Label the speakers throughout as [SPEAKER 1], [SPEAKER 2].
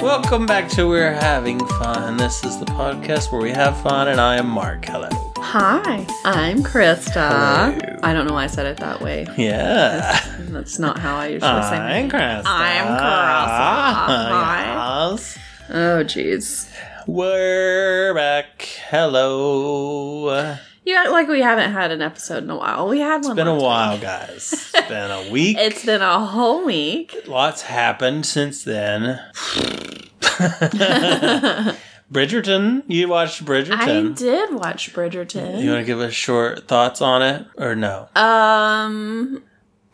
[SPEAKER 1] Welcome back to We're Having Fun. This is the podcast where we have fun, and I am Mark. Hello.
[SPEAKER 2] Hi, I'm Krista.
[SPEAKER 1] Hello.
[SPEAKER 2] I don't know why I said it that way.
[SPEAKER 1] Yeah.
[SPEAKER 2] That's not how I usually say my
[SPEAKER 1] I'm
[SPEAKER 2] name.
[SPEAKER 1] Krista.
[SPEAKER 2] I'm Krista.
[SPEAKER 1] Yes.
[SPEAKER 2] Oh, jeez.
[SPEAKER 1] We're back. Hello.
[SPEAKER 2] You act like we haven't had an episode in a while. We had one.
[SPEAKER 1] It's been a
[SPEAKER 2] last
[SPEAKER 1] while,
[SPEAKER 2] week.
[SPEAKER 1] guys. It's been a week.
[SPEAKER 2] It's been a whole week.
[SPEAKER 1] Lots happened since then. Bridgerton. You watched Bridgerton.
[SPEAKER 2] I did watch Bridgerton.
[SPEAKER 1] You want to give us short thoughts on it or no?
[SPEAKER 2] Uh, um.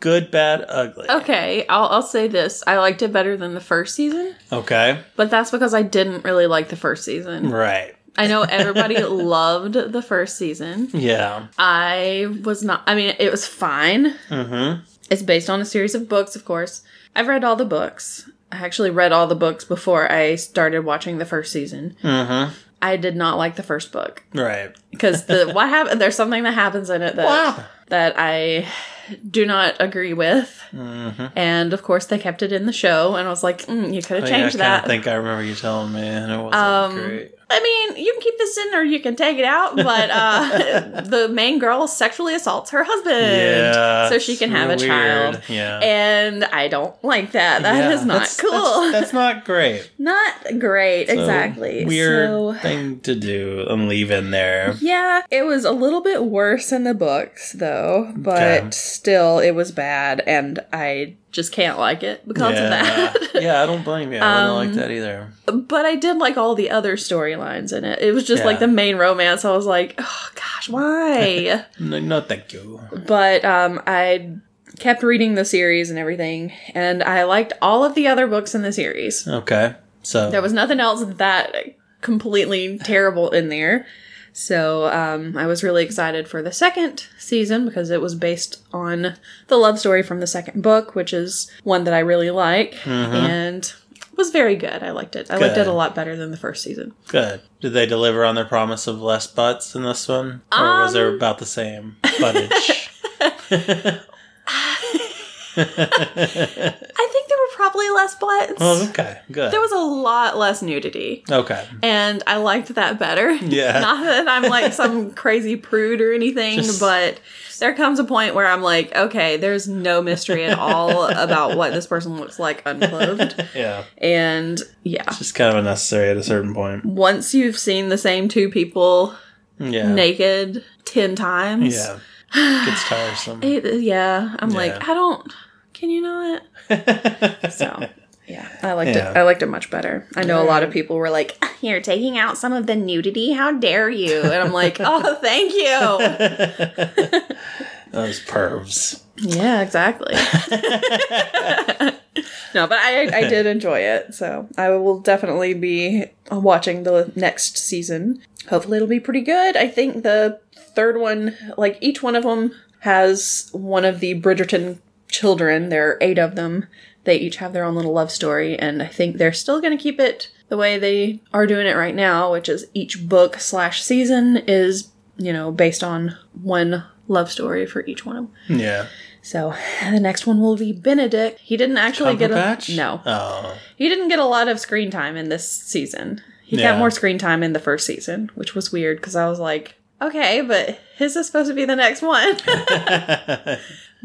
[SPEAKER 1] Good, bad, ugly.
[SPEAKER 2] oh. Okay, I'll I'll say this. I liked it better than the first season,
[SPEAKER 1] Okay.
[SPEAKER 2] but that's because I didn't really like the first season.
[SPEAKER 1] Right.
[SPEAKER 2] I know everybody loved the first season.
[SPEAKER 1] Yeah.
[SPEAKER 2] I was not. I mean, it was fine.
[SPEAKER 1] Mm-hmm.
[SPEAKER 2] It's based on a series of books, of course. I've read all the books. I actually read all the books before I started watching the first season.
[SPEAKER 1] Mm-hmm.
[SPEAKER 2] I did not like the first book
[SPEAKER 1] Right.
[SPEAKER 2] because the what happened there's something that happens in it that
[SPEAKER 1] Wow.
[SPEAKER 2] that I do not agree with.
[SPEAKER 1] Mm-hmm. Oh,
[SPEAKER 2] And of course, they kept it in the show, and I was like, mm, you could have
[SPEAKER 1] I
[SPEAKER 2] changed
[SPEAKER 1] kinda
[SPEAKER 2] that.
[SPEAKER 1] think I remember you telling me, and it wasn't
[SPEAKER 2] Um,
[SPEAKER 1] great.
[SPEAKER 2] I mean, you can keep this in or you can take it out, but uh, the main girl sexually assaults her husband,
[SPEAKER 1] Yeah.
[SPEAKER 2] so she
[SPEAKER 1] it's
[SPEAKER 2] can have a
[SPEAKER 1] weird.
[SPEAKER 2] child.
[SPEAKER 1] Yeah.
[SPEAKER 2] And I don't like that. That is
[SPEAKER 1] Yeah,
[SPEAKER 2] not
[SPEAKER 1] that's-
[SPEAKER 2] cool.
[SPEAKER 1] That's, that's not great.
[SPEAKER 2] Not great,
[SPEAKER 1] So,
[SPEAKER 2] exactly.
[SPEAKER 1] Weird
[SPEAKER 2] So,
[SPEAKER 1] thing to do and leave in there.
[SPEAKER 2] yeah, it was a little bit worse in the books, though, but
[SPEAKER 1] Okay.
[SPEAKER 2] still, it was bad, and I just can't like it because
[SPEAKER 1] yeah.
[SPEAKER 2] of that.
[SPEAKER 1] yeah, I don't blame you. I wouldn't like
[SPEAKER 2] Um,
[SPEAKER 1] that either.
[SPEAKER 2] but I did like all the other storylines in it. It was just
[SPEAKER 1] Yeah.
[SPEAKER 2] like the main romance. I was like, oh gosh, why?
[SPEAKER 1] No, no thank you.
[SPEAKER 2] but um, I kept reading the series and everything, and I liked all of the other books in the series.
[SPEAKER 1] Okay. So
[SPEAKER 2] There was nothing else that completely terrible in there. So um, I was really excited for the second season because it was based on the love story from the second book, which is one that I really like and was very good. I liked it. I liked
[SPEAKER 1] Mm-hmm. Good.
[SPEAKER 2] it a lot better than the first season.
[SPEAKER 1] good. Did they deliver on their promise of less butts in this one? Or was there
[SPEAKER 2] Um,
[SPEAKER 1] about the same buttage?
[SPEAKER 2] I think there were probably less butts.
[SPEAKER 1] well, okay. Good.
[SPEAKER 2] there was a lot less nudity.
[SPEAKER 1] okay.
[SPEAKER 2] And I liked that better.
[SPEAKER 1] Yeah.
[SPEAKER 2] Not that I'm like some crazy prude or anything,
[SPEAKER 1] Just-
[SPEAKER 2] but there comes a point where I'm like, okay, there's no mystery at all about what this person looks like unclothed.
[SPEAKER 1] Yeah.
[SPEAKER 2] And yeah,
[SPEAKER 1] Just kind of unnecessary at a certain point.
[SPEAKER 2] once you've seen the same two people
[SPEAKER 1] Yeah.
[SPEAKER 2] naked 10 times,
[SPEAKER 1] Yeah. Gets tiresome.
[SPEAKER 2] it- yeah, I'm like,
[SPEAKER 1] Yeah.
[SPEAKER 2] I don't, can you not? So. Yeah, I liked
[SPEAKER 1] Yeah.
[SPEAKER 2] it. I liked it much better. I know a lot of people were like, "You're taking out some of the nudity. How dare you?" And I'm like, "Oh, thank you."
[SPEAKER 1] Those pervs.
[SPEAKER 2] Yeah, exactly. no, but I I did enjoy it, so I will definitely be watching the next season. Hopefully, it'll be pretty good. I think the third one, like each one of them, has one of the Bridgerton children. There are eight of them. They each have their own little love story, and I think they're still going to keep it the way they are doing it right now, which is each book slash season is you know based on one love story for each one of them.
[SPEAKER 1] Yeah.
[SPEAKER 2] So the next one will be Benedict. He didn't actually get a
[SPEAKER 1] Cumberbatch?
[SPEAKER 2] no.
[SPEAKER 1] Oh.
[SPEAKER 2] He didn't get a lot of screen time in this season. He
[SPEAKER 1] Yeah.
[SPEAKER 2] got more screen time in the first season, which was weird because I was like, okay, but his is supposed to be the next one.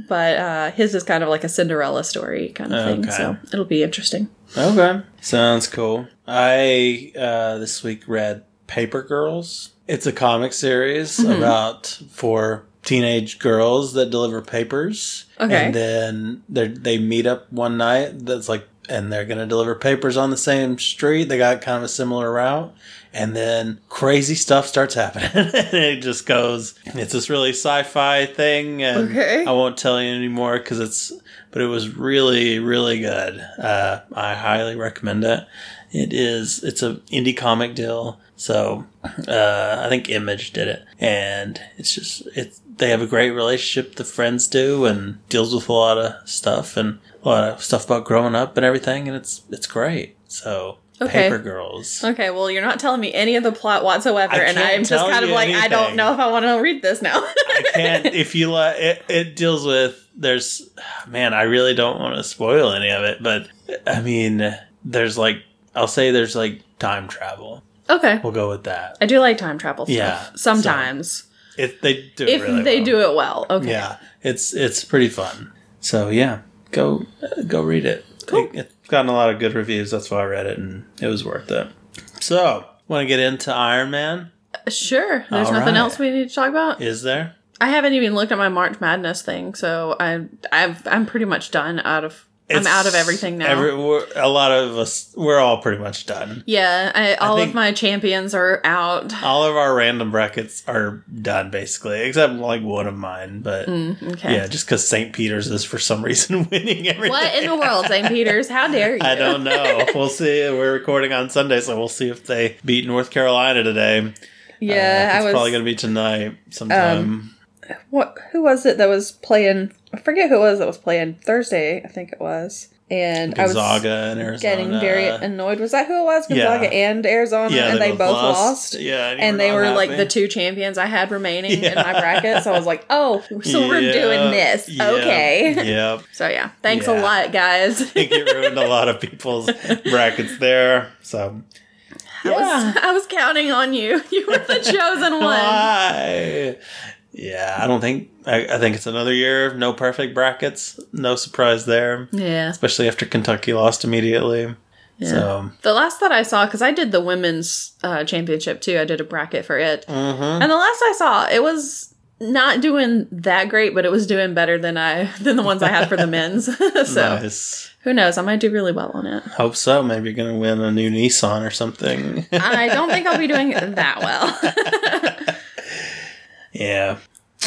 [SPEAKER 2] but uh, his is kind of like a Cinderella story kind of thing,
[SPEAKER 1] Okay.
[SPEAKER 2] so it'll be interesting.
[SPEAKER 1] Okay. Sounds cool. I uh, this week read Paper Girls. It's a comic series
[SPEAKER 2] Mm-hmm.
[SPEAKER 1] about four teenage girls that deliver papers.
[SPEAKER 2] Okay.
[SPEAKER 1] And then they they meet up one night that's like and they're going to deliver papers on the same street. They got kind of a similar route. And then crazy stuff starts happening. and it just goes, it's this really sci fi thing. And
[SPEAKER 2] Okay.
[SPEAKER 1] I won't tell you anymore because it's, but it was really, really good. Uh, I highly recommend it. It is, it's an indie comic deal. So uh, I think Image did it. And it's just, it's, they have a great relationship, the friends do, and deals with a lot of stuff and a lot of stuff about growing up and everything. And it's, it's great. So,
[SPEAKER 2] Okay.
[SPEAKER 1] Paper Girls.
[SPEAKER 2] Okay, well, you're not telling me any of the plot whatsoever,
[SPEAKER 1] I
[SPEAKER 2] and
[SPEAKER 1] can't
[SPEAKER 2] I'm just
[SPEAKER 1] tell
[SPEAKER 2] kind of
[SPEAKER 1] you
[SPEAKER 2] like, I
[SPEAKER 1] anything.
[SPEAKER 2] don't know if I want to read this now.
[SPEAKER 1] I can't. If you like, it, it deals with. There's, man, I really don't want to spoil any of it, but I mean, there's like I'll say there's like time travel.
[SPEAKER 2] Okay.
[SPEAKER 1] We'll go with that.
[SPEAKER 2] I do like time travel stuff.
[SPEAKER 1] Yeah,
[SPEAKER 2] Sometimes.
[SPEAKER 1] If they do, it
[SPEAKER 2] if
[SPEAKER 1] really
[SPEAKER 2] they
[SPEAKER 1] well.
[SPEAKER 2] do it well. Okay.
[SPEAKER 1] yeah, it's it's pretty fun. So yeah, go uh, go read it.
[SPEAKER 2] Cool.
[SPEAKER 1] It, it's gotten a lot of good reviews. That's why I read it, and it was worth it. So, want to get into Iron Man?
[SPEAKER 2] Sure. There's
[SPEAKER 1] All
[SPEAKER 2] nothing
[SPEAKER 1] right.
[SPEAKER 2] else we need to talk about.
[SPEAKER 1] Is there?
[SPEAKER 2] I haven't even looked at my March Madness thing, so I I've, I'm pretty much done out of I'm
[SPEAKER 1] It's-
[SPEAKER 2] out of everything now.
[SPEAKER 1] every- we're- a lot of us, we're all pretty much done.
[SPEAKER 2] yeah, I, all
[SPEAKER 1] think-
[SPEAKER 2] of my champions are out.
[SPEAKER 1] All of our random brackets are done basically, except like one of mine. But
[SPEAKER 2] Hmm, Okay.
[SPEAKER 1] yeah, just because St. Peter's is for some reason winning everything.
[SPEAKER 2] What in the world, St. Peter's? How dare you?
[SPEAKER 1] I don't know. we'll see. We're recording on Sunday, so we'll see if they beat North Carolina today.
[SPEAKER 2] Yeah,
[SPEAKER 1] Uh,
[SPEAKER 2] I
[SPEAKER 1] it's
[SPEAKER 2] was. um,
[SPEAKER 1] probably going to be tonight sometime.
[SPEAKER 2] what? Who was it that was playing? I forget who it was that was playing Thursday. I think it was. And I was
[SPEAKER 1] Gonzaga and Arizona.
[SPEAKER 2] getting very annoyed. Was that who it was? Gonzaga
[SPEAKER 1] Yeah.
[SPEAKER 2] and Arizona,
[SPEAKER 1] yeah,
[SPEAKER 2] and they, both lost.
[SPEAKER 1] Yeah, you
[SPEAKER 2] and they
[SPEAKER 1] not
[SPEAKER 2] were like
[SPEAKER 1] happy.
[SPEAKER 2] the two champions I had remaining in my
[SPEAKER 1] Yeah.
[SPEAKER 2] bracket. So I was like, oh, so we're
[SPEAKER 1] Yeah,
[SPEAKER 2] doing this.
[SPEAKER 1] yeah,
[SPEAKER 2] Okay.
[SPEAKER 1] Yep.
[SPEAKER 2] So yeah, thanks
[SPEAKER 1] Yeah.
[SPEAKER 2] a lot, guys.
[SPEAKER 1] I think it ruined a lot of people's brackets there. So
[SPEAKER 2] I, was, I was counting on you. You were the chosen one.
[SPEAKER 1] why? Yeah, I don't think. I, I think it's another year of no perfect brackets. No surprise there,
[SPEAKER 2] Yeah.
[SPEAKER 1] especially after Kentucky lost immediately.
[SPEAKER 2] Yeah.
[SPEAKER 1] So
[SPEAKER 2] The last that I saw, because I did the women's uh, championship too, I did a bracket for it.
[SPEAKER 1] mhm.
[SPEAKER 2] And the last I saw, it was not doing that great, but it was doing better than I than the ones I had for the men's. so
[SPEAKER 1] nice.
[SPEAKER 2] who knows? I might do really well on it.
[SPEAKER 1] Hope so. Maybe you're gonna win a new Nissan or something.
[SPEAKER 2] I don't think I'll be doing that well.
[SPEAKER 1] yeah.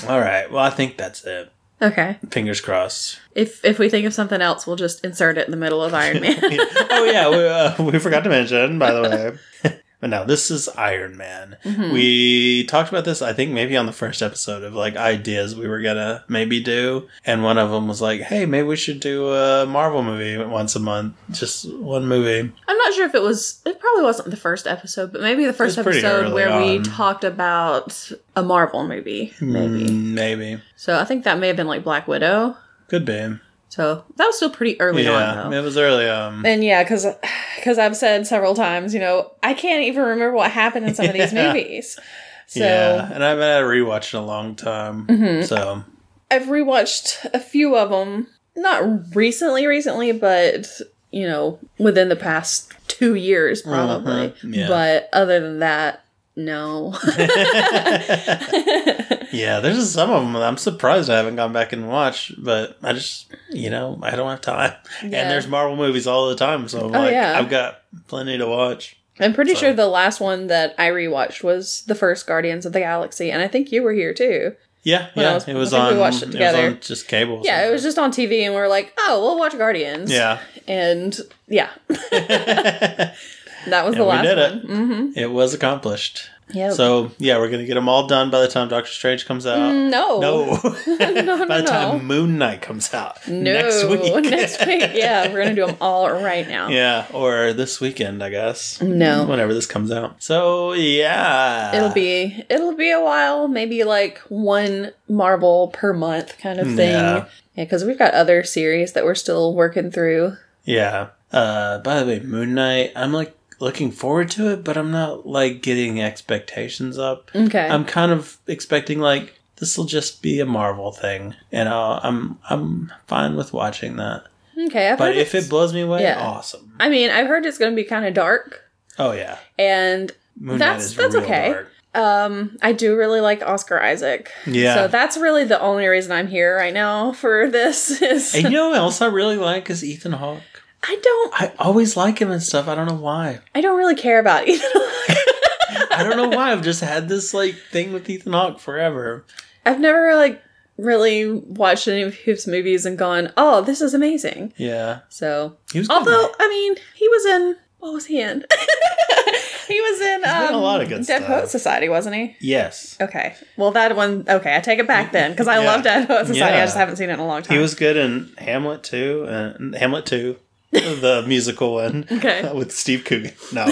[SPEAKER 1] All right. Well, I think that's it.
[SPEAKER 2] okay.
[SPEAKER 1] Fingers crossed.
[SPEAKER 2] If if we think of something else, we'll just insert it in the middle of Iron Man.
[SPEAKER 1] Yeah. Oh yeah, we, uh, we forgot to mention, by the way. But no, this is Iron Man.
[SPEAKER 2] Mm-hmm.
[SPEAKER 1] We talked about this, I think, maybe on the first episode of like ideas we were gonna maybe do, and one of them was like, "Hey, maybe we should do a Marvel movie once a month, just one movie."
[SPEAKER 2] I'm not sure if it was. It probably wasn't the first episode, but maybe the first
[SPEAKER 1] It's pretty
[SPEAKER 2] episode
[SPEAKER 1] early
[SPEAKER 2] where we
[SPEAKER 1] on.
[SPEAKER 2] talked about a Marvel movie. Maybe.
[SPEAKER 1] Mm, maybe
[SPEAKER 2] So I think that may have been like Black Widow.
[SPEAKER 1] could be.
[SPEAKER 2] So that was still pretty early
[SPEAKER 1] Yeah,
[SPEAKER 2] on, though.
[SPEAKER 1] it was early. Um,
[SPEAKER 2] And yeah, because I've said several times, you know, I can't even remember what happened in some of these
[SPEAKER 1] Yeah.
[SPEAKER 2] movies. So Mm-hmm.
[SPEAKER 1] yeah, and I haven't had a rewatch in a long time, so
[SPEAKER 2] I've rewatched a few of them, not recently, recently, but you know, within the past two years, probably.
[SPEAKER 1] Mhm, yeah.
[SPEAKER 2] But other than that, no.
[SPEAKER 1] Yeah, there's just some of them that I'm surprised I haven't gone back and watched, but I just, you know, I don't have time.
[SPEAKER 2] Yeah.
[SPEAKER 1] And there's Marvel movies all the time, so I'm
[SPEAKER 2] Oh,
[SPEAKER 1] like,
[SPEAKER 2] yeah.
[SPEAKER 1] I've got plenty to watch.
[SPEAKER 2] I'm pretty
[SPEAKER 1] So-
[SPEAKER 2] sure the last one that I rewatched was the first Guardians of the Galaxy, and I think you were here too.
[SPEAKER 1] Yeah,
[SPEAKER 2] When I
[SPEAKER 1] yeah,
[SPEAKER 2] was-
[SPEAKER 1] it
[SPEAKER 2] I
[SPEAKER 1] was
[SPEAKER 2] think we
[SPEAKER 1] on.
[SPEAKER 2] watched it
[SPEAKER 1] It
[SPEAKER 2] together.
[SPEAKER 1] was on just cable.
[SPEAKER 2] Yeah, it was just on TV, and we are like, oh, we'll watch Guardians.
[SPEAKER 1] Yeah,
[SPEAKER 2] And yeah, that was the
[SPEAKER 1] we
[SPEAKER 2] last
[SPEAKER 1] did it.
[SPEAKER 2] one. Mm-hmm.
[SPEAKER 1] it was accomplished.
[SPEAKER 2] Yep.
[SPEAKER 1] So yeah, we're gonna get them all done by the time Doctor Strange comes out.
[SPEAKER 2] no.
[SPEAKER 1] No,
[SPEAKER 2] Mm. no,
[SPEAKER 1] by the
[SPEAKER 2] no.
[SPEAKER 1] time Moon Knight comes out
[SPEAKER 2] No,
[SPEAKER 1] next week.
[SPEAKER 2] next week. Yeah, we're gonna do them all right now.
[SPEAKER 1] yeah, or this weekend, I guess.
[SPEAKER 2] No.
[SPEAKER 1] whenever this comes out. So yeah,
[SPEAKER 2] It'll be it'll be a while, maybe like one Marvel per month kind of thing.
[SPEAKER 1] Hmm, Yeah.
[SPEAKER 2] Yeah, because we've got other series that we're still working through.
[SPEAKER 1] Yeah. Uh by the way, Moon Knight, I'm like looking forward to it, but I'm not like getting expectations up.
[SPEAKER 2] Okay.
[SPEAKER 1] I'm kind of expecting like this will just be a Marvel thing, and I'll, I'm I'm fine with watching that.
[SPEAKER 2] okay. I've
[SPEAKER 1] But
[SPEAKER 2] heard
[SPEAKER 1] if
[SPEAKER 2] it's-
[SPEAKER 1] it blows me away,
[SPEAKER 2] yeah.
[SPEAKER 1] awesome.
[SPEAKER 2] I mean, I've heard it's gonna be kind of dark,
[SPEAKER 1] Oh yeah,
[SPEAKER 2] and
[SPEAKER 1] Moon
[SPEAKER 2] That's- that's okay. um, I do really like Oscar Isaac.
[SPEAKER 1] Yeah.
[SPEAKER 2] So that's really the only reason I'm here right now for this. Is
[SPEAKER 1] And you know what else I really like is Ethan Hawke.
[SPEAKER 2] I don't
[SPEAKER 1] I always like him and stuff. I don't know why.
[SPEAKER 2] I don't really care about either.
[SPEAKER 1] I don't know why. I've just had this like thing with Ethan Hawke forever.
[SPEAKER 2] I've never like really watched any of his movies and gone, "Oh, this is amazing."
[SPEAKER 1] Yeah,
[SPEAKER 2] So,
[SPEAKER 1] he was. good in
[SPEAKER 2] although
[SPEAKER 1] it.
[SPEAKER 2] I mean, he was in what was he in? he was in
[SPEAKER 1] been
[SPEAKER 2] um,
[SPEAKER 1] a lot of good
[SPEAKER 2] Dead
[SPEAKER 1] stuff.
[SPEAKER 2] Poet Society, wasn't he?
[SPEAKER 1] yes,
[SPEAKER 2] Okay, well that one. Okay, I take it back then because I
[SPEAKER 1] Yeah.
[SPEAKER 2] love Dead Poet Society.
[SPEAKER 1] Yeah.
[SPEAKER 2] I just haven't seen it in a long time.
[SPEAKER 1] He was good in Hamlet too, and Hamlet two, the musical one
[SPEAKER 2] Okay.
[SPEAKER 1] with Steve Coogan. No,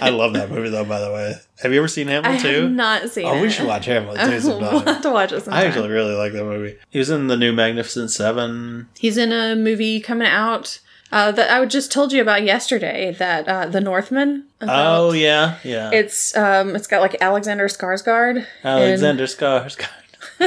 [SPEAKER 1] I love that movie though. By the way, have you ever seen
[SPEAKER 2] I
[SPEAKER 1] Hamlet
[SPEAKER 2] have
[SPEAKER 1] two?
[SPEAKER 2] not seen.
[SPEAKER 1] Oh,
[SPEAKER 2] it.
[SPEAKER 1] we should watch Hamlet two
[SPEAKER 2] we'll
[SPEAKER 1] sometime.
[SPEAKER 2] have to watch it sometime.
[SPEAKER 1] I actually really like that movie. He was in the new Magnificent Seven.
[SPEAKER 2] He's in a movie coming out Uh, that I just told you about yesterday that uh, the Northman. about-
[SPEAKER 1] Oh yeah, yeah.
[SPEAKER 2] It's um, it's got like Alexander Skarsgård
[SPEAKER 1] Alexander Skarsgård.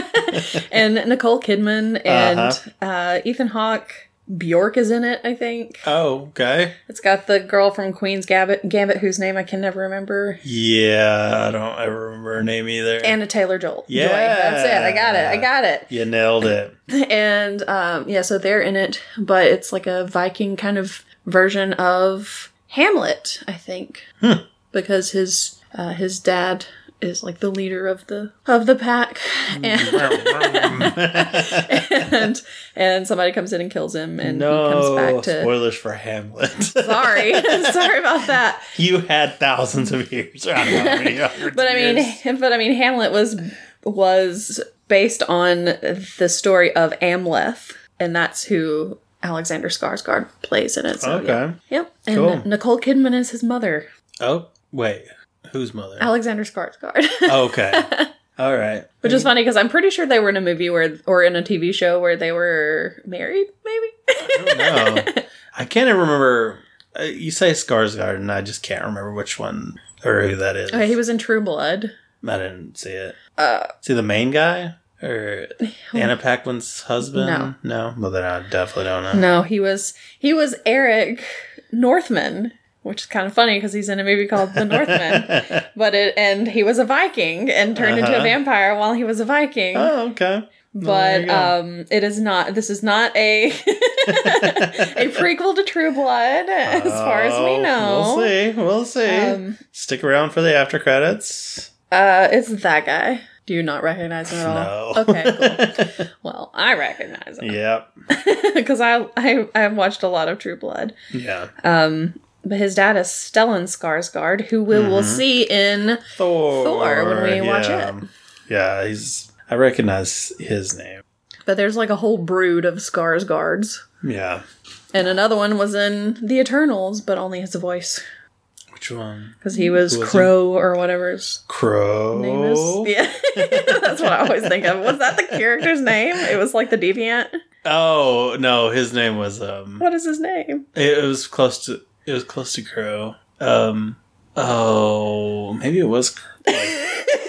[SPEAKER 2] and, and Nicole Kidman and uh
[SPEAKER 1] Uh-huh.
[SPEAKER 2] Ethan Hawke. Bjork is in it, I think.
[SPEAKER 1] Oh, okay.
[SPEAKER 2] It's got the girl from Queen's Gambit, Gambit whose name I can never remember.
[SPEAKER 1] Yeah, I don't ever remember her name either.
[SPEAKER 2] Anna Taylor Joel.
[SPEAKER 1] Yeah.
[SPEAKER 2] Joy. That's it. I got it. I got it.
[SPEAKER 1] you nailed it.
[SPEAKER 2] and um, yeah, so they're in it, but it's like a Viking kind of version of Hamlet, I think,
[SPEAKER 1] Hmm.
[SPEAKER 2] because his uh, his dad is like the leader of the of the pack,
[SPEAKER 1] Hmm.
[SPEAKER 2] and and, and somebody comes in and kills him, and he comes
[SPEAKER 1] no
[SPEAKER 2] back to.
[SPEAKER 1] spoilers for Hamlet.
[SPEAKER 2] Sorry, sorry about that.
[SPEAKER 1] you had thousands of years. I don't know how many hundreds
[SPEAKER 2] But I
[SPEAKER 1] of
[SPEAKER 2] mean,
[SPEAKER 1] years.
[SPEAKER 2] but I mean, Hamlet was was based on the story of Amleth, and that's who Alexander Skarsgård plays in it. So,
[SPEAKER 1] okay.
[SPEAKER 2] yeah. Yep. And
[SPEAKER 1] Cool.
[SPEAKER 2] Nicole Kidman is his mother,
[SPEAKER 1] Oh wait, whose mother? Oh,
[SPEAKER 2] Alexander Skarsgård.
[SPEAKER 1] okay. All right.
[SPEAKER 2] Which is funny because I'm pretty sure they were in a movie where, or in a TV show where they were married, maybe?
[SPEAKER 1] no, I can't even remember. uh, You say Skarsgård, and I just can't remember which one or who that is.
[SPEAKER 2] okay, he was in True Blood.
[SPEAKER 1] I didn't see it.
[SPEAKER 2] Uh,
[SPEAKER 1] See the main guy or Anna Paquin's husband?
[SPEAKER 2] No.
[SPEAKER 1] no. Well, then I definitely don't know.
[SPEAKER 2] no, he was, he was Eric Northman, which is kind of funny because he's in a movie called The Northman. but it, and he was a Viking and turned into a
[SPEAKER 1] Uh-huh.
[SPEAKER 2] vampire while he was a Viking.
[SPEAKER 1] oh, okay.
[SPEAKER 2] but
[SPEAKER 1] there you go.
[SPEAKER 2] um, it is not, this is not a, a prequel to True Blood, as far as we
[SPEAKER 1] Oh,
[SPEAKER 2] know.
[SPEAKER 1] we'll see. We'll see.
[SPEAKER 2] Um,
[SPEAKER 1] Stick around for the after credits.
[SPEAKER 2] uh, it's that guy. Do you not recognize him at all?
[SPEAKER 1] No.
[SPEAKER 2] Okay, cool. well, I recognize him
[SPEAKER 1] yep.
[SPEAKER 2] because I, I I've watched a lot of True Blood.
[SPEAKER 1] Yeah.
[SPEAKER 2] Um, but his dad is Stellan Skarsgård, who we will
[SPEAKER 1] Mhm.
[SPEAKER 2] see in.
[SPEAKER 1] Thor.
[SPEAKER 2] Thor when we watch
[SPEAKER 1] yeah.
[SPEAKER 2] it.
[SPEAKER 1] Yeah, he's. I recognize his name.
[SPEAKER 2] But there's like a whole brood of Skarsgårds,
[SPEAKER 1] Yeah.
[SPEAKER 2] and another one was in The Eternals, but only his voice
[SPEAKER 1] Which one?
[SPEAKER 2] because he was,
[SPEAKER 1] Was he? Oh.
[SPEAKER 2] Crow or whatever his
[SPEAKER 1] Crow.
[SPEAKER 2] name is. Yeah, that's what I always think of. Was that the character's name? It was like the deviant.
[SPEAKER 1] Oh no, his name was um.
[SPEAKER 2] What is his name?
[SPEAKER 1] It was close to. It was close to Crow. Um. Oh, maybe it was like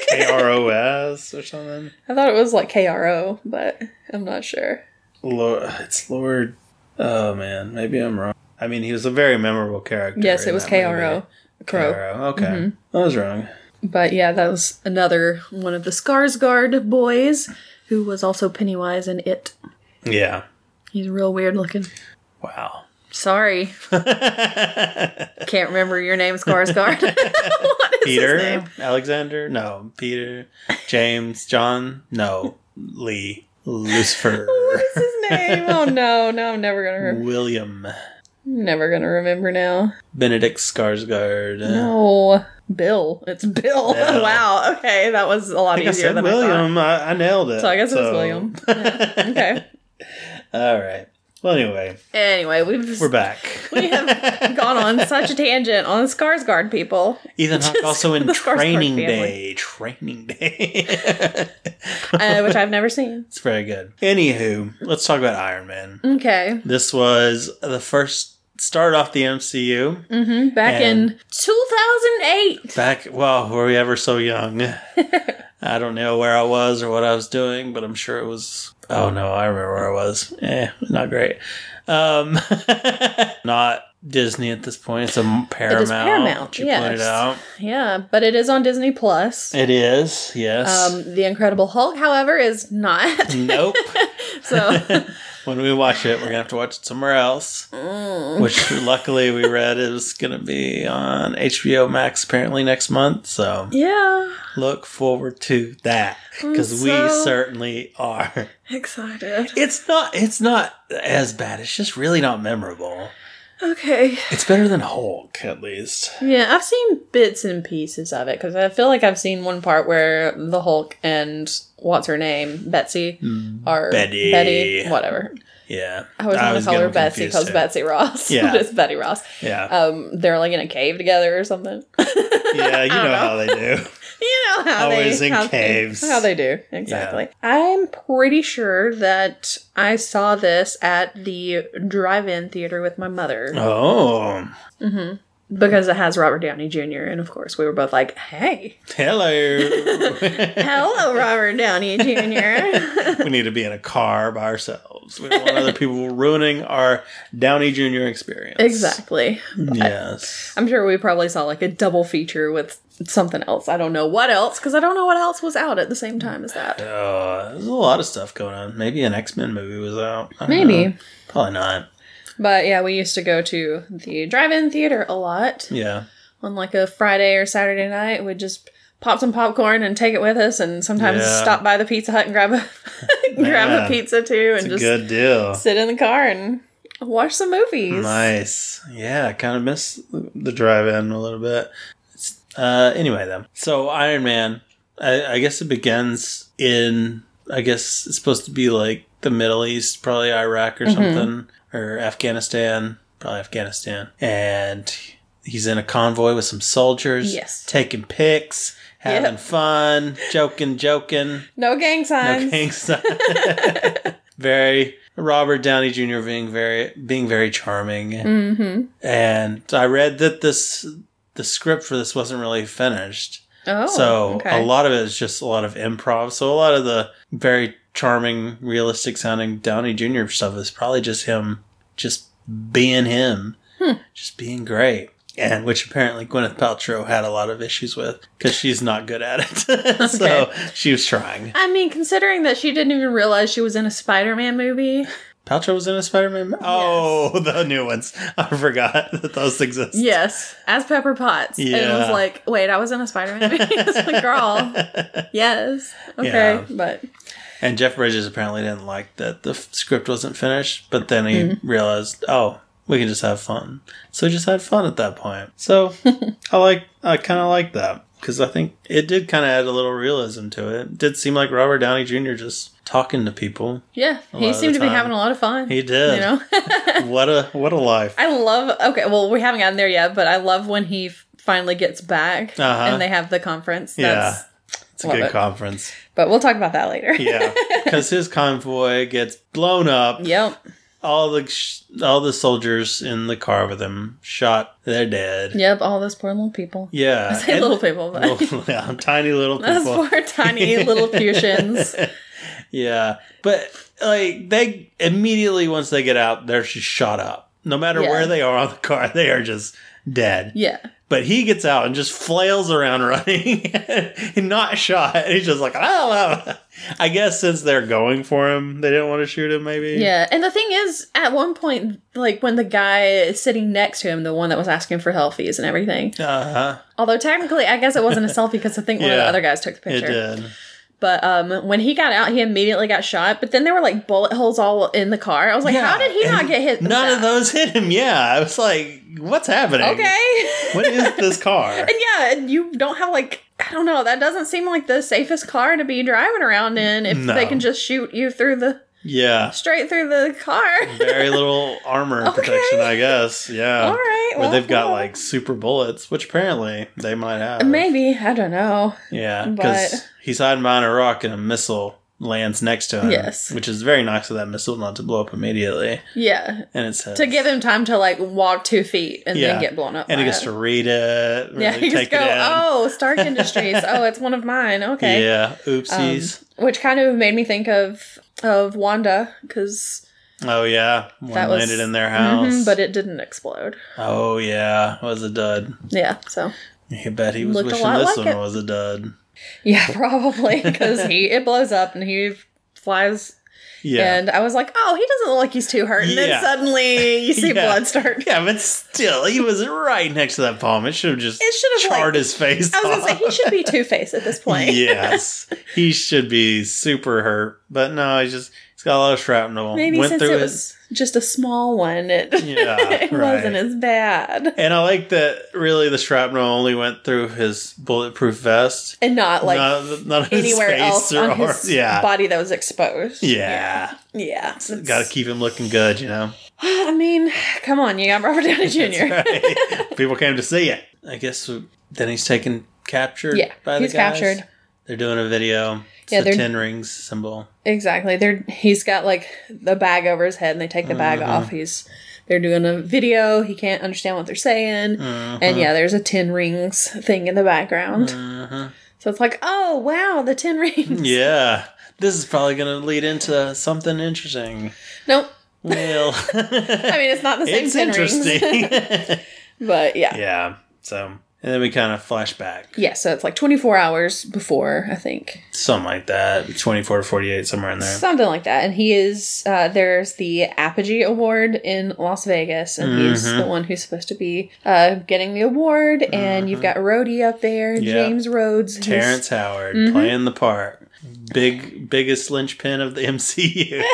[SPEAKER 1] K R O S or something.
[SPEAKER 2] I thought it was like KRO, but I'm not sure.
[SPEAKER 1] Lord, it's Lord. Oh man, maybe I'm wrong. I mean, he was a very memorable character.
[SPEAKER 2] yes, it
[SPEAKER 1] in
[SPEAKER 2] was
[SPEAKER 1] that
[SPEAKER 2] KRO.
[SPEAKER 1] movie.
[SPEAKER 2] Crow.
[SPEAKER 1] KRO. Okay,
[SPEAKER 2] Mm-hmm.
[SPEAKER 1] I was wrong.
[SPEAKER 2] But yeah, that was another one of the Skarsgård boys who was also Pennywise in It.
[SPEAKER 1] Yeah.
[SPEAKER 2] He's real weird looking.
[SPEAKER 1] Wow.
[SPEAKER 2] Sorry. Can't remember your name, Skarsgård. what is
[SPEAKER 1] Peter
[SPEAKER 2] his name?
[SPEAKER 1] Alexander? No. Peter James John? No. Lee Lucifer
[SPEAKER 2] What is his name? Oh no, no, I'm never gonna re-
[SPEAKER 1] William
[SPEAKER 2] never gonna remember now.
[SPEAKER 1] Benedict Skarsgård.
[SPEAKER 2] No. Bill. It's Bill.
[SPEAKER 1] Bill.
[SPEAKER 2] wow. Okay, that was a lot
[SPEAKER 1] I think I
[SPEAKER 2] easier
[SPEAKER 1] said
[SPEAKER 2] than I
[SPEAKER 1] William. I, I nailed it.
[SPEAKER 2] thought. So I guess it was William. Yeah. Okay.
[SPEAKER 1] All right. Well, anyway,
[SPEAKER 2] Anyway, we've
[SPEAKER 1] we're back.
[SPEAKER 2] we have gone on such a tangent on the Skarsgård people.
[SPEAKER 1] Ethan Hawke
[SPEAKER 2] Just
[SPEAKER 1] also in
[SPEAKER 2] the Skarsgård
[SPEAKER 1] Training
[SPEAKER 2] family.
[SPEAKER 1] Day. Training Day.
[SPEAKER 2] uh, which I've never seen.
[SPEAKER 1] it's very good. Anywho, let's talk about Iron Man.
[SPEAKER 2] Okay.
[SPEAKER 1] This was the first start off the MCU.
[SPEAKER 2] hmm Back in 2008.
[SPEAKER 1] Back, well, were we ever so young? I don't know where I was or what I was doing, but I'm sure it was. Oh no, I remember where I was. Eh, not great. Um, not Disney at this point. It's a m- Paramount.
[SPEAKER 2] Paramount,
[SPEAKER 1] which you
[SPEAKER 2] yes.
[SPEAKER 1] pointed out.
[SPEAKER 2] Yeah, but it is on Disney Plus.
[SPEAKER 1] It is. Yes.
[SPEAKER 2] Um, the Incredible Hulk, however, is not.
[SPEAKER 1] nope.
[SPEAKER 2] so,
[SPEAKER 1] when we watch it, we're gonna have to watch it somewhere else.
[SPEAKER 2] Mm.
[SPEAKER 1] Which luckily we read is gonna be on HBO Max apparently next month. So
[SPEAKER 2] yeah,
[SPEAKER 1] look forward to that because we
[SPEAKER 2] Mm, so-
[SPEAKER 1] certainly are.
[SPEAKER 2] excited.
[SPEAKER 1] It's not. It's not as bad. It's just really not memorable.
[SPEAKER 2] Okay.
[SPEAKER 1] It's better than Hulk, at least.
[SPEAKER 2] Yeah, I've seen bits and pieces of it because I feel like I've seen one part where the Hulk and what's her name, Betsy,
[SPEAKER 1] Hmm.
[SPEAKER 2] or
[SPEAKER 1] Betty.
[SPEAKER 2] Betty, whatever.
[SPEAKER 1] Yeah.
[SPEAKER 2] I always want to
[SPEAKER 1] was
[SPEAKER 2] call her
[SPEAKER 1] getting
[SPEAKER 2] Betsy
[SPEAKER 1] confused,
[SPEAKER 2] because
[SPEAKER 1] too.
[SPEAKER 2] Betsy Ross.
[SPEAKER 1] Yeah.
[SPEAKER 2] but it's Betty Ross.
[SPEAKER 1] Yeah.
[SPEAKER 2] Um, they're like in a cave together or something.
[SPEAKER 1] yeah, you know,
[SPEAKER 2] don't know.
[SPEAKER 1] how they do.
[SPEAKER 2] you know how
[SPEAKER 1] Always
[SPEAKER 2] they,
[SPEAKER 1] in
[SPEAKER 2] how
[SPEAKER 1] caves.
[SPEAKER 2] They, how they do exactly. I'm pretty sure that I saw this at the drive-in theater with my mother
[SPEAKER 1] Oh.
[SPEAKER 2] because it has Robert Downey Jr. and of course we were both like, "Hey,
[SPEAKER 1] Hello.
[SPEAKER 2] hello, Robert Downey Jr."
[SPEAKER 1] we need to be in a car by ourselves. We don't want other people ruining our Downey Jr. experience.
[SPEAKER 2] exactly.
[SPEAKER 1] Yes.
[SPEAKER 2] I'm sure we probably saw like a double feature with something else. I don't know what else because I don't know what else was out at the same time as that.
[SPEAKER 1] Oh, there's a lot of stuff going on. Maybe an X Men movie was out. I don't
[SPEAKER 2] Maybe.
[SPEAKER 1] know. Probably not.
[SPEAKER 2] But yeah, we used to go to the drive-in theater a lot.
[SPEAKER 1] Yeah.
[SPEAKER 2] on like a Friday or Saturday night, we'd just pop some popcorn and take it with us, and sometimes
[SPEAKER 1] Yeah.
[SPEAKER 2] stop by the Pizza Hut and grab a grab
[SPEAKER 1] Man,
[SPEAKER 2] a pizza too,
[SPEAKER 1] It's
[SPEAKER 2] and
[SPEAKER 1] a
[SPEAKER 2] just
[SPEAKER 1] good deal.
[SPEAKER 2] sit in the car and watch some movies.
[SPEAKER 1] Nice. Yeah, I kind of miss the drive-in a little bit. It's, uh, anyway, though. So Iron Man, I, I guess it begins in. I guess it's supposed to be like the Middle East, probably Iraq
[SPEAKER 2] Mm-hmm.
[SPEAKER 1] or something, or Afghanistan, probably Afghanistan. And he's in a convoy with some soldiers.
[SPEAKER 2] Yes.
[SPEAKER 1] Taking pics, having
[SPEAKER 2] Yep.
[SPEAKER 1] fun, joking, joking.
[SPEAKER 2] No gang signs.
[SPEAKER 1] No gang sign. very Robert Downey Jr. being very being very charming.
[SPEAKER 2] Mm-hmm.
[SPEAKER 1] And I read that this the script for this wasn't really finished.
[SPEAKER 2] Oh,
[SPEAKER 1] so
[SPEAKER 2] okay.
[SPEAKER 1] a lot of it is just a lot of improv. So a lot of the very charming, realistic sounding Downey Jr. stuff is probably just him just being him.
[SPEAKER 2] Hmm.
[SPEAKER 1] Just being great. And which apparently Gwyneth Paltrow had a lot of issues with because she's not good at it. so she was trying.
[SPEAKER 2] I mean, considering that she didn't even realize she was in a Spider-Man movie.
[SPEAKER 1] Paltrow was in a Spider-Man. mo- Oh, the new ones. I forgot that those exist.
[SPEAKER 2] Yes, as Pepper Potts. And it was
[SPEAKER 1] Yeah.
[SPEAKER 2] like, wait, I was in a Spider-Man movie. it's like, girl, yes, okay,
[SPEAKER 1] Yeah.
[SPEAKER 2] but
[SPEAKER 1] And Jeff Bridges apparently didn't like that the f- script wasn't finished, but then he
[SPEAKER 2] Mm-hmm.
[SPEAKER 1] realized, oh, we can just have fun. So he just had fun at that point. So I like, I kind of like that because I think it did kind of add a little realism to it. It did seem like Robert Downey Jr. just talking to people.
[SPEAKER 2] yeah,
[SPEAKER 1] lot
[SPEAKER 2] he
[SPEAKER 1] of
[SPEAKER 2] seemed
[SPEAKER 1] the
[SPEAKER 2] to be
[SPEAKER 1] time.
[SPEAKER 2] having a lot of fun.
[SPEAKER 1] He did.
[SPEAKER 2] you know.
[SPEAKER 1] what a what a life.
[SPEAKER 2] I love. Okay, well, we haven't gotten there yet, but I love when he f- finally gets back
[SPEAKER 1] Uh-huh.
[SPEAKER 2] and they have the conference. That's,
[SPEAKER 1] It's a
[SPEAKER 2] love
[SPEAKER 1] good
[SPEAKER 2] it.
[SPEAKER 1] conference.
[SPEAKER 2] But we'll talk about that later.
[SPEAKER 1] Yeah, because his convoy gets blown up.
[SPEAKER 2] yep.
[SPEAKER 1] all the sh- all the soldiers in the car with him shot. They're dead.
[SPEAKER 2] Yep. All those poor little people.
[SPEAKER 1] Yeah,
[SPEAKER 2] I say
[SPEAKER 1] and-
[SPEAKER 2] little people, but
[SPEAKER 1] Little- yeah, tiny little
[SPEAKER 2] those
[SPEAKER 1] people.
[SPEAKER 2] poor tiny little fusions.
[SPEAKER 1] Yeah, but like they immediately once they get out, they're just shot up. No matter
[SPEAKER 2] Yeah.
[SPEAKER 1] where they are on the car, they are just dead.
[SPEAKER 2] Yeah.
[SPEAKER 1] But he gets out and just flails around running, and not shot. And he's just like, I don't know. I guess since they're going for him, they didn't want to shoot him. Maybe.
[SPEAKER 2] Yeah. And the thing is, at one point, like when the guy sitting next to him, the one that was asking for selfies and everything,
[SPEAKER 1] Uh huh.
[SPEAKER 2] although technically, I guess it wasn't a selfie because I think one of
[SPEAKER 1] Yeah.
[SPEAKER 2] the other guys took the
[SPEAKER 1] It
[SPEAKER 2] picture.
[SPEAKER 1] did.
[SPEAKER 2] But um, when he got out, he immediately got shot. But then there were like bullet holes all in the car. I was like,
[SPEAKER 1] Yeah,
[SPEAKER 2] how did he not
[SPEAKER 1] and
[SPEAKER 2] get hit? with
[SPEAKER 1] None of
[SPEAKER 2] that?
[SPEAKER 1] those hit him. Yeah, I was like, "What's happening?
[SPEAKER 2] Okay.
[SPEAKER 1] what is this car?"
[SPEAKER 2] and yeah, and you don't have like I don't know. That doesn't seem like the safest car to be driving around in if
[SPEAKER 1] No.
[SPEAKER 2] they can just shoot you through the
[SPEAKER 1] Yeah,
[SPEAKER 2] straight through the car.
[SPEAKER 1] very little armor
[SPEAKER 2] Okay.
[SPEAKER 1] protection, I guess. Yeah,
[SPEAKER 2] all right.
[SPEAKER 1] where
[SPEAKER 2] well,
[SPEAKER 1] they've got
[SPEAKER 2] well,
[SPEAKER 1] like super bullets, which apparently they might have.
[SPEAKER 2] maybe I don't know.
[SPEAKER 1] Yeah,
[SPEAKER 2] but-
[SPEAKER 1] because he's hiding behind a rock and a missile lands next to him.
[SPEAKER 2] Yes.
[SPEAKER 1] which is very nice of that missile not to blow up immediately.
[SPEAKER 2] Yeah,
[SPEAKER 1] And it says
[SPEAKER 2] to give him time to like walk two feet and
[SPEAKER 1] Yeah.
[SPEAKER 2] then get blown up.
[SPEAKER 1] and he
[SPEAKER 2] by
[SPEAKER 1] gets
[SPEAKER 2] it.
[SPEAKER 1] to read it. Really
[SPEAKER 2] yeah, he
[SPEAKER 1] take
[SPEAKER 2] just go.
[SPEAKER 1] it in.
[SPEAKER 2] Oh, Stark Industries. oh, it's one of mine. Okay.
[SPEAKER 1] yeah,
[SPEAKER 2] Um,
[SPEAKER 1] oopsies.
[SPEAKER 2] which kind of made me think of of Wanda because
[SPEAKER 1] oh yeah, one
[SPEAKER 2] that was Mm-hmm,
[SPEAKER 1] landed in their house,
[SPEAKER 2] but it didn't explode.
[SPEAKER 1] Oh yeah, it was a dud.
[SPEAKER 2] Yeah, so
[SPEAKER 1] I bet he was
[SPEAKER 2] Looked a
[SPEAKER 1] wishing
[SPEAKER 2] lot
[SPEAKER 1] this
[SPEAKER 2] like
[SPEAKER 1] one
[SPEAKER 2] it.
[SPEAKER 1] was a dud.
[SPEAKER 2] yeah, probably because he it blows up and he flies.
[SPEAKER 1] Yeah.
[SPEAKER 2] And I was like, oh, he doesn't look like he's too hurt. And
[SPEAKER 1] Yeah.
[SPEAKER 2] then suddenly you see
[SPEAKER 1] Yeah.
[SPEAKER 2] blood start.
[SPEAKER 1] yeah, but still, he was right next to that palm. It should have just
[SPEAKER 2] It should have, like-
[SPEAKER 1] charred his face.
[SPEAKER 2] I was gonna say
[SPEAKER 1] off.
[SPEAKER 2] he should be Two Face at this point.
[SPEAKER 1] yes, he should be super hurt, but no, he's just he's It's got a lot of shrapnel.
[SPEAKER 2] Maybe since it was just a small one, it,
[SPEAKER 1] Yeah,
[SPEAKER 2] it
[SPEAKER 1] right.
[SPEAKER 2] wasn't as bad.
[SPEAKER 1] And I like that really the shrapnel only went through his bulletproof vest.
[SPEAKER 2] And not like
[SPEAKER 1] not, not his
[SPEAKER 2] anywhere
[SPEAKER 1] face
[SPEAKER 2] else
[SPEAKER 1] or
[SPEAKER 2] on
[SPEAKER 1] arm.
[SPEAKER 2] his
[SPEAKER 1] yeah.
[SPEAKER 2] body that was exposed.
[SPEAKER 1] Yeah.
[SPEAKER 2] Yeah. it's-
[SPEAKER 1] Gotta keep him looking good, you know?
[SPEAKER 2] I mean, come on, you got Robert Downey Jr.
[SPEAKER 1] That's right. People came to see it. I guess we- then he's taken captured
[SPEAKER 2] Yeah,
[SPEAKER 1] by the
[SPEAKER 2] he's
[SPEAKER 1] guys.
[SPEAKER 2] captured.
[SPEAKER 1] They're doing a video. It's
[SPEAKER 2] Yeah,
[SPEAKER 1] the
[SPEAKER 2] they're-
[SPEAKER 1] ten rings symbol.
[SPEAKER 2] Exactly. They're he's got like the bag over his head and they take the
[SPEAKER 1] Mm-hmm.
[SPEAKER 2] bag off. He's they're doing a video. He can't understand what they're saying.
[SPEAKER 1] Mm-hmm.
[SPEAKER 2] And yeah, there's a tin rings thing in the background. So it's like, "Oh, wow, the tin rings."
[SPEAKER 1] Uh-huh. Yeah. This is probably going to lead into something interesting.
[SPEAKER 2] Nope.
[SPEAKER 1] Well,
[SPEAKER 2] I mean, it's not the same
[SPEAKER 1] it's
[SPEAKER 2] tin rings.
[SPEAKER 1] interesting.
[SPEAKER 2] But yeah. yeah.
[SPEAKER 1] yeah. So, and then we kind of flash back,
[SPEAKER 2] so it's like 24 hours before, I think.
[SPEAKER 1] something like that, twenty-four to forty-eight, somewhere in there.
[SPEAKER 2] Something like that. And he is uh there's the Apogee Award in Las Vegas and he's
[SPEAKER 1] Mm-hmm.
[SPEAKER 2] the one who's supposed to be uh getting the award and you've got Rhodey up there,
[SPEAKER 1] Mm-hmm. Yeah.
[SPEAKER 2] James Rhodes, who's-
[SPEAKER 1] Terrence Howard
[SPEAKER 2] Mm-hmm.
[SPEAKER 1] playing the part, big biggest linchpin of the MCU.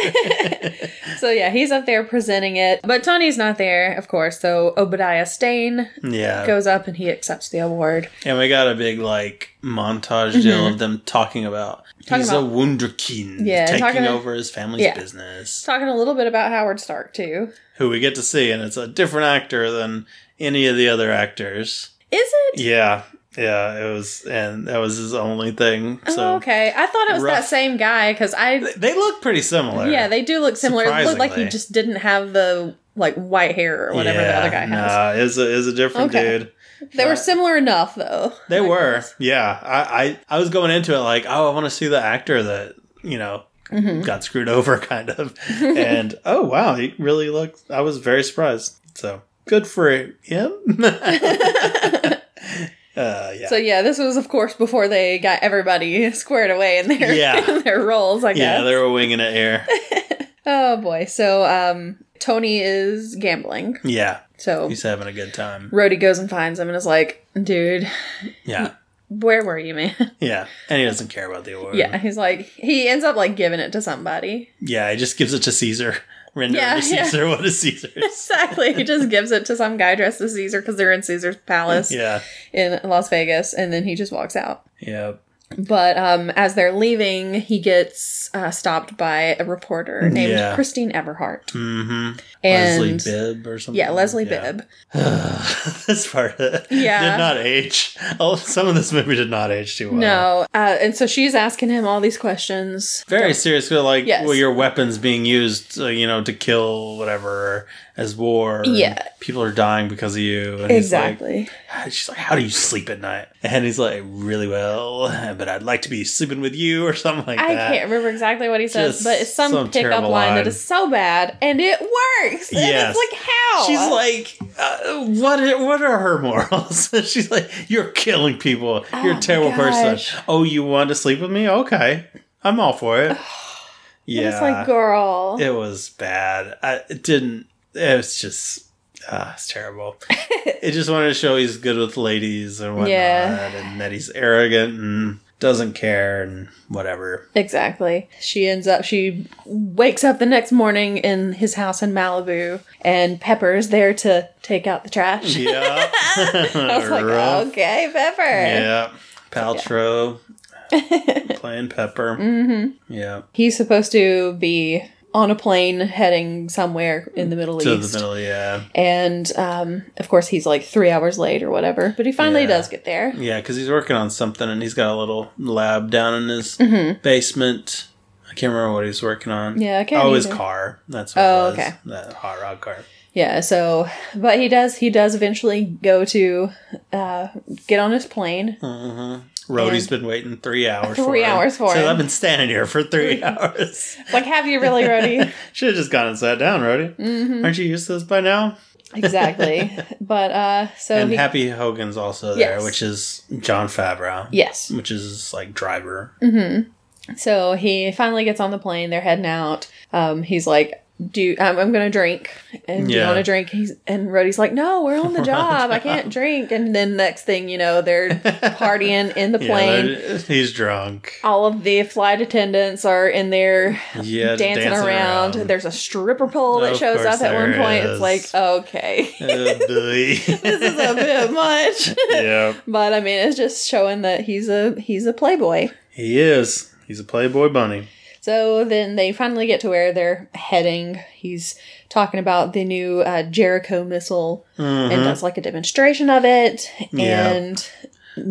[SPEAKER 2] So yeah, he's up there presenting it, but Tony's not there, of course. So Obadiah Stane
[SPEAKER 1] yeah,
[SPEAKER 2] goes up and he accepts the award.
[SPEAKER 1] and we got a big like montage deal of them talking about
[SPEAKER 2] Mm-hmm. Talking
[SPEAKER 1] he's a
[SPEAKER 2] about-
[SPEAKER 1] wunderkind,
[SPEAKER 2] Yeah,
[SPEAKER 1] taking
[SPEAKER 2] talking-
[SPEAKER 1] over his family's
[SPEAKER 2] Yeah.
[SPEAKER 1] business.
[SPEAKER 2] Talking a little bit about Howard Stark too.
[SPEAKER 1] Who we get to see, and it's a different actor than any of the other actors.
[SPEAKER 2] Is it?
[SPEAKER 1] Yeah, yeah, it was, and that was his only thing. So
[SPEAKER 2] oh, okay. I thought it was
[SPEAKER 1] rough.
[SPEAKER 2] that same guy because I.
[SPEAKER 1] they look pretty similar.
[SPEAKER 2] Yeah, they do look similar. It looked like he
[SPEAKER 1] Surprisingly.
[SPEAKER 2] just didn't have the like white hair or whatever the other guy has.
[SPEAKER 1] Nah, is a is a different
[SPEAKER 2] Okay.
[SPEAKER 1] dude.
[SPEAKER 2] They were
[SPEAKER 1] but-
[SPEAKER 2] similar enough though.
[SPEAKER 1] They
[SPEAKER 2] I
[SPEAKER 1] were,
[SPEAKER 2] guess.
[SPEAKER 1] yeah. I, I I was going into it like, oh, I want to see the actor that you know Mm-hmm. got screwed over, kind of. and oh wow, he really looked. I was very surprised. So good for him. uh, yeah.
[SPEAKER 2] So yeah, this was of course before they got everybody squared away in their
[SPEAKER 1] Yeah.
[SPEAKER 2] in their roles. I guess.
[SPEAKER 1] yeah, they were winging it air.
[SPEAKER 2] Oh boy. So um Tony is gambling.
[SPEAKER 1] Yeah,
[SPEAKER 2] So
[SPEAKER 1] he's having a good time.
[SPEAKER 2] Rhodey goes and finds him and is like, dude,
[SPEAKER 1] Yeah,
[SPEAKER 2] where were you, man?
[SPEAKER 1] yeah, and he doesn't care about the award.
[SPEAKER 2] yeah. He's like he ends up like giving it to somebody.
[SPEAKER 1] yeah, he just gives it to Caesar. Render
[SPEAKER 2] Yeah,
[SPEAKER 1] to
[SPEAKER 2] yeah.
[SPEAKER 1] Caesar what is Caesar's.
[SPEAKER 2] Exactly. he just gives it to some guy dressed as Caesar because they're in Caesar's palace
[SPEAKER 1] yeah,
[SPEAKER 2] in Las Vegas, and then he just walks out.
[SPEAKER 1] yeah.
[SPEAKER 2] But um as they're leaving, he gets uh, stopped by a reporter named
[SPEAKER 1] Mm, Yeah.
[SPEAKER 2] Christine Everhart.
[SPEAKER 1] Mm-hmm.
[SPEAKER 2] And
[SPEAKER 1] Leslie Bibb or something.
[SPEAKER 2] Yeah, Leslie Bibb.
[SPEAKER 1] this part uh,
[SPEAKER 2] Yeah.
[SPEAKER 1] did not age. Oh, some of this movie did not age too well.
[SPEAKER 2] No. Uh, and so she's asking him all these questions.
[SPEAKER 1] Very serious, but like,
[SPEAKER 2] Yes.
[SPEAKER 1] well, your weapons being used, uh, you know, to kill whatever as war. and
[SPEAKER 2] Yeah.
[SPEAKER 1] people are dying because of you. And he's like-
[SPEAKER 2] Exactly.
[SPEAKER 1] she's like, "How do you sleep at night?" And he's like, "Really well, but I'd like to be sleeping with you or something like
[SPEAKER 2] I
[SPEAKER 1] that."
[SPEAKER 2] can't remember exactly what he says,
[SPEAKER 1] Just
[SPEAKER 2] but it's some,
[SPEAKER 1] some
[SPEAKER 2] pickup
[SPEAKER 1] terrible
[SPEAKER 2] line,
[SPEAKER 1] line.
[SPEAKER 2] that is so bad, and it
[SPEAKER 1] Yes.
[SPEAKER 2] works. And it's like how
[SPEAKER 1] She's like, uh, what? Are, what are her morals? She's like, you're killing people. You're a
[SPEAKER 2] Oh my
[SPEAKER 1] terrible
[SPEAKER 2] gosh.
[SPEAKER 1] person. Oh, you want to sleep with me? Okay, I'm all for it.
[SPEAKER 2] And
[SPEAKER 1] yeah,
[SPEAKER 2] it's like girl.
[SPEAKER 1] it was bad. I it didn't. It was just. Uh, it's terrible. it just wanted to show he's good with ladies and whatnot,
[SPEAKER 2] Yeah.
[SPEAKER 1] and that he's arrogant and doesn't care and whatever.
[SPEAKER 2] Exactly. She ends up. She wakes up the next morning in his house in Malibu, and Pepper is there to take out the trash.
[SPEAKER 1] Yeah,
[SPEAKER 2] I was like,
[SPEAKER 1] Rough.
[SPEAKER 2] okay, Pepper.
[SPEAKER 1] Yeah, Paltrow playing Pepper. Mm-hmm. Yeah,
[SPEAKER 2] He's supposed to be on a plane heading somewhere in the Middle
[SPEAKER 1] to
[SPEAKER 2] East.
[SPEAKER 1] the middle. Yeah,
[SPEAKER 2] And um, of course, he's like three hours late or whatever. But he finally
[SPEAKER 1] Yeah.
[SPEAKER 2] does get there.
[SPEAKER 1] yeah, because he's working on something, and he's got a little lab down in his basement. I can't remember what he's working on.
[SPEAKER 2] Mm-hmm. Yeah, I can't
[SPEAKER 1] Oh, his
[SPEAKER 2] either.
[SPEAKER 1] car. That's what
[SPEAKER 2] Oh,
[SPEAKER 1] it was.
[SPEAKER 2] okay.
[SPEAKER 1] That hot rod car.
[SPEAKER 2] Yeah, so but he does he does eventually go to uh get on his plane.
[SPEAKER 1] Rhodey's been waiting three hours. for
[SPEAKER 2] Three
[SPEAKER 1] him.
[SPEAKER 2] hours for
[SPEAKER 1] So
[SPEAKER 2] him.
[SPEAKER 1] I've been standing here for three hours.
[SPEAKER 2] Like, have you really, Rhodey?
[SPEAKER 1] Should have just gone and sat down, Rhodey.
[SPEAKER 2] Mm-hmm.
[SPEAKER 1] Aren't you used to this by now?
[SPEAKER 2] exactly. But uh so
[SPEAKER 1] and
[SPEAKER 2] he,
[SPEAKER 1] Happy Hogan's also there,
[SPEAKER 2] Yes.
[SPEAKER 1] which is John Favreau.
[SPEAKER 2] Yes.
[SPEAKER 1] Which is like driver.
[SPEAKER 2] So he finally gets on the plane, they're heading out. Um he's like do I'm, I'm gonna drink and you
[SPEAKER 1] Yeah.
[SPEAKER 2] want to drink he's, and Rody's like no we're on the job I can't drink and then next thing you know they're partying in the
[SPEAKER 1] Yeah,
[SPEAKER 2] plane
[SPEAKER 1] they're- he's drunk.
[SPEAKER 2] all of the flight attendants are in there
[SPEAKER 1] Yeah,
[SPEAKER 2] dancing, around. there's a stripper pole that
[SPEAKER 1] Of
[SPEAKER 2] shows
[SPEAKER 1] course
[SPEAKER 2] up at one
[SPEAKER 1] there
[SPEAKER 2] point
[SPEAKER 1] is.
[SPEAKER 2] it's like okay
[SPEAKER 1] Oh, boy.
[SPEAKER 2] this is a bit much
[SPEAKER 1] yeah,
[SPEAKER 2] but I mean it's just showing that he's a he's a playboy
[SPEAKER 1] he is. He's a playboy bunny.
[SPEAKER 2] So then they finally get to where they're heading. He's talking about the new uh, Jericho missile and
[SPEAKER 1] Mhm.
[SPEAKER 2] does like a demonstration of it
[SPEAKER 1] Yeah.
[SPEAKER 2] and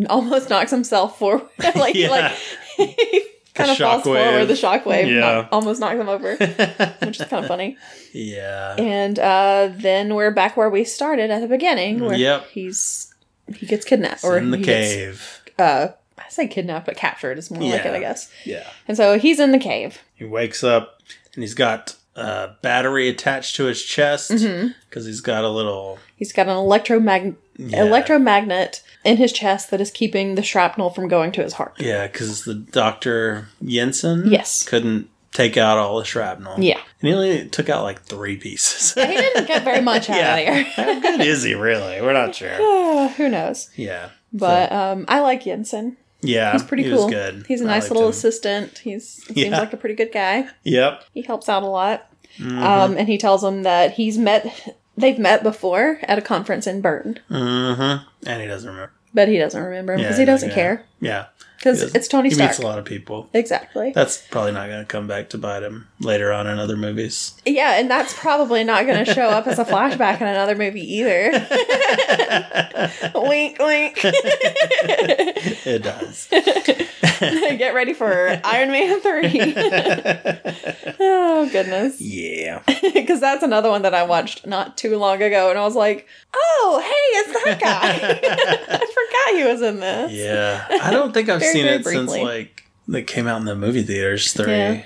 [SPEAKER 2] almost knocks himself forward. like, he, like he kind
[SPEAKER 1] The
[SPEAKER 2] of falls
[SPEAKER 1] shockwave.
[SPEAKER 2] forward, the shockwave
[SPEAKER 1] Yeah.
[SPEAKER 2] knock- almost knocks him over, which is kind of funny.
[SPEAKER 1] yeah.
[SPEAKER 2] And uh, then we're back where we started at the beginning where
[SPEAKER 1] Yep.
[SPEAKER 2] he's he gets kidnapped or
[SPEAKER 1] in the
[SPEAKER 2] he gets,
[SPEAKER 1] cave.
[SPEAKER 2] uh, I say kidnapped, but captured is more like it,
[SPEAKER 1] Yeah.
[SPEAKER 2] I guess.
[SPEAKER 1] Yeah.
[SPEAKER 2] And so he's in the cave.
[SPEAKER 1] He wakes up and he's got a battery attached to his chest because
[SPEAKER 2] Mhm.
[SPEAKER 1] he's got a little
[SPEAKER 2] He's got an electromagnet
[SPEAKER 1] yeah,
[SPEAKER 2] electromagnet in his chest that is keeping the shrapnel from going to his heart.
[SPEAKER 1] Yeah, because the doctor Jensen
[SPEAKER 2] Yes.
[SPEAKER 1] couldn't take out all the shrapnel.
[SPEAKER 2] Yeah.
[SPEAKER 1] and he only took out like three pieces.
[SPEAKER 2] He didn't get very much out of there.
[SPEAKER 1] How good is he really? We're not sure.
[SPEAKER 2] Ah, Who knows?
[SPEAKER 1] Yeah,
[SPEAKER 2] But um, I like Jensen.
[SPEAKER 1] yeah,
[SPEAKER 2] He's pretty
[SPEAKER 1] he
[SPEAKER 2] cool.
[SPEAKER 1] Was good.
[SPEAKER 2] He's a
[SPEAKER 1] I
[SPEAKER 2] nice
[SPEAKER 1] liked
[SPEAKER 2] little
[SPEAKER 1] him.
[SPEAKER 2] assistant. He's he seems
[SPEAKER 1] Yeah.
[SPEAKER 2] like a pretty good guy.
[SPEAKER 1] Yep.
[SPEAKER 2] He helps out a lot.
[SPEAKER 1] Mhm.
[SPEAKER 2] Um, and he tells him that he's met they've met before at a conference in Burton,
[SPEAKER 1] Mm-hmm. And he doesn't remember.
[SPEAKER 2] but he doesn't remember him
[SPEAKER 1] Yeah,
[SPEAKER 2] because he doesn't
[SPEAKER 1] yeah.
[SPEAKER 2] care
[SPEAKER 1] Yeah,
[SPEAKER 2] because
[SPEAKER 1] He doesn't.
[SPEAKER 2] it's Tony
[SPEAKER 1] he
[SPEAKER 2] Stark.
[SPEAKER 1] meets a lot of people.
[SPEAKER 2] Exactly.
[SPEAKER 1] That's probably not going to come back to bite him later on in other movies.
[SPEAKER 2] Yeah, and that's probably not going to show up as a flashback in another movie either. wink, wink.
[SPEAKER 1] It does.
[SPEAKER 2] Get ready for Iron Man 3. oh, goodness.
[SPEAKER 1] yeah.
[SPEAKER 2] Because that's another one that I watched not too long ago, and I was like, oh, hey, it's that guy. I forgot he was in this.
[SPEAKER 1] Yeah. I don't think I've
[SPEAKER 2] Very,
[SPEAKER 1] seen
[SPEAKER 2] very
[SPEAKER 1] it since
[SPEAKER 2] briefly.
[SPEAKER 1] like it came out in the movie theaters three.
[SPEAKER 2] Yeah.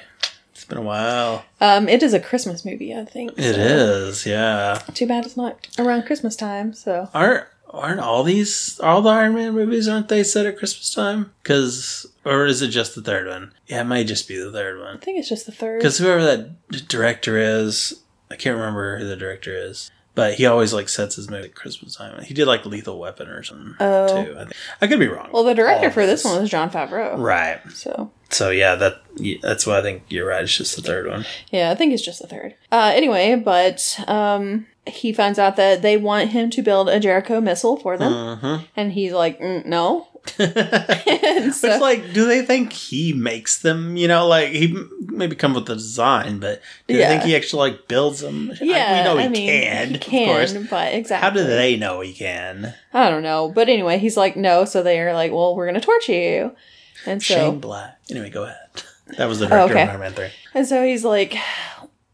[SPEAKER 1] It's been a while.
[SPEAKER 2] Um, it is a Christmas movie, I think.
[SPEAKER 1] It is, yeah.
[SPEAKER 2] Too bad it's not around Christmas time, so.
[SPEAKER 1] Aren't aren't all these all the Iron Man movies aren't they set at Christmas time? Because or is it just the third one? Yeah, it may just be the third one.
[SPEAKER 2] I think it's just the third.
[SPEAKER 1] Because whoever that d- director is, I can't remember who the director is, but he always like sets his movie at Christmas time. He did like Lethal Weapon or something
[SPEAKER 2] Oh.
[SPEAKER 1] too. I, think. I could be wrong.
[SPEAKER 2] Well, the director
[SPEAKER 1] All
[SPEAKER 2] for this one was John Favreau.
[SPEAKER 1] right?
[SPEAKER 2] So.
[SPEAKER 1] So yeah, that yeah, that's why I think you're right. It's just the third one.
[SPEAKER 2] Yeah, I think it's just the third. Uh, anyway, but um, he finds out that they want him to build a Jericho missile for them,
[SPEAKER 1] Mm-hmm.
[SPEAKER 2] and he's like, mm, "No." and so,
[SPEAKER 1] it's Mm-hmm. like, do they think he makes them? You know, like he m- maybe comes with the design, but do
[SPEAKER 2] Yeah.
[SPEAKER 1] they think he actually like builds them? I-
[SPEAKER 2] yeah,
[SPEAKER 1] we know he
[SPEAKER 2] I mean,
[SPEAKER 1] can.
[SPEAKER 2] He
[SPEAKER 1] Of course.
[SPEAKER 2] can, but exactly.
[SPEAKER 1] How do they know he can?
[SPEAKER 2] I don't know, but anyway, he's like, "No," so they are like, "Well, we're gonna torture you," and so Oh,
[SPEAKER 1] Shane Black. Anyway, go ahead. That was the director
[SPEAKER 2] okay.
[SPEAKER 1] of Iron Man Three.
[SPEAKER 2] and so he's like,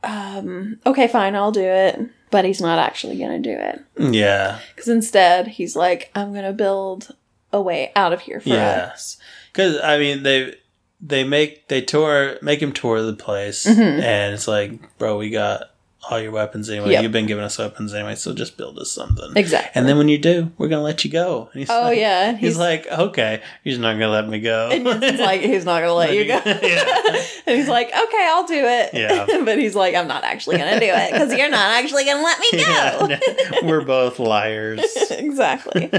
[SPEAKER 2] um, "Okay, fine, I'll do it," but he's not actually gonna do it
[SPEAKER 1] Yeah,
[SPEAKER 2] because instead he's like, "I'm gonna build a way out of here for
[SPEAKER 1] Yeah.
[SPEAKER 2] us."
[SPEAKER 1] because I mean they they make they tour make him tour the place,
[SPEAKER 2] Mhm.
[SPEAKER 1] and it's like, bro, we got all your weapons anyway.
[SPEAKER 2] Yep.
[SPEAKER 1] You've been giving us weapons anyway, so just build us something.
[SPEAKER 2] Exactly.
[SPEAKER 1] And then when you do, we're gonna let you go. And he's
[SPEAKER 2] oh
[SPEAKER 1] like,
[SPEAKER 2] yeah,
[SPEAKER 1] He's, like, okay, you're not gonna let me go.
[SPEAKER 2] And Jensen's like, he's not gonna let you go.
[SPEAKER 1] yeah,
[SPEAKER 2] and he's like, okay, I'll do it.
[SPEAKER 1] Yeah.
[SPEAKER 2] but he's like, I'm not actually gonna do it because you're not actually gonna let me
[SPEAKER 1] yeah.
[SPEAKER 2] go.
[SPEAKER 1] no, we're both liars.
[SPEAKER 2] exactly.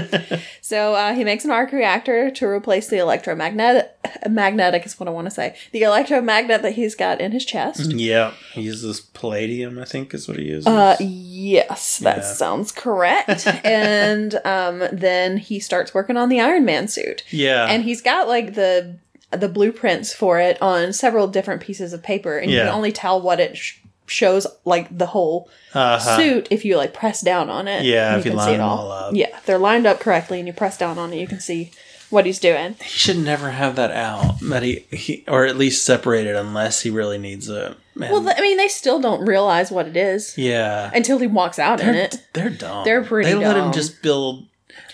[SPEAKER 2] so uh, he makes an arc reactor to replace the electromagnetic. Magnetic is what I want to say. The electromagnet that he's got in his chest.
[SPEAKER 1] yep, he uses palladium. I think is what he uses.
[SPEAKER 2] Uh, yes, that
[SPEAKER 1] Yeah.
[SPEAKER 2] sounds correct. and um, then he starts working on the Iron Man suit.
[SPEAKER 1] yeah,
[SPEAKER 2] and he's got like the the blueprints for it on several different pieces of paper and you
[SPEAKER 1] Yeah.
[SPEAKER 2] can only tell what it sh- shows like the whole
[SPEAKER 1] uh-huh.
[SPEAKER 2] suit if you like press down on it
[SPEAKER 1] Yeah,
[SPEAKER 2] and
[SPEAKER 1] if you line them all up.
[SPEAKER 2] yeah if they're lined up correctly and you press down on it you can see what he's doing
[SPEAKER 1] He should never have that out, but he, he or at least separate it unless he really needs it. Man,
[SPEAKER 2] well th- i mean they still don't realize what it is
[SPEAKER 1] yeah,
[SPEAKER 2] until he walks out in
[SPEAKER 1] they're,
[SPEAKER 2] it
[SPEAKER 1] they're dumb.
[SPEAKER 2] They're pretty
[SPEAKER 1] They let him
[SPEAKER 2] dumb.
[SPEAKER 1] just build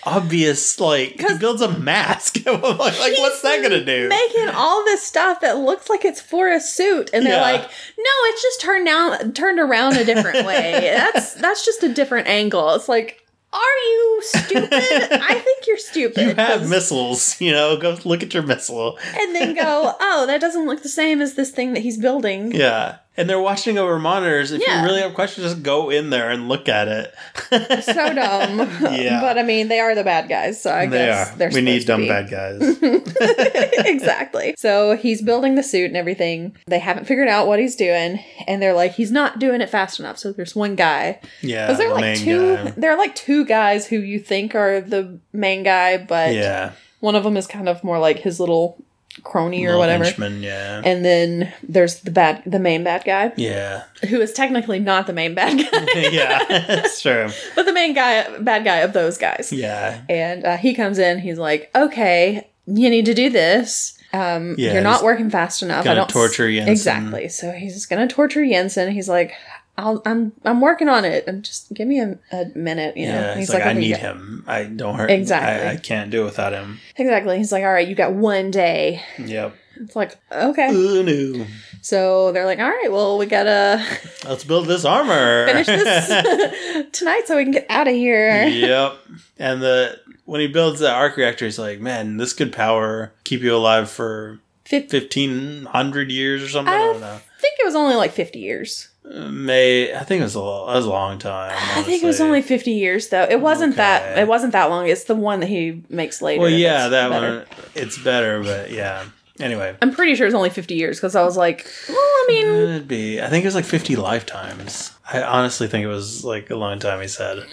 [SPEAKER 1] obvious like he builds a mask. I'm like, like what's that gonna do?
[SPEAKER 2] making all this stuff that looks like it's for a suit and they're
[SPEAKER 1] Yeah.
[SPEAKER 2] like no it's just turned down turned around a different way that's that's just a different angle it's like are you stupid i think you're stupid
[SPEAKER 1] You have
[SPEAKER 2] 'cause-
[SPEAKER 1] missiles, you know. Go look at your missile.
[SPEAKER 2] and then go oh that doesn't look the same as this thing that he's building
[SPEAKER 1] Yeah, and they're watching over monitors. If
[SPEAKER 2] Yeah.
[SPEAKER 1] you really have questions, just go in there and look at it.
[SPEAKER 2] so dumb.
[SPEAKER 1] Yeah.
[SPEAKER 2] But I mean, they are the bad guys, so I
[SPEAKER 1] they
[SPEAKER 2] guess
[SPEAKER 1] are.
[SPEAKER 2] they're
[SPEAKER 1] we need
[SPEAKER 2] supposed to
[SPEAKER 1] dumb
[SPEAKER 2] be.
[SPEAKER 1] bad guys.
[SPEAKER 2] exactly. So he's building the suit and everything. They haven't figured out what he's doing, and they're like, he's not doing it fast enough. So there's one guy.
[SPEAKER 1] Yeah,
[SPEAKER 2] Because there
[SPEAKER 1] the
[SPEAKER 2] are like
[SPEAKER 1] main
[SPEAKER 2] two.
[SPEAKER 1] guy.
[SPEAKER 2] There are like two guys who you think are the main guy, but
[SPEAKER 1] Yeah,
[SPEAKER 2] one of them is kind of more like his little crony or
[SPEAKER 1] little
[SPEAKER 2] whatever.
[SPEAKER 1] henchman, yeah,
[SPEAKER 2] And then there's the bad, the main bad guy,
[SPEAKER 1] yeah,
[SPEAKER 2] who is technically not the main bad guy,
[SPEAKER 1] yeah. That's true.
[SPEAKER 2] but the main guy, bad guy of those guys.
[SPEAKER 1] Yeah,
[SPEAKER 2] And uh, he comes in. He's like, "Okay, you need to do this. Um,
[SPEAKER 1] Yeah,
[SPEAKER 2] you're not
[SPEAKER 1] he's
[SPEAKER 2] working fast enough. I
[SPEAKER 1] gonna
[SPEAKER 2] don't s-
[SPEAKER 1] torture Jensen.
[SPEAKER 2] exactly." So he's just gonna torture Jensen. He's like, I'll, "I'm I'm working on it. And just give me a, a minute." You know?
[SPEAKER 1] yeah.
[SPEAKER 2] And
[SPEAKER 1] He's, like, I
[SPEAKER 2] "Okay, you
[SPEAKER 1] need
[SPEAKER 2] got-"
[SPEAKER 1] him. I don't hurt.
[SPEAKER 2] Exactly.
[SPEAKER 1] I, I can't do without him.
[SPEAKER 2] Exactly. He's like, "All right, you got one day."
[SPEAKER 1] Yep.
[SPEAKER 2] It's like, okay.
[SPEAKER 1] Ooh, no.
[SPEAKER 2] So they're like, "All right, well, we gotta
[SPEAKER 1] Let's build this armor.
[SPEAKER 2] finish this tonight so we can get out of here."
[SPEAKER 1] yep. And the when he builds the arc reactor, he's like, man, this could power keep you alive for
[SPEAKER 2] Fif-
[SPEAKER 1] fifteen hundred years or something. I,
[SPEAKER 2] I
[SPEAKER 1] don't know. Uh,
[SPEAKER 2] think it was only like fifty years.
[SPEAKER 1] May I think it was a lo- that was a long time.
[SPEAKER 2] I think it was
[SPEAKER 1] honestly.
[SPEAKER 2] only fifty years though. It wasn't that
[SPEAKER 1] Okay.
[SPEAKER 2] it wasn't that long. It's the one that he makes later.
[SPEAKER 1] Well, yeah,
[SPEAKER 2] that's
[SPEAKER 1] that
[SPEAKER 2] better.
[SPEAKER 1] one it's better, but yeah. Anyway,
[SPEAKER 2] I'm pretty sure it's only fifty years because I was like, well, I mean,
[SPEAKER 1] it'd be. I think it was like fifty lifetimes. I honestly think it was like a long time. He said.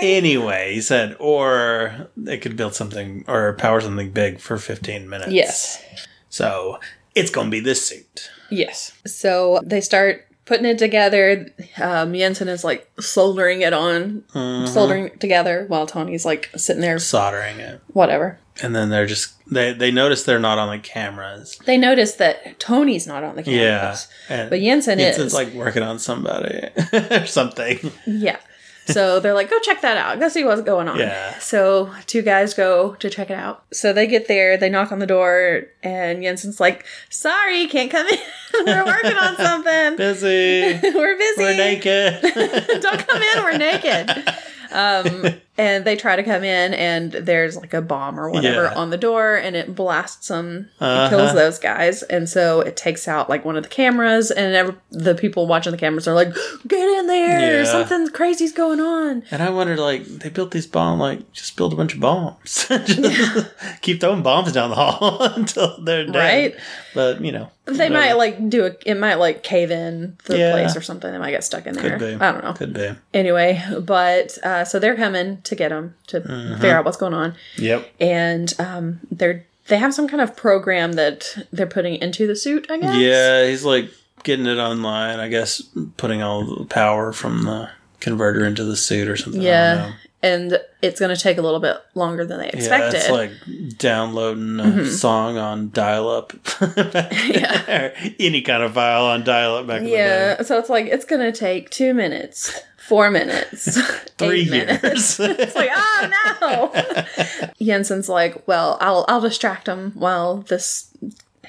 [SPEAKER 1] Anyway, he said, or it could build something or power something big for fifteen minutes.
[SPEAKER 2] yes,
[SPEAKER 1] So it's gonna be this suit.
[SPEAKER 2] yes. So they start putting it together. Um, Jensen is like soldering it on,
[SPEAKER 1] Uh-huh.
[SPEAKER 2] soldering it together, while Tony's like sitting there,
[SPEAKER 1] Mm, soldering it.
[SPEAKER 2] whatever.
[SPEAKER 1] And then they're just they they notice they're not on the cameras.
[SPEAKER 2] They notice that Tony's not on the cameras.
[SPEAKER 1] Yeah. And
[SPEAKER 2] But Jensen
[SPEAKER 1] Jensen's
[SPEAKER 2] is.
[SPEAKER 1] like working on somebody or something.
[SPEAKER 2] Yeah. So they're like, go check that out. Go see what's going on.
[SPEAKER 1] Yeah.
[SPEAKER 2] So two guys go to check it out. So they get there, they knock on the door, and Jensen's like, sorry, can't come in. we're working on something.
[SPEAKER 1] Busy.
[SPEAKER 2] we're busy.
[SPEAKER 1] We're naked.
[SPEAKER 2] Don't come in, we're naked. Um, and they try to come in, and there's like a bomb or whatever
[SPEAKER 1] Yeah.
[SPEAKER 2] on the door, and it blasts them.
[SPEAKER 1] Uh-huh.
[SPEAKER 2] It kills those guys. And so it takes out like one of the cameras, and every, the people watching the cameras are like, get in there.
[SPEAKER 1] Yeah.
[SPEAKER 2] Something crazy's going on.
[SPEAKER 1] and I wondered, like, they built these bombs, like, just build a bunch of bombs. Just Keep throwing bombs down the hall until they're dead.
[SPEAKER 2] Right.
[SPEAKER 1] But, you know.
[SPEAKER 2] They
[SPEAKER 1] whatever.
[SPEAKER 2] might like do a, it might like cave in the
[SPEAKER 1] Yeah.
[SPEAKER 2] place or something. They might get stuck in there.
[SPEAKER 1] Could be.
[SPEAKER 2] I don't know.
[SPEAKER 1] Could be.
[SPEAKER 2] Anyway, but uh, so they're coming to get them to
[SPEAKER 1] Mm-hmm.
[SPEAKER 2] figure out what's going on,
[SPEAKER 1] Yep.
[SPEAKER 2] and um, they're they have some kind of program that they're putting into the suit. I guess.
[SPEAKER 1] Yeah, he's like getting it online, I guess, putting all the power from the converter into the suit or something. I don't know.
[SPEAKER 2] Yeah. And it's going to take a little bit longer than they expected.
[SPEAKER 1] Yeah, it's like downloading a
[SPEAKER 2] Mm-hmm.
[SPEAKER 1] song on dial-up. yeah, any kind of file on dial-up back in the day.
[SPEAKER 2] Yeah, so it's like it's gonna take two minutes, four minutes,
[SPEAKER 1] Three
[SPEAKER 2] eight
[SPEAKER 1] years.
[SPEAKER 2] minutes. It's like, oh no. Jensen's like, well, I'll I'll distract him while this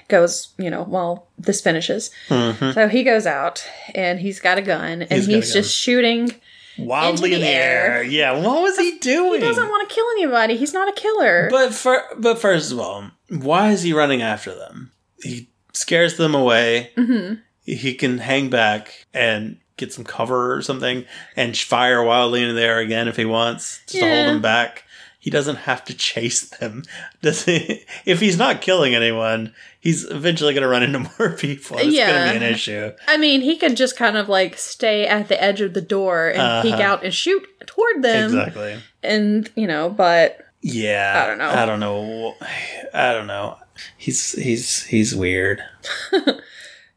[SPEAKER 2] goes, you know, while this finishes. So he goes out and he's got a gun and
[SPEAKER 1] Mm-hmm. He's
[SPEAKER 2] he's,
[SPEAKER 1] got a gun.
[SPEAKER 2] just shooting.
[SPEAKER 1] Wildly
[SPEAKER 2] Into
[SPEAKER 1] in
[SPEAKER 2] the
[SPEAKER 1] the air.
[SPEAKER 2] air.
[SPEAKER 1] Yeah, what was he doing?
[SPEAKER 2] He doesn't want to kill anybody. He's not a killer.
[SPEAKER 1] but for, but first of all, why is he running after them? He scares them away.
[SPEAKER 2] Mhm.
[SPEAKER 1] He can hang back and get some cover or something, and sh- fire wildly into the air again if he wants just to
[SPEAKER 2] Yeah.
[SPEAKER 1] hold them back. He doesn't have to chase them, does he? If he's not killing anyone, he's eventually going to run into more people. It's
[SPEAKER 2] Yeah.
[SPEAKER 1] going to be an issue.
[SPEAKER 2] I mean, he could just kind of like stay at the edge of the door and peek
[SPEAKER 1] Uh-huh.
[SPEAKER 2] out and shoot toward them.
[SPEAKER 1] exactly.
[SPEAKER 2] And, you know, but
[SPEAKER 1] Yeah.
[SPEAKER 2] I don't know.
[SPEAKER 1] I don't know. I don't know. He's he's he's weird.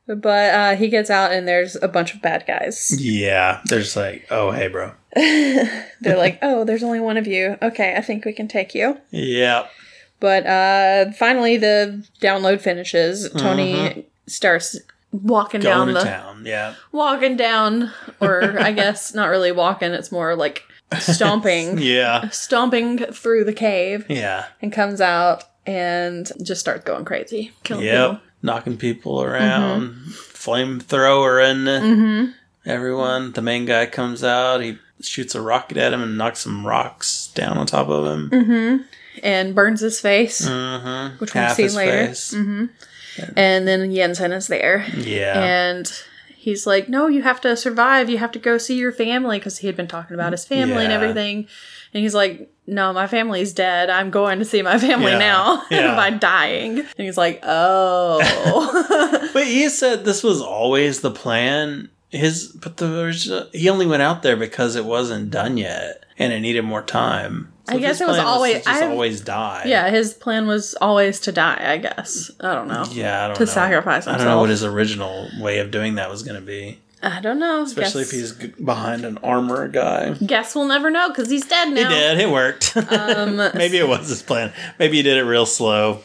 [SPEAKER 2] but uh, he gets out and there's a bunch of bad guys.
[SPEAKER 1] Yeah. They're just like, oh hey, bro.
[SPEAKER 2] They're like, "Oh, there's only one of you. Okay, I think we can take you."
[SPEAKER 1] Yeah.
[SPEAKER 2] But uh, finally, the download finishes. Tony starts walking
[SPEAKER 1] Uh-huh. Going
[SPEAKER 2] down
[SPEAKER 1] to
[SPEAKER 2] the
[SPEAKER 1] town. Yeah.
[SPEAKER 2] walking down, or I guess not really walking. It's more like stomping,
[SPEAKER 1] Yeah.
[SPEAKER 2] stomping through the cave,
[SPEAKER 1] Yeah.
[SPEAKER 2] and comes out and just starts going crazy, killing
[SPEAKER 1] Yep. Knocking people
[SPEAKER 2] Mm-hmm.
[SPEAKER 1] around. Flamethrower in
[SPEAKER 2] people.
[SPEAKER 1] everyone. The main guy comes out. He shoots a rocket at him and knocks some rocks down on top of him.
[SPEAKER 2] hmm hmm And burns his face,
[SPEAKER 1] Mm-hmm.
[SPEAKER 2] Mm-hmm. which we'll see later. hmm And then Jensen is there.
[SPEAKER 1] Yeah.
[SPEAKER 2] and he's like, "No, you have to survive. You have to go see your family," because he had been talking about his family and
[SPEAKER 1] Yeah.
[SPEAKER 2] everything. And he's like, "No, my family's dead. I'm going to see my family
[SPEAKER 1] Yeah.
[SPEAKER 2] now
[SPEAKER 1] Yeah.
[SPEAKER 2] by dying." And he's like, "Oh."
[SPEAKER 1] But he said this was always the plan. His but the origi- he only went out there because it wasn't done yet and it needed more time.
[SPEAKER 2] I
[SPEAKER 1] if
[SPEAKER 2] guess
[SPEAKER 1] his
[SPEAKER 2] it was
[SPEAKER 1] plan
[SPEAKER 2] always-
[SPEAKER 1] to just
[SPEAKER 2] I've-
[SPEAKER 1] always die.
[SPEAKER 2] yeah, his plan was always to die. I guess I don't know.
[SPEAKER 1] yeah. I don't
[SPEAKER 2] To
[SPEAKER 1] know.
[SPEAKER 2] sacrifice
[SPEAKER 1] I don't know
[SPEAKER 2] himself.
[SPEAKER 1] what his original way of doing that was going to be,
[SPEAKER 2] I don't know.
[SPEAKER 1] especially
[SPEAKER 2] guess,
[SPEAKER 1] if he's g- behind an armor guy.
[SPEAKER 2] Guess we'll never know because he's dead
[SPEAKER 1] He
[SPEAKER 2] now.
[SPEAKER 1] did. It worked.
[SPEAKER 2] Um,
[SPEAKER 1] Maybe it was his plan. Maybe he did it real slow,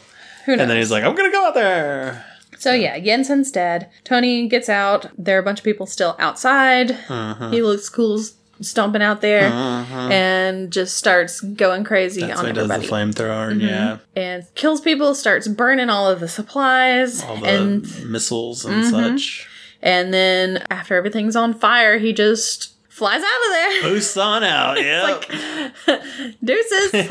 [SPEAKER 2] Who knows?
[SPEAKER 1] and then he's like, "I'm gonna go out there."
[SPEAKER 2] So yeah, Jensen's dead. Tony gets out. There are a bunch of people still outside.
[SPEAKER 1] Uh-huh.
[SPEAKER 2] He looks cool s- stomping out there and just starts going crazy
[SPEAKER 1] So
[SPEAKER 2] on
[SPEAKER 1] Uh-huh. he does the
[SPEAKER 2] everybody. Mm-hmm.
[SPEAKER 1] flamethrower. and Yeah,
[SPEAKER 2] and kills people, starts burning all of the supplies,
[SPEAKER 1] all the
[SPEAKER 2] and Mm-hmm.
[SPEAKER 1] missiles and such.
[SPEAKER 2] and then after everything's on fire, he just flies out of there.
[SPEAKER 1] Boosts on out. Yeah.
[SPEAKER 2] Deuces,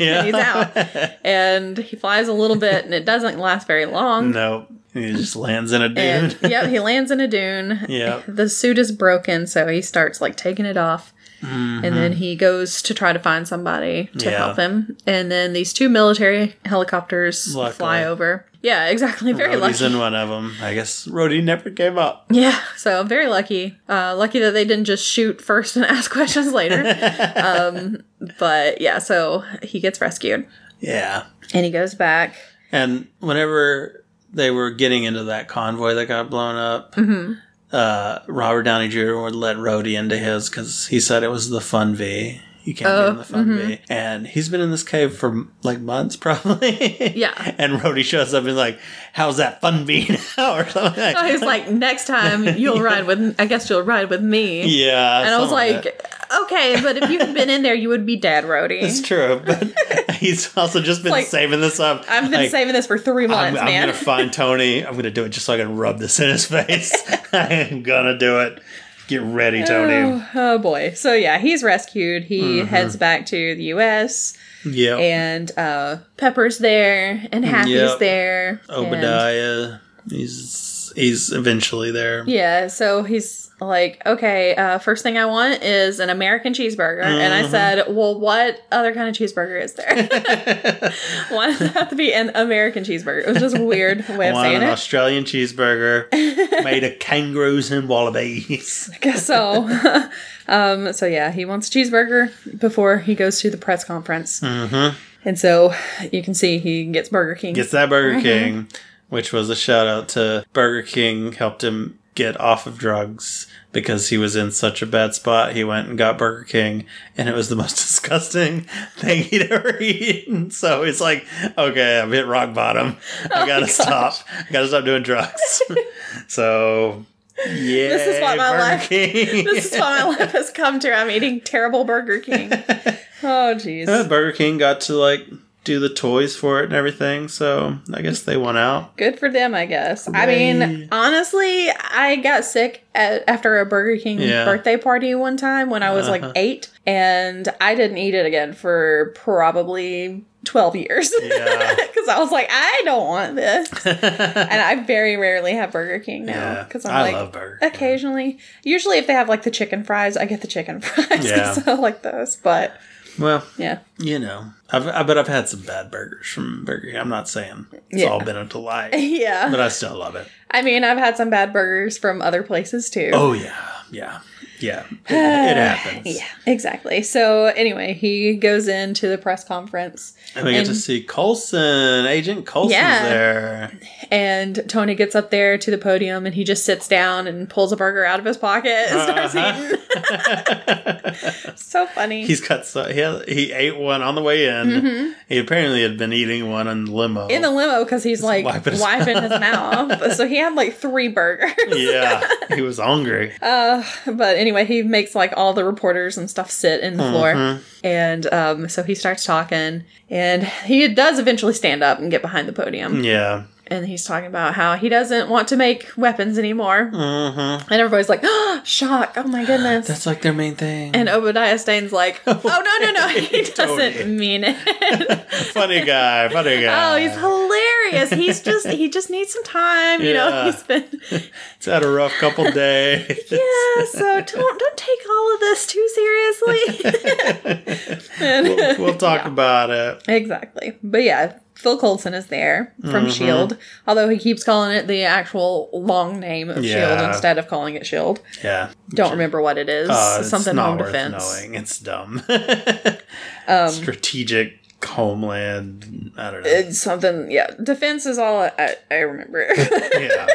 [SPEAKER 1] Yeah.
[SPEAKER 2] and he's out. And he flies a little bit, and it doesn't last very long.
[SPEAKER 1] Nope. He just lands in a
[SPEAKER 2] And
[SPEAKER 1] dune.
[SPEAKER 2] yep, he lands in a dune.
[SPEAKER 1] Yep.
[SPEAKER 2] The suit is broken, so he starts like taking it off. And then he goes to try to find somebody to
[SPEAKER 1] Mm-hmm. Yeah.
[SPEAKER 2] help him. And then these two military helicopters
[SPEAKER 1] Luckily.
[SPEAKER 2] fly over. Yeah, exactly. Very
[SPEAKER 1] Rhodey's
[SPEAKER 2] lucky.
[SPEAKER 1] in one of them. I guess Rhodey never gave up.
[SPEAKER 2] yeah, so very lucky. Uh, lucky that they didn't just shoot first and ask questions later. um, but yeah, so he gets rescued
[SPEAKER 1] Yeah.
[SPEAKER 2] and he goes back.
[SPEAKER 1] And whenever they were getting into that convoy that got blown up,
[SPEAKER 2] Mm-hmm.
[SPEAKER 1] uh, Robert Downey Jr. would let Rhodey into his because he said it was the Fun V. You can't get in
[SPEAKER 2] Oh,
[SPEAKER 1] the Fun V.
[SPEAKER 2] mm-hmm.
[SPEAKER 1] And he's been in this cave for like months, probably.
[SPEAKER 2] Yeah.
[SPEAKER 1] And Rhodey shows up and like, "How's that Fun V now?" or something. Like,
[SPEAKER 2] So Oh, he's like, next time you'll ride with, I guess you'll ride with me.
[SPEAKER 1] yeah.
[SPEAKER 2] And I was
[SPEAKER 1] something
[SPEAKER 2] like,
[SPEAKER 1] that.
[SPEAKER 2] okay, but if you had been in there, you would be dead,
[SPEAKER 1] It's
[SPEAKER 2] Rhodey.
[SPEAKER 1] true, but he's also just been
[SPEAKER 2] Like,
[SPEAKER 1] saving this up.
[SPEAKER 2] I've been
[SPEAKER 1] Like,
[SPEAKER 2] saving this for three
[SPEAKER 1] I'm,
[SPEAKER 2] months,
[SPEAKER 1] I'm
[SPEAKER 2] man.
[SPEAKER 1] gonna find Tony. I'm gonna do it just so I can rub this in his face. I'm gonna do it. Get ready, Tony.
[SPEAKER 2] oh, oh, boy. So yeah, he's rescued. He
[SPEAKER 1] Mm-hmm.
[SPEAKER 2] heads back to the U.S.
[SPEAKER 1] Yeah.
[SPEAKER 2] Oh. and uh, Pepper's there, and Happy's
[SPEAKER 1] Mm, Yep.
[SPEAKER 2] there. and-
[SPEAKER 1] Obadiah. He's he's eventually there.
[SPEAKER 2] yeah, so he's like, okay, uh, first thing I want is an American cheeseburger. And
[SPEAKER 1] Mm-hmm.
[SPEAKER 2] I said, well, what other kind of cheeseburger is there? Why does it have to be an American cheeseburger? It was just a weird way
[SPEAKER 1] I
[SPEAKER 2] of
[SPEAKER 1] want
[SPEAKER 2] saying
[SPEAKER 1] an
[SPEAKER 2] it.
[SPEAKER 1] Australian cheeseburger made of kangaroos and wallabies.
[SPEAKER 2] guess so. um, so yeah, he wants a cheeseburger before he goes to the press conference. Mm-hmm. And so you can see he gets Burger King.
[SPEAKER 1] Gets that Burger
[SPEAKER 2] Mm-hmm.
[SPEAKER 1] King, which was a shout out to Burger King helped him get off of drugs because he was in such a bad spot. He went and got Burger King, and it was the most disgusting thing he'd ever eaten. So it's like, okay, I've hit rock bottom.
[SPEAKER 2] Oh
[SPEAKER 1] I gotta stop. I gotta stop doing drugs. so. Yeah,
[SPEAKER 2] is what my
[SPEAKER 1] Burger
[SPEAKER 2] life-
[SPEAKER 1] King.
[SPEAKER 2] this is what my life has come to. I'm eating terrible Burger King. Oh
[SPEAKER 1] Uh,
[SPEAKER 2] jeez.
[SPEAKER 1] Burger King got to like do the toys for it and everything, so I guess they won out.
[SPEAKER 2] Good for them, I guess. I mean,
[SPEAKER 1] Yay.
[SPEAKER 2] honestly, I got sick at, after a Burger King
[SPEAKER 1] Yeah. Uh-huh.
[SPEAKER 2] birthday party one time when I was like eight, and I didn't eat it again for probably 12 years.
[SPEAKER 1] Yeah.
[SPEAKER 2] because I was like, I don't want this, and I very rarely have Burger King now
[SPEAKER 1] Yeah,
[SPEAKER 2] because I'm
[SPEAKER 1] I
[SPEAKER 2] like.
[SPEAKER 1] love Burger. King.
[SPEAKER 2] Occasionally, usually if they have like the chicken fries, I get the chicken fries.
[SPEAKER 1] Yeah.
[SPEAKER 2] so I like those, but
[SPEAKER 1] Well,
[SPEAKER 2] yeah,
[SPEAKER 1] you know, I've, I bet I've had some bad burgers from Burger King. I'm not saying it's
[SPEAKER 2] Yeah.
[SPEAKER 1] all been a delight,
[SPEAKER 2] yeah.
[SPEAKER 1] but I still love it.
[SPEAKER 2] I mean, I've had some bad burgers from other places too.
[SPEAKER 1] Oh yeah, yeah, yeah. It, it happens.
[SPEAKER 2] Yeah, exactly. So anyway, he goes into the press conference,
[SPEAKER 1] And we get to
[SPEAKER 2] And-
[SPEAKER 1] see Colson, Agent Colson's
[SPEAKER 2] Yeah.
[SPEAKER 1] there.
[SPEAKER 2] and Tony gets up there to the podium, and he just sits down and pulls a burger out of his pocket and starts
[SPEAKER 1] Uh-huh.
[SPEAKER 2] eating. so funny.
[SPEAKER 1] He's got so he had- he ate one on the way in. He apparently had been eating one in the limo.
[SPEAKER 2] Mm-hmm. in the limo because he's like
[SPEAKER 1] wiping
[SPEAKER 2] wiping
[SPEAKER 1] his-
[SPEAKER 2] his, mouth. so he had like three burgers.
[SPEAKER 1] yeah, he was hungry.
[SPEAKER 2] Uh, but anyway, he makes like all the reporters and stuff sit in the floor.
[SPEAKER 1] Mm-hmm.
[SPEAKER 2] And um, so he starts talking. And he does eventually stand up and get behind the
[SPEAKER 1] Mm.
[SPEAKER 2] podium.
[SPEAKER 1] yeah.
[SPEAKER 2] And he's talking about how he doesn't want to make weapons anymore.
[SPEAKER 1] Mm-hmm.
[SPEAKER 2] And everybody's like, shock. Oh my goodness.
[SPEAKER 1] That's like their main thing.
[SPEAKER 2] and Obadiah Stane's like, oh, no, no, no. He
[SPEAKER 1] Totally.
[SPEAKER 2] doesn't mean it.
[SPEAKER 1] funny guy, funny guy.
[SPEAKER 2] oh, he's hilarious. He's just he just needs some time. You know,
[SPEAKER 1] Yeah.
[SPEAKER 2] he's been
[SPEAKER 1] It's had a rough couple days.
[SPEAKER 2] yeah. So don't don't take all of this too seriously. And-
[SPEAKER 1] we'll, we'll talk about it.
[SPEAKER 2] Exactly. But yeah, Phil Coulson is there
[SPEAKER 1] Mm-hmm.
[SPEAKER 2] from Shield, E although he keeps calling it the actual long name of Shield
[SPEAKER 1] Yeah.
[SPEAKER 2] E instead of calling it Shield.
[SPEAKER 1] Yeah.
[SPEAKER 2] E Don't remember what it is.
[SPEAKER 1] Uh, it's
[SPEAKER 2] Something
[SPEAKER 1] not
[SPEAKER 2] home
[SPEAKER 1] worth
[SPEAKER 2] defense.
[SPEAKER 1] knowing. It's dumb. Um, Strategic homeland. I don't know.
[SPEAKER 2] It's something. Yeah, defense is all I, I remember.
[SPEAKER 1] yeah.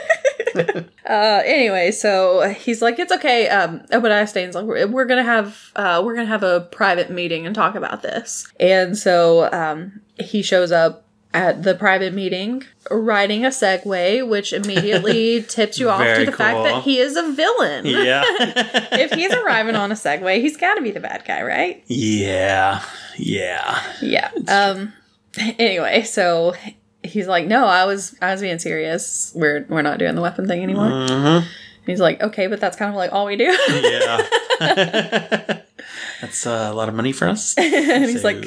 [SPEAKER 2] uh, anyway, so he's like, "It's okay." Um, Obadiah Stane's like, "We're we're gonna have uh, we're gonna have a private meeting and talk about this." And so um, he shows up. At the private meeting, riding a Segway, which immediately tips you off to
[SPEAKER 1] Very
[SPEAKER 2] the fact that
[SPEAKER 1] cool.
[SPEAKER 2] he is a villain.
[SPEAKER 1] Yeah.
[SPEAKER 2] if he's arriving on a Segway, he's got to be the bad guy, right?
[SPEAKER 1] yeah. Yeah.
[SPEAKER 2] Yeah. Um. Anyway, so he's like, "No, I was, I was being serious. We're, we're not doing the weapon thing anymore."
[SPEAKER 1] Mm-hmm.
[SPEAKER 2] He's like, "Okay, but that's kind of like all we do."
[SPEAKER 1] Yeah. That's uh, a lot of money for us.
[SPEAKER 2] and he's
[SPEAKER 1] So,
[SPEAKER 2] like,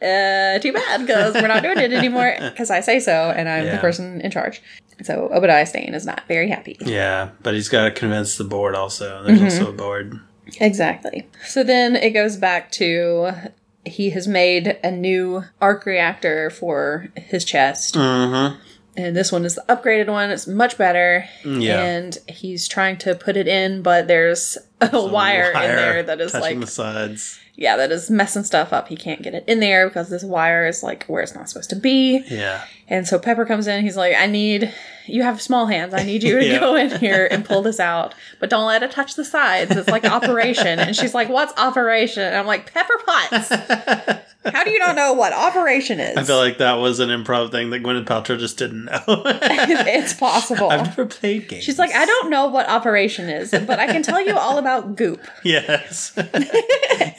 [SPEAKER 2] uh, "Too bad, because we're not doing it anymore. Because I say so, and I'm the
[SPEAKER 1] Yeah.
[SPEAKER 2] person in charge." So Obadiah Stane is not very happy.
[SPEAKER 1] yeah, but he's got to convince the board also. There's also a board.
[SPEAKER 2] Exactly. So then it goes back to he has made a new arc reactor for his chest.
[SPEAKER 1] Mm-hmm.
[SPEAKER 2] And this one is the upgraded one. It's much better.
[SPEAKER 1] Yeah.
[SPEAKER 2] And he's trying to put it in, but there's a wire, in there that is
[SPEAKER 1] touching
[SPEAKER 2] like,
[SPEAKER 1] the sides.
[SPEAKER 2] yeah, that is messing stuff up. He can't get it in there because this wire is like where it's not supposed to be.
[SPEAKER 1] Yeah.
[SPEAKER 2] And so Pepper comes in. He's like, I need, you have small hands. I need you to
[SPEAKER 1] Yeah.
[SPEAKER 2] go in here and pull this out, but don't let it touch the sides. It's like operation. And she's like, What's operation? And I'm like, Pepper Potts. How do you not know what operation is?
[SPEAKER 1] I feel like that was an improv thing that Gwyneth Paltrow just didn't know.
[SPEAKER 2] it's possible.
[SPEAKER 1] I've never played games.
[SPEAKER 2] She's like, I don't know what operation is, but I can tell you all about goop.
[SPEAKER 1] Yes.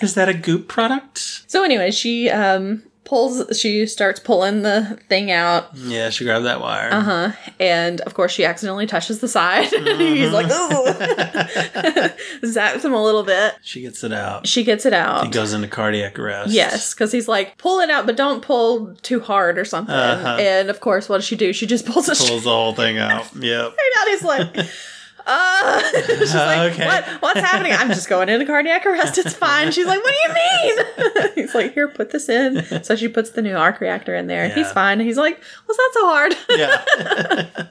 [SPEAKER 1] Is that a goop product?
[SPEAKER 2] So anyway, she um pulls she starts pulling the thing out.
[SPEAKER 1] Yeah, she grabbed that wire.
[SPEAKER 2] Uh-huh. And of course she accidentally touches the side. He's like,
[SPEAKER 1] Mm-hmm.
[SPEAKER 2] ooh. Zaps him a little bit.
[SPEAKER 1] She gets it out.
[SPEAKER 2] She gets it
[SPEAKER 1] He
[SPEAKER 2] out.
[SPEAKER 1] goes into cardiac arrest.
[SPEAKER 2] Yes, because he's like, pull it out, but don't pull too hard or something.
[SPEAKER 1] Uh-huh.
[SPEAKER 2] And of course, what does she do? She just pulls it straight
[SPEAKER 1] Pulls the whole thing out. Yep.
[SPEAKER 2] out. He's like, uh, she's like,
[SPEAKER 1] Okay.
[SPEAKER 2] what? What's happening? I'm just going into cardiac arrest. It's fine. She's like, what do you mean? He's like, here, put this in. So she puts the new arc reactor in there. He's
[SPEAKER 1] Yeah.
[SPEAKER 2] fine. And he's like, was that so hard?
[SPEAKER 1] Yeah.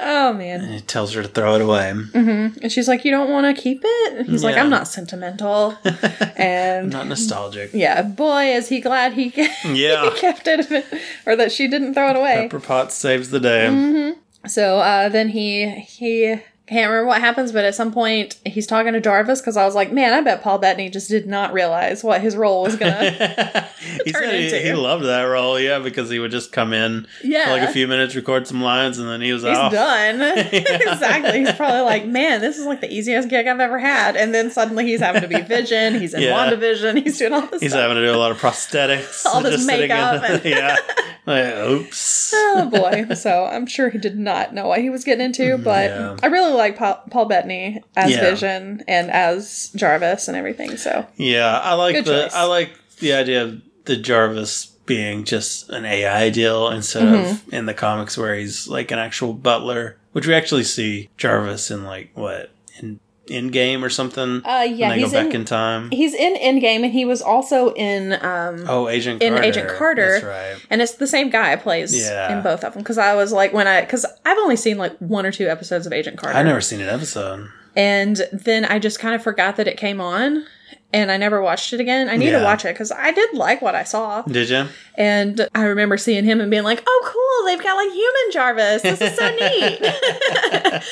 [SPEAKER 2] oh man.
[SPEAKER 1] And he tells her to throw it away.
[SPEAKER 2] Mm-hmm. And she's like, you don't want to keep it? And he's like,
[SPEAKER 1] Yeah.
[SPEAKER 2] I'm not sentimental. And
[SPEAKER 1] Not nostalgic.
[SPEAKER 2] yeah, boy, is he glad he
[SPEAKER 1] Yeah.
[SPEAKER 2] kept it, or that she didn't throw it away.
[SPEAKER 1] Pepper Potts saves the day.
[SPEAKER 2] Mm-hmm. So uh, then he he can't remember what happens, but at some point he's talking to Jarvis because I was like, man, I bet Paul Bettany just did not realize what his role was gonna.
[SPEAKER 1] he
[SPEAKER 2] Turn
[SPEAKER 1] said he,
[SPEAKER 2] into.
[SPEAKER 1] he loved that role, yeah, because he would just come in
[SPEAKER 2] yeah,
[SPEAKER 1] for like a few minutes, record some lines, and then he was
[SPEAKER 2] he's
[SPEAKER 1] off.
[SPEAKER 2] done. exactly. He's probably like, man, this is like the easiest gig I've ever had. And then suddenly he's having to be Vision. He's in
[SPEAKER 1] Yeah.
[SPEAKER 2] WandaVision. He's doing all this.
[SPEAKER 1] He's
[SPEAKER 2] stuff.
[SPEAKER 1] having to do a lot of prosthetics.
[SPEAKER 2] All this
[SPEAKER 1] just sitting in
[SPEAKER 2] makeup
[SPEAKER 1] the-
[SPEAKER 2] and-
[SPEAKER 1] yeah. Like, oops.
[SPEAKER 2] Oh boy! So I'm sure he did not know what he was getting into,
[SPEAKER 1] Mm,
[SPEAKER 2] but
[SPEAKER 1] Yeah.
[SPEAKER 2] I really like Paul, Paul Bettany as
[SPEAKER 1] Yeah.
[SPEAKER 2] Vision and as Jarvis and everything. So
[SPEAKER 1] Yeah, I like
[SPEAKER 2] Good
[SPEAKER 1] the
[SPEAKER 2] choice.
[SPEAKER 1] I like the idea of the Jarvis being just an AI deal instead
[SPEAKER 2] Mm-hmm.
[SPEAKER 1] of in the comics where he's like an actual butler, which we actually see Jarvis in like what in in game or something.
[SPEAKER 2] Uh, yeah,
[SPEAKER 1] when they
[SPEAKER 2] he's
[SPEAKER 1] go back
[SPEAKER 2] in-
[SPEAKER 1] in time.
[SPEAKER 2] He's in Endgame, and he was also in, um,
[SPEAKER 1] oh, Agent
[SPEAKER 2] in
[SPEAKER 1] Carter.
[SPEAKER 2] Agent Carter.
[SPEAKER 1] That's right.
[SPEAKER 2] and it's the same guy plays
[SPEAKER 1] Yeah.
[SPEAKER 2] in both of them. Because I was like, when I, because I've only seen like one or two episodes of Agent Carter,
[SPEAKER 1] I've never seen an episode.
[SPEAKER 2] and then I just kind of forgot that it came on, and I never watched it again. I need to
[SPEAKER 1] Yeah.
[SPEAKER 2] watch it because I did like what I saw,
[SPEAKER 1] Did you?
[SPEAKER 2] and I remember seeing him and being like, "Oh, cool! They've got like human Jarvis. This is so neat."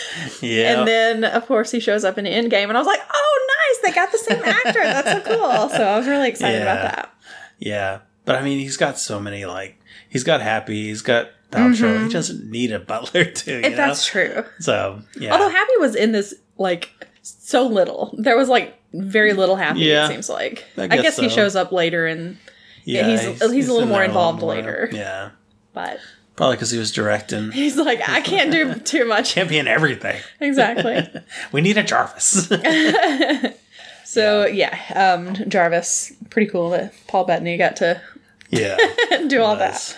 [SPEAKER 1] Yeah.
[SPEAKER 2] and then of course he shows up in Endgame, and I was like, "Oh, nice! They got the same actor. That's so cool." So I was really excited about
[SPEAKER 1] Yeah.
[SPEAKER 2] that.
[SPEAKER 1] yeah. But I mean, he's got so many like he's got Happy, he's got Paltrow. He doesn't need a butler too. You
[SPEAKER 2] Mm-hmm. If
[SPEAKER 1] know?
[SPEAKER 2] that's true.
[SPEAKER 1] so yeah.
[SPEAKER 2] Although Happy was in this like so little, there was like very little Happy. It
[SPEAKER 1] Yeah.
[SPEAKER 2] seems like I
[SPEAKER 1] I
[SPEAKER 2] guess,
[SPEAKER 1] guess
[SPEAKER 2] he
[SPEAKER 1] so.
[SPEAKER 2] shows up later, and he's- he's a little
[SPEAKER 1] in
[SPEAKER 2] more
[SPEAKER 1] there a lot
[SPEAKER 2] involved later.
[SPEAKER 1] Yeah,
[SPEAKER 2] but
[SPEAKER 1] probably because he was directing.
[SPEAKER 2] he's like, I can't do too much.
[SPEAKER 1] Can't be in everything.
[SPEAKER 2] exactly.
[SPEAKER 1] We need a Jarvis.
[SPEAKER 2] So yeah, um, Jarvis, pretty cool that Paul Bettany got to
[SPEAKER 1] yeah,
[SPEAKER 2] do all
[SPEAKER 1] nice.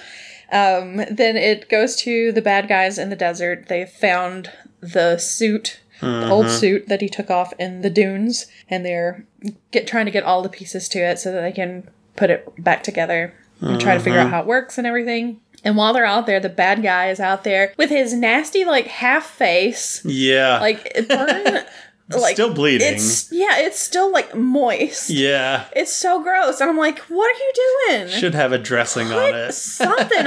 [SPEAKER 2] that. Um, then it goes to the bad guys in the desert. They found the suit, the old
[SPEAKER 1] Mm-hmm.
[SPEAKER 2] suit that he took off in the dunes, and they're get trying to get all the pieces to it so that they can put it back together and try to figure
[SPEAKER 1] Mm-hmm.
[SPEAKER 2] out how it works and everything. And while they're out there, the bad guy is out there with his nasty like half face,
[SPEAKER 1] Yeah.
[SPEAKER 2] like it burn, like
[SPEAKER 1] Still bleeding.
[SPEAKER 2] It's yeah, it's still like moist.
[SPEAKER 1] yeah.
[SPEAKER 2] It's so gross, and I'm like, what are you doing?
[SPEAKER 1] Should have a dressing on
[SPEAKER 2] put
[SPEAKER 1] it.
[SPEAKER 2] something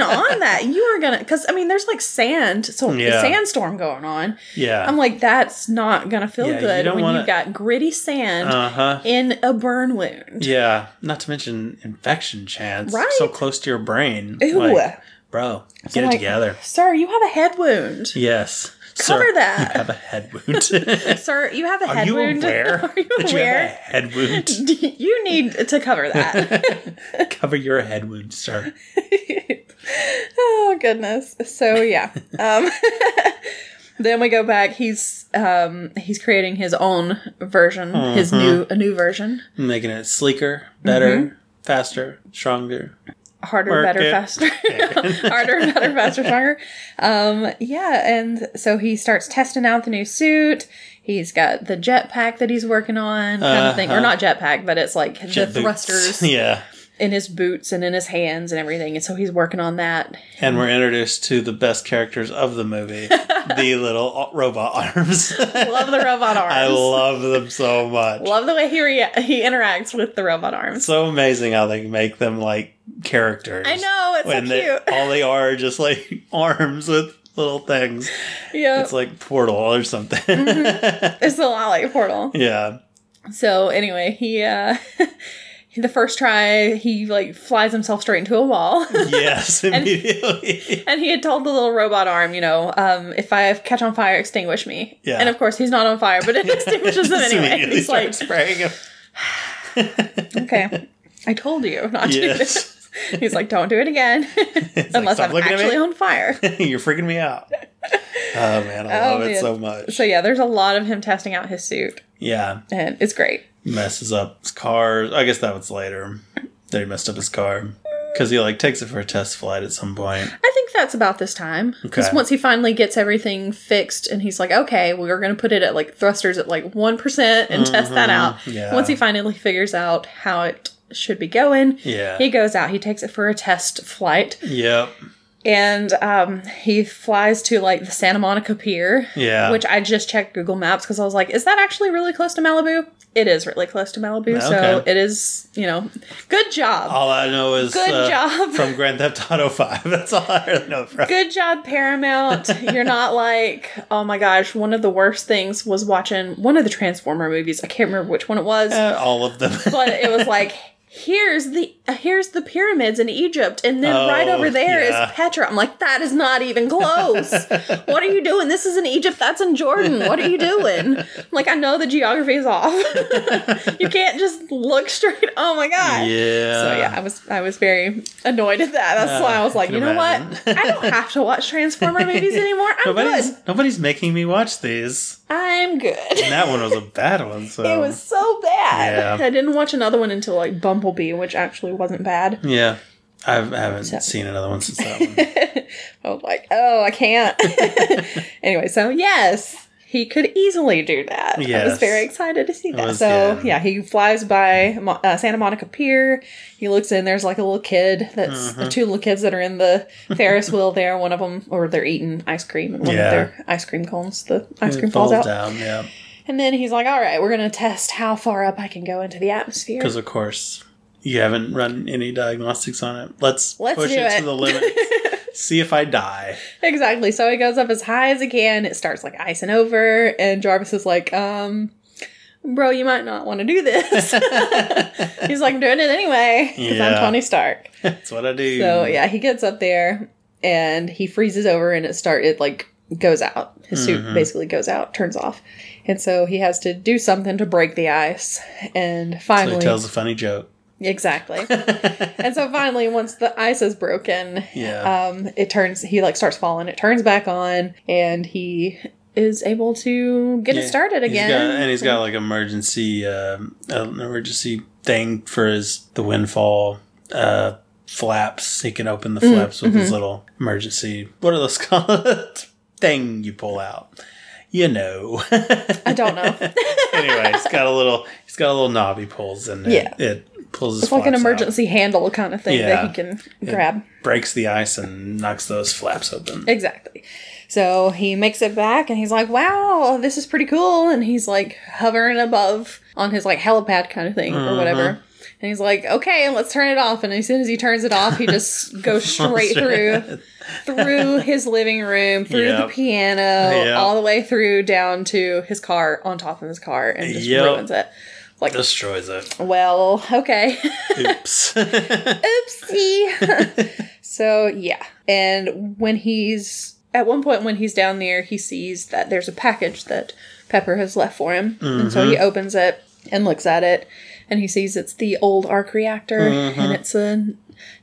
[SPEAKER 2] on that. You are gonna because I mean there's like sand, so a
[SPEAKER 1] Yeah.
[SPEAKER 2] sandstorm going on.
[SPEAKER 1] Yeah.
[SPEAKER 2] I'm like, that's not gonna feel
[SPEAKER 1] Yeah, you
[SPEAKER 2] good
[SPEAKER 1] don't
[SPEAKER 2] when
[SPEAKER 1] wanna-
[SPEAKER 2] you've got gritty sand
[SPEAKER 1] uh huh.
[SPEAKER 2] in a burn wound.
[SPEAKER 1] Yeah, not to mention infection chance.
[SPEAKER 2] Right.
[SPEAKER 1] So close to your brain.
[SPEAKER 2] Ew.
[SPEAKER 1] Like, bro, get it
[SPEAKER 2] I'm like,
[SPEAKER 1] together.
[SPEAKER 2] Sir, you have a head wound.
[SPEAKER 1] Yes.
[SPEAKER 2] Cover
[SPEAKER 1] Sir,
[SPEAKER 2] that.
[SPEAKER 1] You have a head wound.
[SPEAKER 2] Sir, you have a
[SPEAKER 1] Are
[SPEAKER 2] head
[SPEAKER 1] you
[SPEAKER 2] wound.
[SPEAKER 1] aware
[SPEAKER 2] Are you
[SPEAKER 1] that you have a
[SPEAKER 2] aware?
[SPEAKER 1] head wound?
[SPEAKER 2] You, need to cover that.
[SPEAKER 1] Cover your head wound, sir.
[SPEAKER 2] oh goodness. So yeah. Um Then we go back. He's um, he's creating his own version, his
[SPEAKER 1] Uh-huh.
[SPEAKER 2] new a new version.
[SPEAKER 1] Making it sleeker, better,
[SPEAKER 2] Mm-hmm.
[SPEAKER 1] faster, stronger.
[SPEAKER 2] harder,
[SPEAKER 1] Work
[SPEAKER 2] better,
[SPEAKER 1] it.
[SPEAKER 2] faster. harder, better, faster, stronger. Um, yeah, and so he starts testing out the new suit. He's got the jetpack that he's working on, kind of thing, or not jetpack, but it's like
[SPEAKER 1] Uh-huh. Jet
[SPEAKER 2] the
[SPEAKER 1] boots.
[SPEAKER 2] thrusters
[SPEAKER 1] Yeah.
[SPEAKER 2] in his boots and in his hands and everything. And so he's working on that.
[SPEAKER 1] And we're introduced to the best characters of the movie, the little robot arms.
[SPEAKER 2] Love the robot arms.
[SPEAKER 1] I love them so much.
[SPEAKER 2] Love the way he rea- he interacts with the robot arms.
[SPEAKER 1] so amazing how they make them like characters.
[SPEAKER 2] I know it's
[SPEAKER 1] when
[SPEAKER 2] so
[SPEAKER 1] they,
[SPEAKER 2] cute.
[SPEAKER 1] all they are are just like arms with little things.
[SPEAKER 2] yeah,
[SPEAKER 1] It's like Portal or something.
[SPEAKER 2] Mm-hmm. it's a lot like Portal.
[SPEAKER 1] yeah.
[SPEAKER 2] So anyway, he uh the first try he like flies himself straight into a wall.
[SPEAKER 1] Yes, immediately.
[SPEAKER 2] and he had told the little robot arm, you know, um, if I catch on fire, extinguish me.
[SPEAKER 1] Yeah.
[SPEAKER 2] And of course he's not on fire, but it extinguishes him
[SPEAKER 1] Just
[SPEAKER 2] anyway.
[SPEAKER 1] immediately
[SPEAKER 2] He's like,
[SPEAKER 1] starts spraying him.
[SPEAKER 2] Okay. I told you not to do
[SPEAKER 1] Yes.
[SPEAKER 2] this. He's like, Don't do it again. Unless
[SPEAKER 1] "Stop
[SPEAKER 2] I'm
[SPEAKER 1] looking at me."
[SPEAKER 2] actually on fire.
[SPEAKER 1] You're freaking me out. Oh man, I love it
[SPEAKER 2] man.
[SPEAKER 1] so much.
[SPEAKER 2] So yeah, there's a lot of him testing out his suit
[SPEAKER 1] Yeah.
[SPEAKER 2] and it's great.
[SPEAKER 1] Messes up his car. I guess that was later. They messed up his car. Because he like takes it for a test flight at some point.
[SPEAKER 2] I think that's about this time. Because
[SPEAKER 1] Okay.
[SPEAKER 2] once he finally gets everything fixed and he's like, okay, we're going to put it at like thrusters at like 1% and test that out.
[SPEAKER 1] Mm-hmm. Yeah.
[SPEAKER 2] Once he finally figures out how it should be going,
[SPEAKER 1] Yeah.
[SPEAKER 2] he goes out. He takes it for a test flight
[SPEAKER 1] Yep.
[SPEAKER 2] and um, he flies to like the Santa Monica Pier,
[SPEAKER 1] Yeah.
[SPEAKER 2] which I just checked Google Maps because I was like, is that actually really close to Malibu? It is really close to Malibu. So
[SPEAKER 1] Okay.
[SPEAKER 2] it is, you know, good job.
[SPEAKER 1] all I know is uh,
[SPEAKER 2] Good job.
[SPEAKER 1] from Grand Theft Auto Five. That's all I really know from.
[SPEAKER 2] good job paramount you're not like oh my gosh one of the worst things was watching one of the transformer movies i can't remember which one it was
[SPEAKER 1] Uh, all of them.
[SPEAKER 2] but it was like here's the here's the pyramids in egypt and then
[SPEAKER 1] Oh,
[SPEAKER 2] right over there is
[SPEAKER 1] yeah.
[SPEAKER 2] petra i'm like that is not even close what are you doing this is in egypt that's in jordan what are you doing I'm like i know the geography is off you can't just look straight oh my god
[SPEAKER 1] yeah.
[SPEAKER 2] so yeah, I was I was very annoyed at that. That's why I was like,
[SPEAKER 1] Uh. can
[SPEAKER 2] you know
[SPEAKER 1] imagine.
[SPEAKER 2] what? I don't have to watch Transformer movies anymore. I'm
[SPEAKER 1] Nobody's
[SPEAKER 2] good.
[SPEAKER 1] nobody's making me watch these.
[SPEAKER 2] I'm good.
[SPEAKER 1] And that one was a bad one. So
[SPEAKER 2] It was so bad.
[SPEAKER 1] Um, Yeah.
[SPEAKER 2] I didn't watch another one until like Bumblebee, which actually wasn't bad.
[SPEAKER 1] yeah. I've, I haven't seen another one since that one.
[SPEAKER 2] I was like, oh, I can't. anyway, so yes, he could easily do that. I
[SPEAKER 1] Yes.
[SPEAKER 2] was very excited to see that.
[SPEAKER 1] was
[SPEAKER 2] so
[SPEAKER 1] good.
[SPEAKER 2] yeah, he flies by Mo- uh, Santa Monica Pier. He looks in. There's like a little kid. That's
[SPEAKER 1] Uh-huh.
[SPEAKER 2] the two little kids that are in the Ferris wheel there. One of them, or they're eating ice cream, and one
[SPEAKER 1] Yeah.
[SPEAKER 2] of their ice cream cones, the ice cream
[SPEAKER 1] It
[SPEAKER 2] falls out.
[SPEAKER 1] down, yeah.
[SPEAKER 2] And then he's like, "All right, we're gonna test how far up I can go into the atmosphere."
[SPEAKER 1] Because of course you haven't run any diagnostics on it. Let's,
[SPEAKER 2] Let's
[SPEAKER 1] push
[SPEAKER 2] do
[SPEAKER 1] it,
[SPEAKER 2] it.
[SPEAKER 1] to the limit. See if I die.
[SPEAKER 2] Exactly. So it goes up as high as it can. It starts like icing over, and Jarvis is like, um, bro, you might not want to do this. He's like, I'm doing it anyway because
[SPEAKER 1] Yeah.
[SPEAKER 2] I'm Tony Stark.
[SPEAKER 1] That's what I do.
[SPEAKER 2] So yeah, he gets up there and he freezes over, and it start it like goes out. His suit
[SPEAKER 1] Mm-hmm.
[SPEAKER 2] basically goes out, turns off, and so he has to do something to break the ice. And
[SPEAKER 1] So he
[SPEAKER 2] finally,
[SPEAKER 1] tells a funny joke.
[SPEAKER 2] exactly. and so finally, once the ice is broken,
[SPEAKER 1] Yeah.
[SPEAKER 2] um, it turns he like starts falling. It turns back on, and he is able to get
[SPEAKER 1] Yeah.
[SPEAKER 2] it started
[SPEAKER 1] He's
[SPEAKER 2] again.
[SPEAKER 1] got- and he's got like emergency, um, an emergency thing for his the windfall uh, flaps. He can open the
[SPEAKER 2] Mm,
[SPEAKER 1] flaps with
[SPEAKER 2] mm-hmm.
[SPEAKER 1] his little emergency. What are those called? Thing you pull out. You know.
[SPEAKER 2] I don't know.
[SPEAKER 1] anyway, he's got a little. He's got a little knob he pulls, and it-
[SPEAKER 2] Yeah.
[SPEAKER 1] it, pulls his.
[SPEAKER 2] It's like an
[SPEAKER 1] flaps out,
[SPEAKER 2] emergency handle kind of thing that he
[SPEAKER 1] Yeah.
[SPEAKER 2] can grab.
[SPEAKER 1] breaks the ice and knocks those flaps open.
[SPEAKER 2] Exactly. So he makes it back and he's like, wow, this is pretty cool. And he's like hovering above on his like helipad kind of thing
[SPEAKER 1] Mm-hmm.
[SPEAKER 2] or whatever. And he's like, okay, let's turn it off. And as soon as he turns it off, he just goes straight through through his living room, through
[SPEAKER 1] Yep.
[SPEAKER 2] the piano,
[SPEAKER 1] Yep.
[SPEAKER 2] all the way through down to his car, on top of his car, and just
[SPEAKER 1] Yep.
[SPEAKER 2] ruins it. Like,
[SPEAKER 1] Destroys it.
[SPEAKER 2] well, okay.
[SPEAKER 1] Oops.
[SPEAKER 2] Oopsie. so yeah, and when he's at one point when he's down there, he sees that there's a package that Pepper has left for him, and so he
[SPEAKER 1] Mm-hmm.
[SPEAKER 2] opens it and looks at it, and he sees it's the old arc reactor,
[SPEAKER 1] Mm-hmm.
[SPEAKER 2] and it's a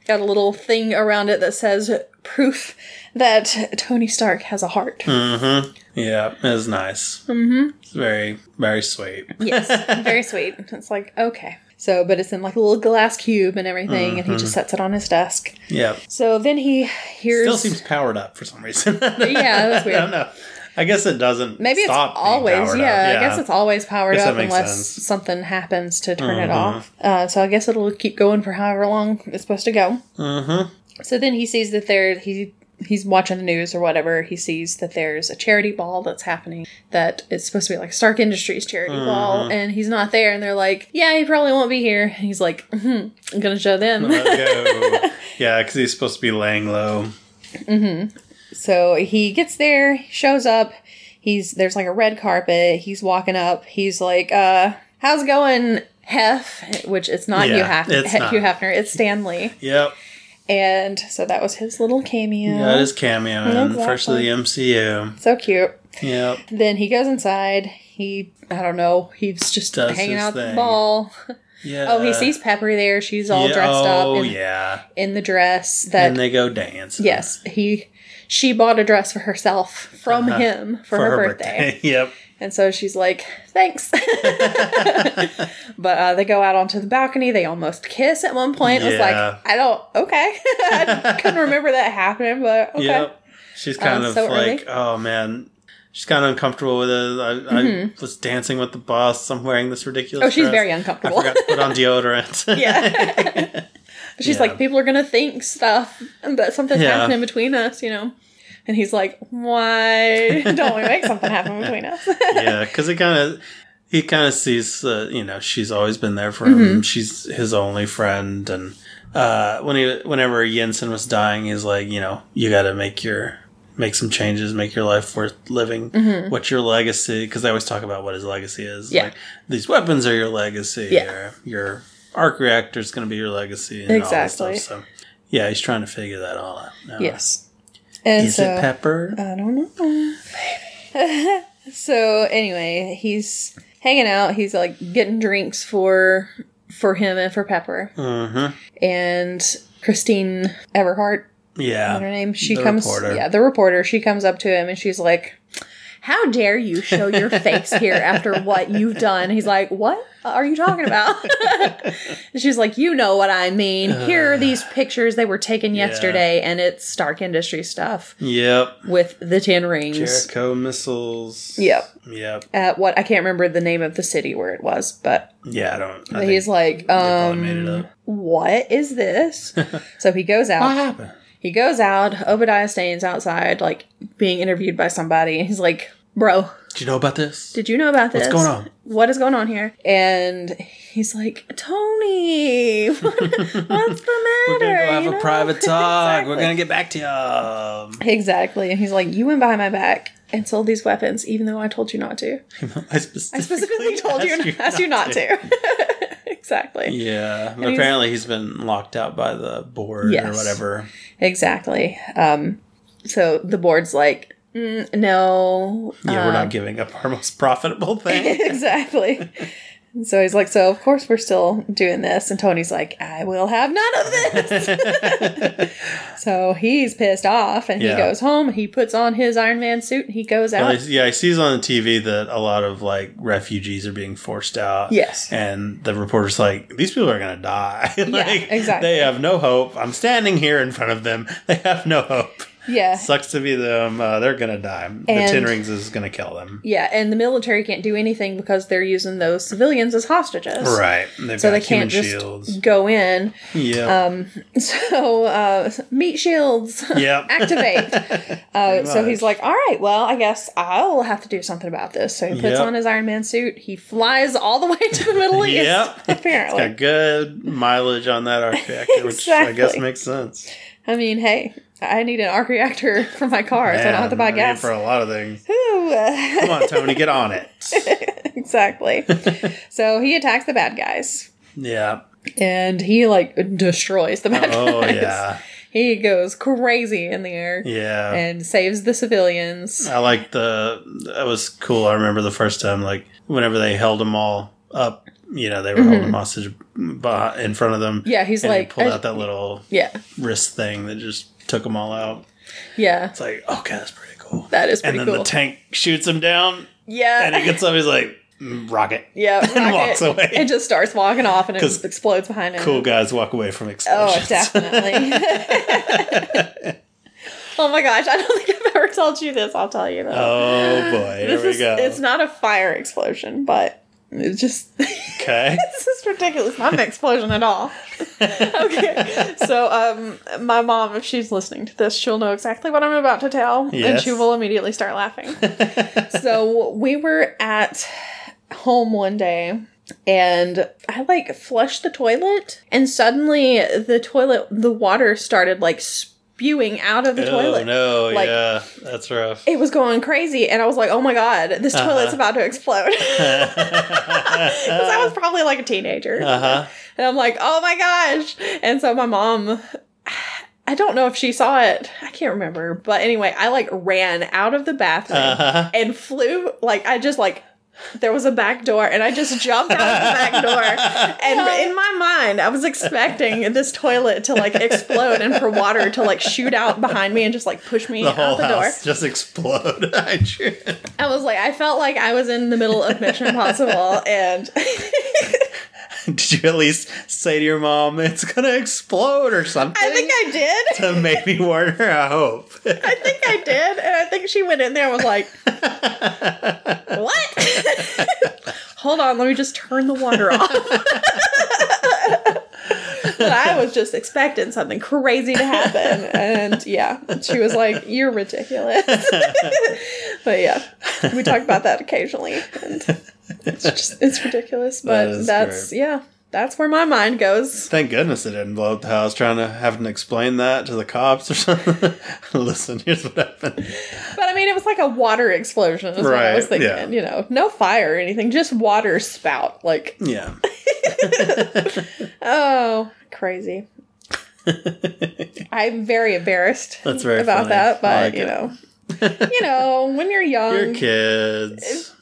[SPEAKER 2] got a little thing around it that says proof that Tony Stark has a heart.
[SPEAKER 1] Mm. yeah, it was nice. Mm-hmm. It's very, very sweet.
[SPEAKER 2] Yes, very sweet. It's like okay. So, but it's in like a little glass cube and everything, and he
[SPEAKER 1] Mm-hmm.
[SPEAKER 2] just sets it on his desk.
[SPEAKER 1] Yeah.
[SPEAKER 2] So then he hears.
[SPEAKER 1] Still seems powered up for some reason. I
[SPEAKER 2] yeah, that's weird.
[SPEAKER 1] don't know. I guess it doesn't.
[SPEAKER 2] Maybe it's
[SPEAKER 1] stop being
[SPEAKER 2] always, yeah,
[SPEAKER 1] powered up.
[SPEAKER 2] I guess it's always powered
[SPEAKER 1] Guess that
[SPEAKER 2] up
[SPEAKER 1] makes
[SPEAKER 2] unless
[SPEAKER 1] sense. Mm-hmm.
[SPEAKER 2] something happens to turn it off. Uh, so I guess it'll keep going for however long it's supposed to go.
[SPEAKER 1] Mhm.
[SPEAKER 2] So then he sees that there he he's watching the news or whatever. He sees that there's a charity ball that's happening that it's supposed to be like Stark Industries charity
[SPEAKER 1] Mm-hmm.
[SPEAKER 2] ball, and he's not there. And they're like, "Yeah, he probably won't be here." And he's like, hmm, "I'm gonna show them."
[SPEAKER 1] Let go. yeah, because he's supposed to be laying low.
[SPEAKER 2] So he gets there, he shows up. He's there's like a red carpet. He's walking up. He's like, uh, "How's it going, Hef?" Which it's not
[SPEAKER 1] Yeah,
[SPEAKER 2] Hugh Hefner.
[SPEAKER 1] it's not.
[SPEAKER 2] Hugh Hefner. It's Stanley.
[SPEAKER 1] Yep.
[SPEAKER 2] And so that was his little cameo.
[SPEAKER 1] Got his cameo in
[SPEAKER 2] Exactly.
[SPEAKER 1] first of the MCU.
[SPEAKER 2] so cute.
[SPEAKER 1] Yep.
[SPEAKER 2] Then he goes inside. He I don't know. He's just
[SPEAKER 1] Does
[SPEAKER 2] hanging
[SPEAKER 1] his
[SPEAKER 2] out at
[SPEAKER 1] thing.
[SPEAKER 2] the ball.
[SPEAKER 1] Yeah.
[SPEAKER 2] oh, he sees Pepper there. She's all
[SPEAKER 1] Yeah,
[SPEAKER 2] dressed
[SPEAKER 1] oh,
[SPEAKER 2] up in,
[SPEAKER 1] yeah.
[SPEAKER 2] in the dress that
[SPEAKER 1] And they go dancing.
[SPEAKER 2] yes he she bought a dress for herself from
[SPEAKER 1] Uh-huh.
[SPEAKER 2] him for, her, birthday.
[SPEAKER 1] yep.
[SPEAKER 2] And so she's like, thanks. but uh, they go out onto the balcony. They almost kiss at one point. It was
[SPEAKER 1] Yeah.
[SPEAKER 2] like, I don't, okay. I couldn't remember that happening, but okay.
[SPEAKER 1] Yep. She's kind
[SPEAKER 2] Um,
[SPEAKER 1] of
[SPEAKER 2] so
[SPEAKER 1] like,
[SPEAKER 2] early.
[SPEAKER 1] oh man, she's kind of uncomfortable with it. I, I was dancing with the boss. I'm wearing this ridiculous.
[SPEAKER 2] Mm-hmm. Oh, she's
[SPEAKER 1] dress.
[SPEAKER 2] very
[SPEAKER 1] I
[SPEAKER 2] uncomfortable.
[SPEAKER 1] forgot to put on deodorant.
[SPEAKER 2] yeah. she's
[SPEAKER 1] Yeah.
[SPEAKER 2] like, people are going to think stuff, that something's
[SPEAKER 1] Yeah.
[SPEAKER 2] happening between us, you know? And he's like, why don't we make something happen between us?
[SPEAKER 1] yeah, because it kind of he kind of sees, uh, you know, she's always been there for
[SPEAKER 2] Mm-hmm.
[SPEAKER 1] him. She's his only friend, and uh, when he whenever Jensen was dying, he's like, you know, you got to make your make some changes, make your life worth living. What's your legacy? Because they always talk about what his legacy is.
[SPEAKER 2] Mm-hmm. Yeah.
[SPEAKER 1] Like, these weapons are your legacy.
[SPEAKER 2] Yeah.
[SPEAKER 1] Or your arc reactor is going to be your legacy. And All
[SPEAKER 2] Exactly.
[SPEAKER 1] this stuff. So. Yeah, he's trying to figure that all out. now.
[SPEAKER 2] yes. And
[SPEAKER 1] Is
[SPEAKER 2] so, uh,
[SPEAKER 1] it Pepper?
[SPEAKER 2] I don't know. so anyway, he's hanging out. He's like getting drinks for for him and for Pepper
[SPEAKER 1] mm-hmm.
[SPEAKER 2] and Christine Everhart. Is her
[SPEAKER 1] Yeah.
[SPEAKER 2] name? She
[SPEAKER 1] The
[SPEAKER 2] comes.
[SPEAKER 1] reporter.
[SPEAKER 2] Yeah, the reporter. She comes up to him and she's like. How dare you show your face here after what you've done? He's like, What are you talking about? and she's like, You know what I mean. Here are these pictures they were taken yesterday, and it's Stark Industry stuff
[SPEAKER 1] Yep.
[SPEAKER 2] with the tin rings.
[SPEAKER 1] Jericho missiles.
[SPEAKER 2] Yep.
[SPEAKER 1] Yep.
[SPEAKER 2] at what I can't remember the name of the city where it was, but
[SPEAKER 1] Yeah, I don't. I
[SPEAKER 2] he's
[SPEAKER 1] think
[SPEAKER 2] like,
[SPEAKER 1] they probably made it
[SPEAKER 2] um,
[SPEAKER 1] up.
[SPEAKER 2] what is this? so he goes
[SPEAKER 1] What
[SPEAKER 2] out.
[SPEAKER 1] happened?
[SPEAKER 2] He goes out. Obadiah Stane's outside, like being interviewed by somebody, and he's like, bro,
[SPEAKER 1] Do you know about this?
[SPEAKER 2] did you know about this?
[SPEAKER 1] going on?
[SPEAKER 2] What is going on here? And he's like, Tony, what, what's the matter?
[SPEAKER 1] We're gonna go have
[SPEAKER 2] You
[SPEAKER 1] a
[SPEAKER 2] know?
[SPEAKER 1] private talk. We're
[SPEAKER 2] Exactly.
[SPEAKER 1] gonna get back to Um, y'all.
[SPEAKER 2] Exactly. And he's like, you went behind my back and sold these weapons, even though I told you not to.
[SPEAKER 1] I specifically,
[SPEAKER 2] I specifically told you, asked you not to. exactly.
[SPEAKER 1] Yeah,
[SPEAKER 2] he's-
[SPEAKER 1] apparently he's been locked out by the board or
[SPEAKER 2] Yes.
[SPEAKER 1] whatever.
[SPEAKER 2] Exactly. Um, so the board's like, mm, no.
[SPEAKER 1] Yeah, we're
[SPEAKER 2] uh,
[SPEAKER 1] not giving up our most profitable thing.
[SPEAKER 2] exactly. And so he's like, so of course we're still doing this. And Tony's like, I will have none of this. so he's pissed off and
[SPEAKER 1] Yeah.
[SPEAKER 2] he goes home. He puts on his Iron Man suit and he goes
[SPEAKER 1] Well,
[SPEAKER 2] out.
[SPEAKER 1] I- yeah, he sees on the TV that a lot of like refugees are being forced out.
[SPEAKER 2] Yes.
[SPEAKER 1] and the reporter's like, "These people are gonna die. like,
[SPEAKER 2] exactly.
[SPEAKER 1] They have no hope. I'm standing here in front of them. They have no hope.
[SPEAKER 2] yeah.
[SPEAKER 1] Sucks to be them. Uh, they're gonna die. the
[SPEAKER 2] And-
[SPEAKER 1] Ten Rings is gonna kill them.
[SPEAKER 2] yeah. And the military can't do anything because they're using those civilians as hostages.
[SPEAKER 1] Right. They've
[SPEAKER 2] So
[SPEAKER 1] got
[SPEAKER 2] they can't
[SPEAKER 1] human
[SPEAKER 2] just um,
[SPEAKER 1] shields.
[SPEAKER 2] go in.
[SPEAKER 1] Yeah.
[SPEAKER 2] So, uh, meat shields.
[SPEAKER 1] yep.
[SPEAKER 2] activate. Uh, so
[SPEAKER 1] much.
[SPEAKER 2] he's like, all right, well, I guess I'll have to do something about this. So he
[SPEAKER 1] Yep.
[SPEAKER 2] puts on his Iron Man suit. He flies all the way to the Middle East,
[SPEAKER 1] Yep.
[SPEAKER 2] apparently.
[SPEAKER 1] Got good mileage on that arc reactor, which I guess
[SPEAKER 2] Exactly.
[SPEAKER 1] makes sense.
[SPEAKER 2] I mean, hey, I need an arc reactor for my car so I don't have to buy
[SPEAKER 1] Man, I need
[SPEAKER 2] gas.
[SPEAKER 1] for a lot of things.
[SPEAKER 2] Ooh, uh,
[SPEAKER 1] Come on, Tony, get on it.
[SPEAKER 2] exactly. so he attacks the bad guys.
[SPEAKER 1] Yeah.
[SPEAKER 2] And he like destroys the bad
[SPEAKER 1] Oh
[SPEAKER 2] guys.
[SPEAKER 1] yeah.
[SPEAKER 2] He goes crazy in the air
[SPEAKER 1] Yeah. Uh,
[SPEAKER 2] and saves the civilians.
[SPEAKER 1] I like the that was cool. I remember the first time, like whenever they held them all up, you know, they were holding them hostage beh- in front of them.
[SPEAKER 2] Mm-hmm. Yeah, he's
[SPEAKER 1] and
[SPEAKER 2] like,
[SPEAKER 1] he pulled
[SPEAKER 2] uh,
[SPEAKER 1] out that little
[SPEAKER 2] Yeah.
[SPEAKER 1] wrist thing that just took them all out.
[SPEAKER 2] Yeah.
[SPEAKER 1] It's like, okay, that's pretty cool.
[SPEAKER 2] That is
[SPEAKER 1] and
[SPEAKER 2] pretty
[SPEAKER 1] then
[SPEAKER 2] cool.
[SPEAKER 1] the tank shoots him down,
[SPEAKER 2] yeah.
[SPEAKER 1] and he gets up. He's like, "Mm, rocket.
[SPEAKER 2] Yeah,
[SPEAKER 1] And walks away.
[SPEAKER 2] and just starts walking off, and it
[SPEAKER 1] 'Cause
[SPEAKER 2] explodes behind him.
[SPEAKER 1] Cool guys walk away from explosions.
[SPEAKER 2] Oh, definitely. oh my gosh, I don't think I've ever told you this. I'll tell you though.
[SPEAKER 1] Oh, boy, here
[SPEAKER 2] this
[SPEAKER 1] we
[SPEAKER 2] is
[SPEAKER 1] go.
[SPEAKER 2] it's not a fire explosion, but it's just this
[SPEAKER 1] okay.
[SPEAKER 2] is ridiculous. Not an explosion at all. okay, so um, my mom, if she's listening to this, she'll know exactly what I'm about to tell, and
[SPEAKER 1] Yes.
[SPEAKER 2] she will immediately start laughing. so we were at home one day and I like flushed the toilet and suddenly the toilet the water started like spewing out of the
[SPEAKER 1] Oh
[SPEAKER 2] toilet.
[SPEAKER 1] no,
[SPEAKER 2] Like-
[SPEAKER 1] yeah, that's rough.
[SPEAKER 2] It was going crazy and I was like, "Oh my god, this
[SPEAKER 1] Uh-huh.
[SPEAKER 2] toilet's about to explode." Cuz I was probably like a teenager.
[SPEAKER 1] Uh huh.
[SPEAKER 2] And I'm like, "Oh my gosh." And so my mom I don't know if she saw it. I can't remember. But anyway, I like ran out of the bathroom
[SPEAKER 1] Uh huh.
[SPEAKER 2] and flew like I just like there was a back door and I just jumped out of the back door. And in my mind, I was expecting this toilet to like explode and for water to like shoot out behind me and just like push me
[SPEAKER 1] The
[SPEAKER 2] out
[SPEAKER 1] whole
[SPEAKER 2] the
[SPEAKER 1] house
[SPEAKER 2] door.
[SPEAKER 1] just explode. I sure.
[SPEAKER 2] I was like, I felt like I was in the middle of Mission Impossible and
[SPEAKER 1] Did you at least say to your mom it's gonna explode or something?
[SPEAKER 2] I think I
[SPEAKER 1] to
[SPEAKER 2] did.
[SPEAKER 1] maybe warn her. I hope.
[SPEAKER 2] I think I did. And I think she went in there and was like, What? Hold on, let me just turn the water off. but I was just expecting something crazy to happen. And yeah, she was like, You're ridiculous. but yeah, we talk about that occasionally. And it's just, it's ridiculous. But
[SPEAKER 1] is
[SPEAKER 2] that's, yeah, that's where my mind goes.
[SPEAKER 1] Thank goodness it didn't blow up the house. Trying to having to explain that to the cops or something. Listen, here's what happened.
[SPEAKER 2] But I mean, it was like a water explosion, is what I
[SPEAKER 1] Right,
[SPEAKER 2] was thinking.
[SPEAKER 1] yeah.
[SPEAKER 2] You know, no fire or anything, just water spout. Like,
[SPEAKER 1] Yeah.
[SPEAKER 2] Oh, crazy. I'm very embarrassed
[SPEAKER 1] That's very
[SPEAKER 2] about
[SPEAKER 1] funny.
[SPEAKER 2] that,
[SPEAKER 1] I like
[SPEAKER 2] but you
[SPEAKER 1] it.
[SPEAKER 2] know, you know, when you're young,
[SPEAKER 1] Your kids.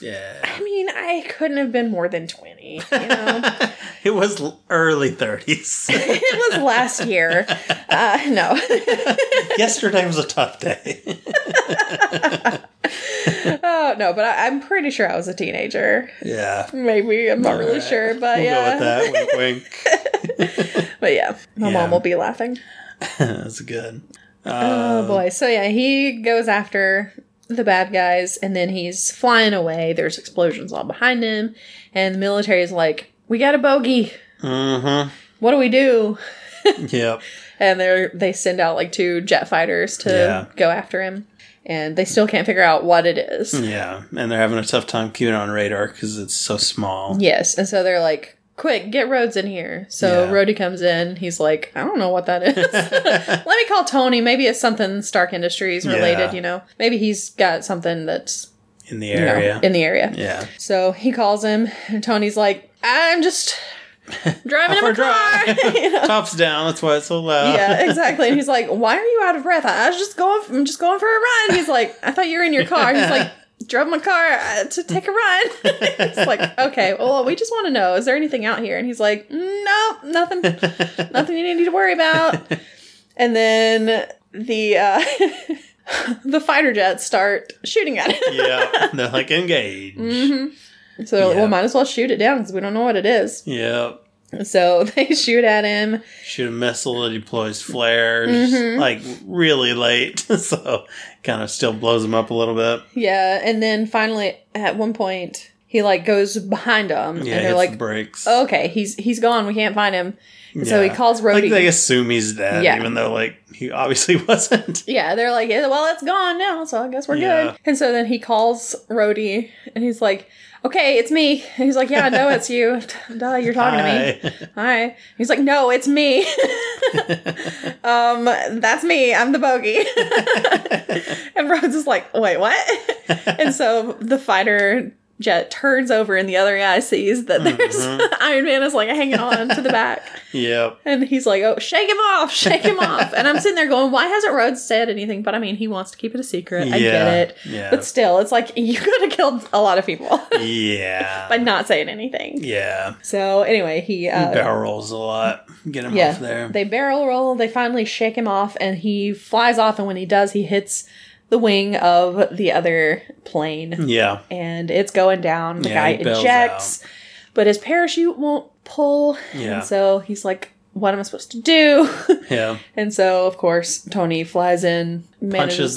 [SPEAKER 1] Yeah.
[SPEAKER 2] I mean, I couldn't have been more than 20. You know,
[SPEAKER 1] It was l- early 30s.
[SPEAKER 2] it was last year. Uh, no.
[SPEAKER 1] Yesterday was a tough day.
[SPEAKER 2] oh, no, but I, I'm pretty sure I was a teenager.
[SPEAKER 1] Yeah.
[SPEAKER 2] Maybe. I'm not
[SPEAKER 1] All
[SPEAKER 2] really
[SPEAKER 1] right.
[SPEAKER 2] sure, but
[SPEAKER 1] We'll
[SPEAKER 2] Uh, yeah.
[SPEAKER 1] go with that. Wink, wink.
[SPEAKER 2] But yeah, my
[SPEAKER 1] Yeah.
[SPEAKER 2] mom will be laughing.
[SPEAKER 1] That's good. Um,
[SPEAKER 2] Oh boy. So yeah, he goes after the bad guys and then he's flying away. There's explosions all behind him and the military is like, "We got a bogey.
[SPEAKER 1] Mm-hmm.
[SPEAKER 2] What do we do?"
[SPEAKER 1] Yep.
[SPEAKER 2] And they are they send out like two jet fighters to
[SPEAKER 1] Yeah.
[SPEAKER 2] go after him and they still can't figure out what it is.
[SPEAKER 1] Yeah. And they're having a tough time queuing on radar because it's so small.
[SPEAKER 2] Yes. And so they're like, "Quick, get Rhodes in here." So
[SPEAKER 1] Yeah.
[SPEAKER 2] Rhodey comes in. He's like, "I don't know what that is. Let me call Tony. Maybe it's something Stark Industries related,
[SPEAKER 1] Yeah.
[SPEAKER 2] you know. Maybe he's got something that's
[SPEAKER 1] in the
[SPEAKER 2] you know,
[SPEAKER 1] area.
[SPEAKER 2] in the area.
[SPEAKER 1] yeah.
[SPEAKER 2] So he calls him, and Tony's like, "I'm just driving
[SPEAKER 1] Off
[SPEAKER 2] in my
[SPEAKER 1] our
[SPEAKER 2] car."
[SPEAKER 1] drive.
[SPEAKER 2] You know?
[SPEAKER 1] Tops down. That's why it's so loud.
[SPEAKER 2] yeah, exactly. And he's like, "Why are you out of breath? I I was just going. I'm just going for a run." He's like, "I thought you were in your car." He's like, drove my car uh, to take a run. it's like, okay, well, we just want to know, is there anything out here? And he's like, no, nothing, nothing you need to worry about. And then the uh, the fighter jets start shooting at it.
[SPEAKER 1] yeah, they're like engage.
[SPEAKER 2] Mhm. So
[SPEAKER 1] Mm-hmm. Yeah.
[SPEAKER 2] we'll might as well shoot it down because we don't know what it is.
[SPEAKER 1] Yeah,
[SPEAKER 2] So they shoot at him.
[SPEAKER 1] shoot a missile that deploys flares
[SPEAKER 2] Mhm.
[SPEAKER 1] like really late, so kind of still blows them up a little bit.
[SPEAKER 2] Yeah, and then finally, at one point, he like goes behind them,
[SPEAKER 1] Yeah,
[SPEAKER 2] and
[SPEAKER 1] hits
[SPEAKER 2] they're
[SPEAKER 1] the
[SPEAKER 2] like, "Oh,
[SPEAKER 1] brakes.
[SPEAKER 2] "Okay, he's he's gone. We can't find him." And So he
[SPEAKER 1] Yeah.
[SPEAKER 2] calls Rhodey.
[SPEAKER 1] Like they assume he's dead,
[SPEAKER 2] Yeah.
[SPEAKER 1] even though like he obviously wasn't.
[SPEAKER 2] yeah, they're like, "Yeah, "Well, it's gone now, so I guess we're
[SPEAKER 1] Yeah.
[SPEAKER 2] good." And so then he calls Rhodey, and he's like, "Okay, it's me." And he's like, "Yeah, I know it's you. Duh, you're talking to me."
[SPEAKER 1] Hi.
[SPEAKER 2] Hi. He's like, "No, it's me." um, that's me. I'm the bogey. and Rhodes is like, "Wait, what?" and so the fighter jet turns over, and the other guy sees that there's
[SPEAKER 1] Mhm.
[SPEAKER 2] Iron Man is like hanging on to the back,
[SPEAKER 1] yep.
[SPEAKER 2] and he's like, "Oh, shake him off, shake him off." And I'm sitting there going, "Why hasn't Rhodes said anything?" But I mean, he wants to keep it a secret. I get
[SPEAKER 1] Yeah,
[SPEAKER 2] it,
[SPEAKER 1] Yeah.
[SPEAKER 2] but still, it's like you could have killed a lot of people
[SPEAKER 1] yeah.
[SPEAKER 2] by not saying anything.
[SPEAKER 1] yeah.
[SPEAKER 2] So anyway, he
[SPEAKER 1] He
[SPEAKER 2] uh,
[SPEAKER 1] barrel rolls a lot. Get him
[SPEAKER 2] yeah,
[SPEAKER 1] off there.
[SPEAKER 2] They barrel roll, they finally shake him off, and he flies off. And when he does, he hits the wing of the other plane,
[SPEAKER 1] yeah.
[SPEAKER 2] and it's going down. The
[SPEAKER 1] Yeah,
[SPEAKER 2] guy
[SPEAKER 1] he bails
[SPEAKER 2] ejects, but his parachute won't pull.
[SPEAKER 1] Yeah.
[SPEAKER 2] And so he's like, What am I supposed to do?
[SPEAKER 1] Yeah.
[SPEAKER 2] and so, of course, Tony flies in, manages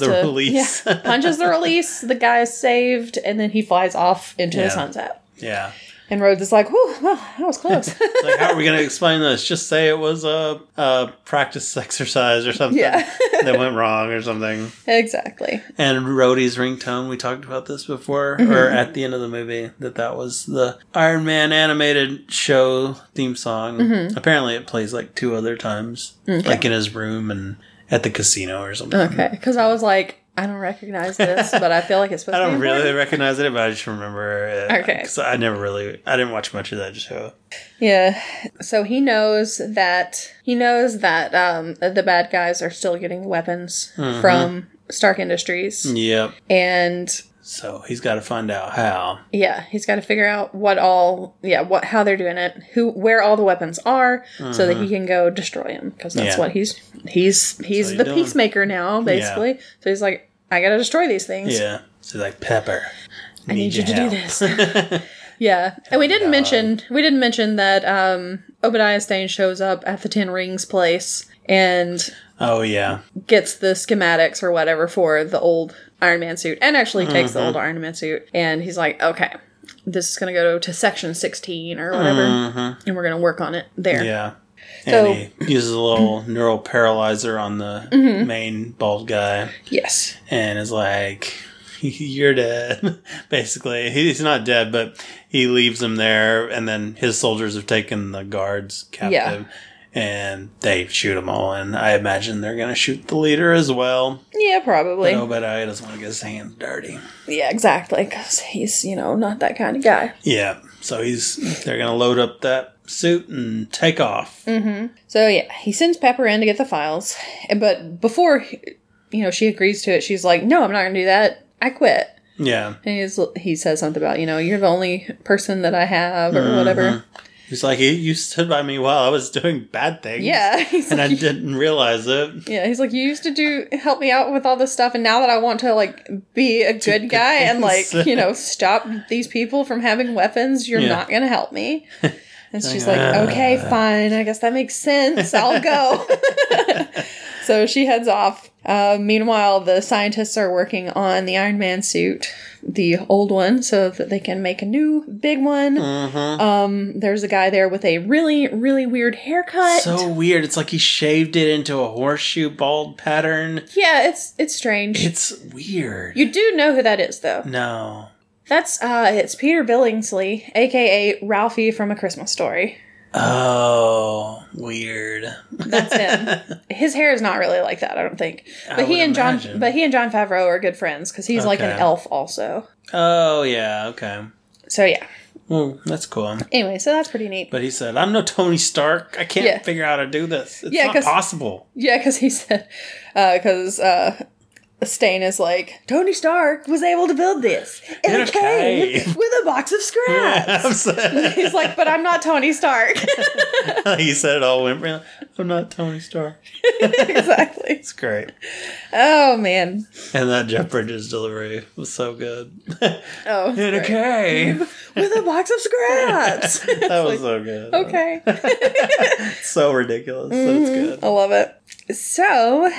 [SPEAKER 1] Punches the
[SPEAKER 2] to-
[SPEAKER 1] release.
[SPEAKER 2] yeah, punches the release. The guy is saved, and then he flies off into
[SPEAKER 1] Yeah.
[SPEAKER 2] the sunset.
[SPEAKER 1] Yeah.
[SPEAKER 2] And Rhodes is like, Whew, well, that was close.
[SPEAKER 1] It's like, how are we going to explain this? Just say it was a, a practice exercise or something
[SPEAKER 2] Yeah.
[SPEAKER 1] that went wrong or something.
[SPEAKER 2] exactly.
[SPEAKER 1] And Rhodey's ringtone, we talked about this before,
[SPEAKER 2] Mm-hmm.
[SPEAKER 1] or at the end of the movie, that that was the Iron Man animated show theme song.
[SPEAKER 2] Mm-hmm.
[SPEAKER 1] Apparently, it plays like two other times, like in his room and at the casino or something.
[SPEAKER 2] Okay, because I was like, I don't recognize this, but I feel like it's supposed
[SPEAKER 1] I
[SPEAKER 2] to
[SPEAKER 1] don't
[SPEAKER 2] be
[SPEAKER 1] really
[SPEAKER 2] important.
[SPEAKER 1] recognize it, but I just remember it.
[SPEAKER 2] Okay.
[SPEAKER 1] Because I never really, I didn't watch much of that show.
[SPEAKER 2] Yeah. So he knows that he knows that um, the bad guys are still getting weapons
[SPEAKER 1] Mm-hmm.
[SPEAKER 2] from Stark Industries,
[SPEAKER 1] Yep.
[SPEAKER 2] and
[SPEAKER 1] So he's got to find out how.
[SPEAKER 2] yeah, he's got to figure out what all yeah what how they're doing it, who where all the weapons are, so that he can go destroy them because that's
[SPEAKER 1] Mm-hmm. Yeah.
[SPEAKER 2] what he's he's he's
[SPEAKER 1] what he's
[SPEAKER 2] the
[SPEAKER 1] doing.
[SPEAKER 2] peacemaker now basically. So he's like, I got to destroy these things.
[SPEAKER 1] Yeah. So like Pepper.
[SPEAKER 2] I need you
[SPEAKER 1] your
[SPEAKER 2] to do
[SPEAKER 1] help."
[SPEAKER 2] this. yeah, and we didn't
[SPEAKER 1] um,
[SPEAKER 2] mention we didn't mention that um, Obadiah Stane shows up at the Ten Rings place and
[SPEAKER 1] Oh yeah.
[SPEAKER 2] gets the schematics or whatever for the old Iron Man suit, and actually takes
[SPEAKER 1] Mm-hmm.
[SPEAKER 2] the old Iron Man suit, and he's like, okay. This is going to go to section 16 or whatever, and we're going to work on it there.
[SPEAKER 1] Mm-hmm. Yeah.
[SPEAKER 2] So- Mm-hmm.
[SPEAKER 1] and he uses a little neural paralyzer on the main bald guy
[SPEAKER 2] Yes.
[SPEAKER 1] and is like, You're dead. Basically, he's not dead, but he leaves him there, and then his soldiers have taken the guards captive. And they shoot them all, and I imagine they're gonna shoot the leader as well.
[SPEAKER 2] Yeah, probably.
[SPEAKER 1] No, but um, I doesn't want to get his hands dirty.
[SPEAKER 2] Yeah, exactly. Because he's, you know, not that kind of guy.
[SPEAKER 1] Yeah, so he's they're gonna load up that suit and take off.
[SPEAKER 2] Mm. So yeah, he sends Pepper in to get the files, and- but before you know she agrees to it, she's like, "No, I'm not going to do that. I quit."
[SPEAKER 1] Yeah,
[SPEAKER 2] And he's, he says something about, you know, you're the only person that I have, or
[SPEAKER 1] Mm-hmm.
[SPEAKER 2] whatever.
[SPEAKER 1] he's like, "You- "You stood by me while I was doing bad things."
[SPEAKER 2] Yeah, he's
[SPEAKER 1] and I
[SPEAKER 2] like,
[SPEAKER 1] didn't realize it.
[SPEAKER 2] yeah, he's like, you used to do help me out with all this stuff, and now that I want to like be a good guy and like
[SPEAKER 1] things.
[SPEAKER 2] you know stop these people from having weapons, you're
[SPEAKER 1] Yeah.
[SPEAKER 2] not going to help me. And she's
[SPEAKER 1] Like, "Ah."
[SPEAKER 2] like, okay, fine. I guess that makes sense. I'll go. so she heads off. Uh, meanwhile, the scientists are working on the Iron Man suit, the old one, so that they can make a new big one.
[SPEAKER 1] Hmm. Mm-hmm.
[SPEAKER 2] Um, there's a guy there with a really, really weird haircut.
[SPEAKER 1] So weird. It's like he shaved it into a horseshoe bald pattern.
[SPEAKER 2] yeah, it's it's strange.
[SPEAKER 1] It's weird.
[SPEAKER 2] you do know who that is, though.
[SPEAKER 1] no.
[SPEAKER 2] That's uh, it's Peter Billingsley, aka Ralphie from A Christmas Story.
[SPEAKER 1] Oh, weird.
[SPEAKER 2] That's him. His hair is not really like that, I don't think. But
[SPEAKER 1] I
[SPEAKER 2] he
[SPEAKER 1] would
[SPEAKER 2] and John,
[SPEAKER 1] imagine.
[SPEAKER 2] but he and John Favreau are good friends because he's like an
[SPEAKER 1] Okay.
[SPEAKER 2] elf also.
[SPEAKER 1] Oh yeah. Okay.
[SPEAKER 2] So yeah.
[SPEAKER 1] Well, that's cool.
[SPEAKER 2] Anyway, so that's pretty neat.
[SPEAKER 1] But he said, "I'm no Tony Stark. I can't
[SPEAKER 2] Yeah.
[SPEAKER 1] figure out how to do this. It's
[SPEAKER 2] Yeah,
[SPEAKER 1] not
[SPEAKER 2] 'cause-
[SPEAKER 1] possible."
[SPEAKER 2] Yeah, because he said, because uh, Stain is like, Tony Stark was able to build this in,
[SPEAKER 1] In
[SPEAKER 2] a
[SPEAKER 1] a
[SPEAKER 2] cave
[SPEAKER 1] cave."
[SPEAKER 2] with a box of
[SPEAKER 1] I'm
[SPEAKER 2] scraps.
[SPEAKER 1] sad.
[SPEAKER 2] He's like, but I'm not Tony Stark.
[SPEAKER 1] he said it all went around. I'm not Tony Stark.
[SPEAKER 2] exactly.
[SPEAKER 1] It's great.
[SPEAKER 2] Oh man.
[SPEAKER 1] And that Jeff Bridges delivery was so good.
[SPEAKER 2] Oh.
[SPEAKER 1] In a
[SPEAKER 2] great.
[SPEAKER 1] cave.
[SPEAKER 2] With a box of scraps.
[SPEAKER 1] That was so good.
[SPEAKER 2] okay. Mm-hmm.
[SPEAKER 1] So ridiculous. So it's good.
[SPEAKER 2] I love it. So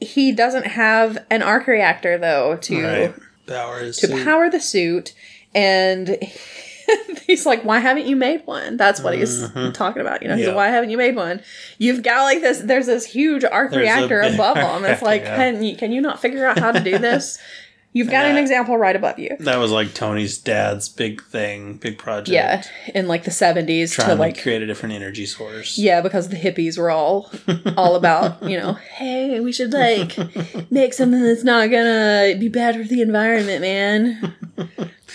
[SPEAKER 2] he doesn't have an arc reactor though to
[SPEAKER 1] Right. Power is
[SPEAKER 2] to
[SPEAKER 1] suit.
[SPEAKER 2] power the suit and he's like why haven't you made one that's what he's talking about you know he's
[SPEAKER 1] Mm-hmm. Yeah.
[SPEAKER 2] like, why haven't you made one you've got like this there's this huge arc
[SPEAKER 1] There's a
[SPEAKER 2] reactor
[SPEAKER 1] big
[SPEAKER 2] above him it's like
[SPEAKER 1] yeah.
[SPEAKER 2] can, you, can you not figure out how to do this you've got an
[SPEAKER 1] Yeah.
[SPEAKER 2] example right above you
[SPEAKER 1] That was like Tony's dad's big thing, big project.
[SPEAKER 2] yeah in like the 70s
[SPEAKER 1] Trying to
[SPEAKER 2] to like
[SPEAKER 1] create a different energy source.
[SPEAKER 2] yeah because the hippies were all all about you know hey we should like make something that's not gonna be bad for the environment man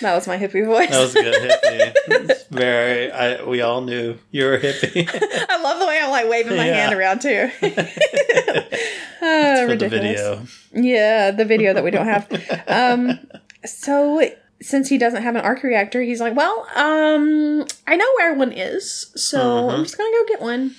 [SPEAKER 2] that was my hippie voice
[SPEAKER 1] That was a good hippie. It's very I we all knew you were a hippie.
[SPEAKER 2] I love the way I'm like waving my
[SPEAKER 1] Yeah.
[SPEAKER 2] hand around too.
[SPEAKER 1] for the
[SPEAKER 2] oh, ridiculous.
[SPEAKER 1] video.
[SPEAKER 2] Yeah, the video that we don't have. um, so since he doesn't have an arc reactor, he's like, well, um, I know where one is, so I'm just gonna go get one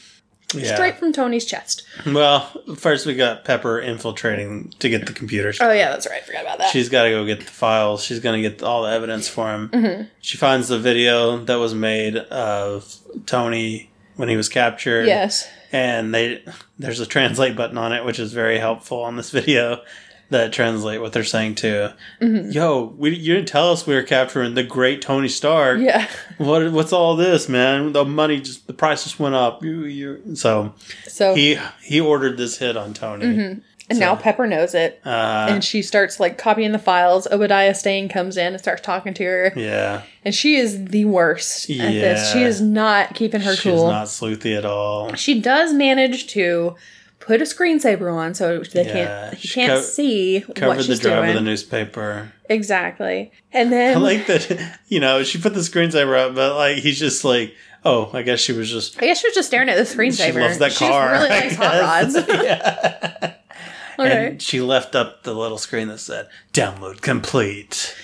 [SPEAKER 1] Yeah.
[SPEAKER 2] straight from Tony's chest.
[SPEAKER 1] Well, first we got Pepper infiltrating to get the computer.
[SPEAKER 2] Oh yeah, that's right. I forgot about that.
[SPEAKER 1] She's got to go get the files. She's going to get all the evidence for him.
[SPEAKER 2] Mm-hmm.
[SPEAKER 1] She finds the video that was made of Tony when he was captured.
[SPEAKER 2] yes.
[SPEAKER 1] And they there's a translate button on it, which is very helpful on this video that translate what they're saying to.
[SPEAKER 2] Mm-hmm.
[SPEAKER 1] Yo, we, you didn't tell us we were capturing the great Tony Stark.
[SPEAKER 2] Yeah.
[SPEAKER 1] What what's all this, man? The money just the price just went up. You you so
[SPEAKER 2] So
[SPEAKER 1] he he ordered this hit on Tony.
[SPEAKER 2] and now Pepper knows it,
[SPEAKER 1] Uh,
[SPEAKER 2] and she starts like copying the files. Obadiah Stane comes in and starts talking to her,
[SPEAKER 1] yeah.
[SPEAKER 2] and she is the worst at this.
[SPEAKER 1] Yeah.
[SPEAKER 2] She is not keeping her
[SPEAKER 1] She's
[SPEAKER 2] cool.
[SPEAKER 1] not sleuthy at all.
[SPEAKER 2] She does manage to put a screensaver on so they
[SPEAKER 1] Yeah,
[SPEAKER 2] can't he
[SPEAKER 1] she
[SPEAKER 2] can't
[SPEAKER 1] co-
[SPEAKER 2] see
[SPEAKER 1] Covered
[SPEAKER 2] what
[SPEAKER 1] the
[SPEAKER 2] she's
[SPEAKER 1] drive
[SPEAKER 2] doing.
[SPEAKER 1] with a newspaper.
[SPEAKER 2] exactly. And
[SPEAKER 1] I
[SPEAKER 2] then I,
[SPEAKER 1] like that, you know, she put the screensaver up, but like he's just like, oh, I guess she was just.
[SPEAKER 2] guess she was just staring at the screensaver.
[SPEAKER 1] She loves that
[SPEAKER 2] She
[SPEAKER 1] car.
[SPEAKER 2] really
[SPEAKER 1] I
[SPEAKER 2] likes hot rods.
[SPEAKER 1] guess. yeah.
[SPEAKER 2] okay.
[SPEAKER 1] And she left up the little screen that said "download complete."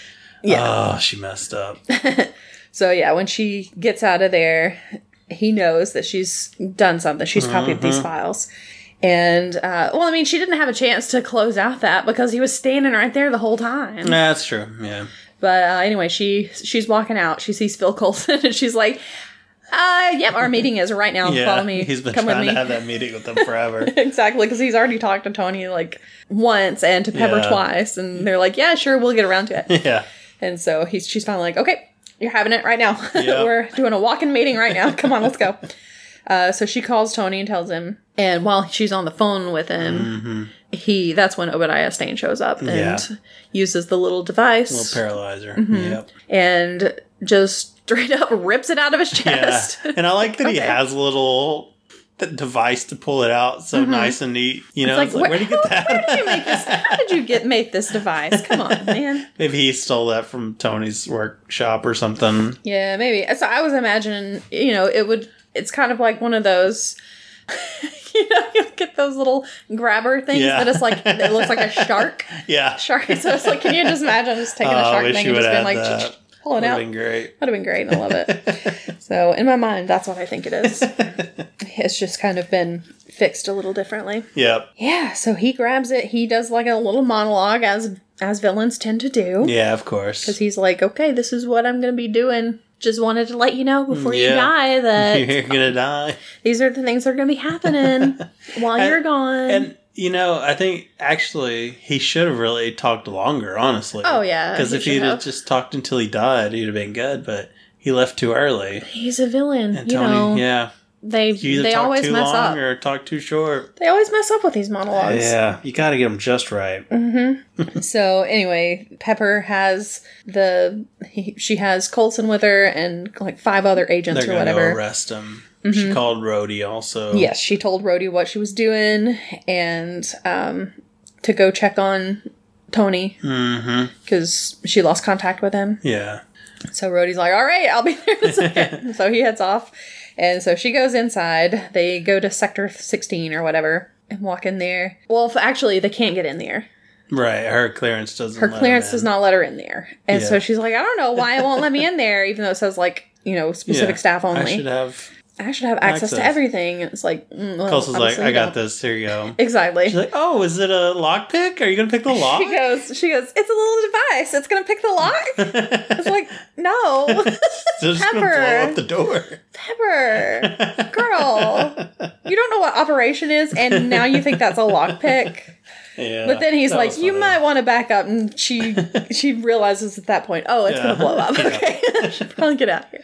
[SPEAKER 2] yeah.
[SPEAKER 1] Oh, she messed up.
[SPEAKER 2] So yeah, when she gets out of there, he knows that she's done something. She's copied these
[SPEAKER 1] Mm-hmm.
[SPEAKER 2] files. And uh, well, I mean, she didn't have a chance to close out that because he was standing right there the whole time.
[SPEAKER 1] nah, that's true. Yeah.
[SPEAKER 2] But uh, anyway, she she's walking out. She sees Phil Coulson, and she's like, "Uh, yep, our meeting is right now.
[SPEAKER 1] Yeah.
[SPEAKER 2] Follow me.
[SPEAKER 1] He's been
[SPEAKER 2] Come with
[SPEAKER 1] trying
[SPEAKER 2] me."
[SPEAKER 1] to have that meeting with them forever.
[SPEAKER 2] exactly, because he's already talked to Tony like once and to Pepper
[SPEAKER 1] Yeah.
[SPEAKER 2] twice, and they're like, "Yeah, sure, we'll get around to it."
[SPEAKER 1] yeah.
[SPEAKER 2] and so he's she's finally like, "Okay, you're having it right now.
[SPEAKER 1] Yeah.
[SPEAKER 2] We're doing a walking meeting right now. Come on, let's go." Uh, so she calls Tony and tells him, and while she's on the phone with him. He that's when Obadiah Stane shows up and
[SPEAKER 1] Mm-hmm. Yeah.
[SPEAKER 2] uses the little device
[SPEAKER 1] Little paralyzer.
[SPEAKER 2] Mm-hmm.
[SPEAKER 1] Yep.
[SPEAKER 2] and just straight up rips it out of his
[SPEAKER 1] Yeah.
[SPEAKER 2] chest.
[SPEAKER 1] And I like that he
[SPEAKER 2] Okay.
[SPEAKER 1] has a little th- device to pull it out so nice and neat. You know,
[SPEAKER 2] Mm-hmm. It's like,
[SPEAKER 1] where, would do you get that?
[SPEAKER 2] Where did you make this? How did you get make this device? Come on, man.
[SPEAKER 1] Maybe he stole that from Tony's workshop or something.
[SPEAKER 2] Yeah, maybe. So I was imagining, you know, it would. It's kind of like one of those. You know, you get those little grabber things
[SPEAKER 1] Yeah.
[SPEAKER 2] that it's like it looks like a shark.
[SPEAKER 1] Yeah.
[SPEAKER 2] Shark. So it's like, can you just imagine just taking a
[SPEAKER 1] Oh, I
[SPEAKER 2] shark
[SPEAKER 1] wish
[SPEAKER 2] thing
[SPEAKER 1] you
[SPEAKER 2] and just
[SPEAKER 1] would
[SPEAKER 2] being
[SPEAKER 1] add
[SPEAKER 2] like,
[SPEAKER 1] that.
[SPEAKER 2] pull it
[SPEAKER 1] Would have
[SPEAKER 2] out?
[SPEAKER 1] been great.
[SPEAKER 2] Would have been great. and I love it. so in my mind, that's what I think it is. it's just kind of been fixed a little differently.
[SPEAKER 1] Yep.
[SPEAKER 2] Yeah, so he grabs it. He does like a little monologue as as villains tend to do.
[SPEAKER 1] Yeah, of course.
[SPEAKER 2] He's like, "Okay, this is what I'm going to be doing. Just wanted to let you know before you
[SPEAKER 1] Yeah.
[SPEAKER 2] die that
[SPEAKER 1] You're gonna die.
[SPEAKER 2] these are the things that are going to be happening while you're gone."
[SPEAKER 1] And you know, I think actually he should have really talked longer, honestly.
[SPEAKER 2] Oh, yeah,
[SPEAKER 1] Because
[SPEAKER 2] he
[SPEAKER 1] if
[SPEAKER 2] should
[SPEAKER 1] he'd have
[SPEAKER 2] have.
[SPEAKER 1] just talked until he died, he'd have been good, but he left too early.
[SPEAKER 2] He's a villain,
[SPEAKER 1] And
[SPEAKER 2] you
[SPEAKER 1] Tony,
[SPEAKER 2] know.
[SPEAKER 1] yeah.
[SPEAKER 2] They
[SPEAKER 1] You either
[SPEAKER 2] they
[SPEAKER 1] talk
[SPEAKER 2] always
[SPEAKER 1] too
[SPEAKER 2] mess
[SPEAKER 1] long
[SPEAKER 2] up.
[SPEAKER 1] or talk too short.
[SPEAKER 2] They always mess up with these monologues.
[SPEAKER 1] Yeah, you got to get them just right.
[SPEAKER 2] Mm, So anyway, Pepper has the he, she has Colson with her and like five other agents
[SPEAKER 1] They're
[SPEAKER 2] or
[SPEAKER 1] going to
[SPEAKER 2] whatever. Mm-hmm.
[SPEAKER 1] arrest him. She called Rhodey also.
[SPEAKER 2] Yes, she told Rhodey what she was doing and um, to go check on Tony
[SPEAKER 1] Mm-hmm.
[SPEAKER 2] because she lost contact with him.
[SPEAKER 1] Yeah.
[SPEAKER 2] So Rhodey's like, "All right, I'll be there." in a second." so he heads off, and so she goes inside. They go to Sector 16 or whatever and walk in there. Well, f- actually, they can't get in there
[SPEAKER 1] Right. Her clearance doesn't.
[SPEAKER 2] Her
[SPEAKER 1] let
[SPEAKER 2] clearance
[SPEAKER 1] him
[SPEAKER 2] does
[SPEAKER 1] in.
[SPEAKER 2] not let her in there. And so
[SPEAKER 1] Yeah.
[SPEAKER 2] she's like, I don't know why it won't let me in there, even though it says like, you know, specific
[SPEAKER 1] Yeah.
[SPEAKER 2] staff only.
[SPEAKER 1] I should have.
[SPEAKER 2] have access, to
[SPEAKER 1] access.
[SPEAKER 2] everything. It's like, mm, well,
[SPEAKER 1] Coulson's like,
[SPEAKER 2] obviously
[SPEAKER 1] I got
[SPEAKER 2] not."
[SPEAKER 1] this. Here you go.
[SPEAKER 2] Exactly.
[SPEAKER 1] She's like, oh, is it a lockpick? Are you gonna pick the lock?
[SPEAKER 2] She goes, she goes, it's a little device. It's going to pick the lock. It's like, no,
[SPEAKER 1] They're just gonna blow
[SPEAKER 2] Pepper.
[SPEAKER 1] up the door.
[SPEAKER 2] Pepper, girl, you don't know what operation is. And now you think that's a lockpick.
[SPEAKER 1] Yeah.
[SPEAKER 2] But then he's
[SPEAKER 1] that
[SPEAKER 2] like,
[SPEAKER 1] was
[SPEAKER 2] "You
[SPEAKER 1] funny.
[SPEAKER 2] might want to back up," and she she realizes at that point, "Oh, it's
[SPEAKER 1] Yeah.
[SPEAKER 2] gonna blow up.
[SPEAKER 1] Yeah.
[SPEAKER 2] Okay, I should probably get out of here."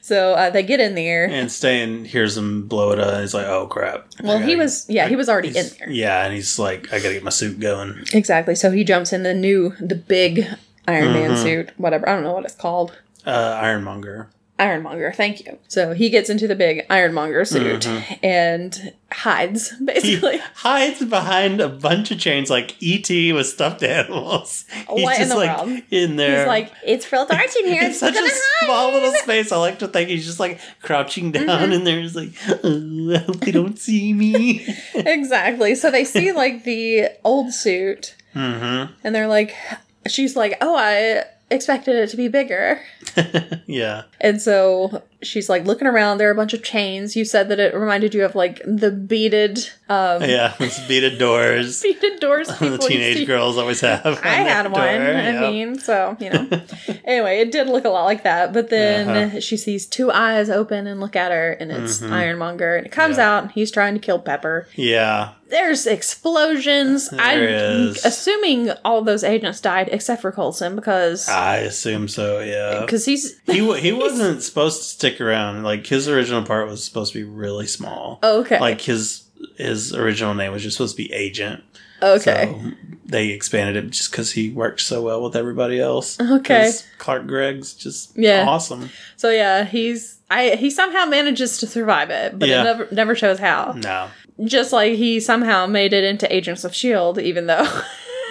[SPEAKER 2] So uh, they get in there.
[SPEAKER 1] And Stan hears him blow it up. And he's like, oh crap. I
[SPEAKER 2] well, he
[SPEAKER 1] gotta-
[SPEAKER 2] was yeah, he was already in
[SPEAKER 1] he's-
[SPEAKER 2] there
[SPEAKER 1] Yeah, and he's like, I gotta get my suit going.
[SPEAKER 2] exactly. So he jumps in the new the big Iron
[SPEAKER 1] Mm-hmm.
[SPEAKER 2] Man suit, whatever I don't know what it's called.
[SPEAKER 1] Uh, Ironmonger.
[SPEAKER 2] Ironmonger, thank you. So he gets into the big Ironmonger suit
[SPEAKER 1] Mm-hmm.
[SPEAKER 2] and hides basically.
[SPEAKER 1] He hides behind a bunch of chains like E.T. with stuffed animals. He's
[SPEAKER 2] What in
[SPEAKER 1] just
[SPEAKER 2] the
[SPEAKER 1] like
[SPEAKER 2] world?
[SPEAKER 1] in there.
[SPEAKER 2] He's like, "It's real dark in here.
[SPEAKER 1] it's
[SPEAKER 2] it's
[SPEAKER 1] such
[SPEAKER 2] gonna
[SPEAKER 1] a
[SPEAKER 2] hide."
[SPEAKER 1] small little space. I like to think he's just like crouching down
[SPEAKER 2] Mm-hmm.
[SPEAKER 1] in there. He's like, oh, I hope they don't see me.
[SPEAKER 2] exactly. So they see like the old suit
[SPEAKER 1] mm-hmm.
[SPEAKER 2] And they're like, she's like, oh, I expected it to be bigger.
[SPEAKER 1] Yeah.
[SPEAKER 2] And so she's like looking around. There are a bunch of chains. You said that it reminded you of like the beaded, um,
[SPEAKER 1] Yeah. It's beaded doors.
[SPEAKER 2] beaded doors.
[SPEAKER 1] the
[SPEAKER 2] people used
[SPEAKER 1] teenage
[SPEAKER 2] to-
[SPEAKER 1] girls always have. on
[SPEAKER 2] I
[SPEAKER 1] their
[SPEAKER 2] had one.
[SPEAKER 1] door.
[SPEAKER 2] I
[SPEAKER 1] Yep.
[SPEAKER 2] mean, so you know. anyway, it did look a lot like that. But then
[SPEAKER 1] Uh-huh.
[SPEAKER 2] she sees two eyes open and look at her, and it's Ironmonger, and it comes
[SPEAKER 1] Mm-hmm. Yeah.
[SPEAKER 2] out. And he's trying to kill Pepper.
[SPEAKER 1] yeah.
[SPEAKER 2] There's explosions. I'm
[SPEAKER 1] is.
[SPEAKER 2] assuming all those agents died except for Colson because
[SPEAKER 1] I assume so. Yeah.
[SPEAKER 2] because he's
[SPEAKER 1] He wa- he wasn't supposed to stick around. Like his original part was supposed to be really small.
[SPEAKER 2] oh, okay
[SPEAKER 1] Like his his original name was just supposed to be Agent.
[SPEAKER 2] okay
[SPEAKER 1] So they expanded it just because he worked so well with everybody else.
[SPEAKER 2] Okay.
[SPEAKER 1] 'Cause Clark Gregg's just
[SPEAKER 2] Yeah.
[SPEAKER 1] awesome.
[SPEAKER 2] so, yeah he's I he somehow manages to survive it but
[SPEAKER 1] Yeah. Mm-hmm.
[SPEAKER 2] it never never shows how
[SPEAKER 1] No.
[SPEAKER 2] just like he somehow made it into Agents of Shield E even though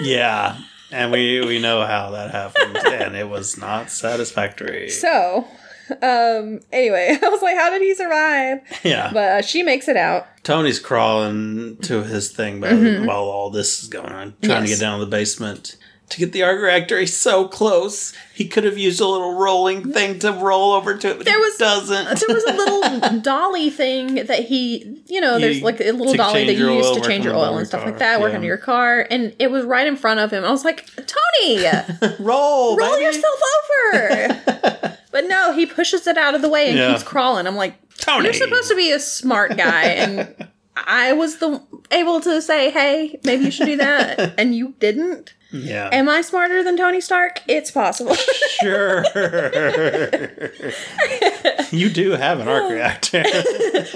[SPEAKER 1] Yeah. And we, we know how that happened, and it was not satisfactory.
[SPEAKER 2] so um anyway I was like how did he survive
[SPEAKER 1] yeah.
[SPEAKER 2] but uh, she makes it out
[SPEAKER 1] Tony's crawling to his thing but while all this is going on, trying to
[SPEAKER 2] Mm-hmm.
[SPEAKER 1] get
[SPEAKER 2] Yes.
[SPEAKER 1] down to the basement to get the arc reactor. He's so close. He could have used a little rolling thing to roll over to it, but
[SPEAKER 2] Mm-hmm. There
[SPEAKER 1] he
[SPEAKER 2] was-
[SPEAKER 1] doesn't.
[SPEAKER 2] there was a little dolly thing that he you know there's
[SPEAKER 1] He-
[SPEAKER 2] like a little
[SPEAKER 1] to
[SPEAKER 2] dolly that
[SPEAKER 1] change
[SPEAKER 2] you
[SPEAKER 1] your
[SPEAKER 2] use
[SPEAKER 1] oil,
[SPEAKER 2] to
[SPEAKER 1] work on
[SPEAKER 2] change your
[SPEAKER 1] the
[SPEAKER 2] oil
[SPEAKER 1] bottom of your
[SPEAKER 2] and stuff
[SPEAKER 1] car.
[SPEAKER 2] like that work
[SPEAKER 1] Yeah.
[SPEAKER 2] on your car and it was right in front of him I was like Tony
[SPEAKER 1] roll,
[SPEAKER 2] roll
[SPEAKER 1] baby.
[SPEAKER 2] yourself over. but no, he pushes it out of the way and
[SPEAKER 1] Yeah.
[SPEAKER 2] keeps crawling. I'm like,
[SPEAKER 1] Tony.
[SPEAKER 2] you're supposed to be a smart guy, and I was the able to say, hey, maybe you should do that, and you didn't.
[SPEAKER 1] Yeah.
[SPEAKER 2] Am I smarter than Tony Stark? It's possible.
[SPEAKER 1] sure. you do have an
[SPEAKER 2] Oh.
[SPEAKER 1] arc reactor.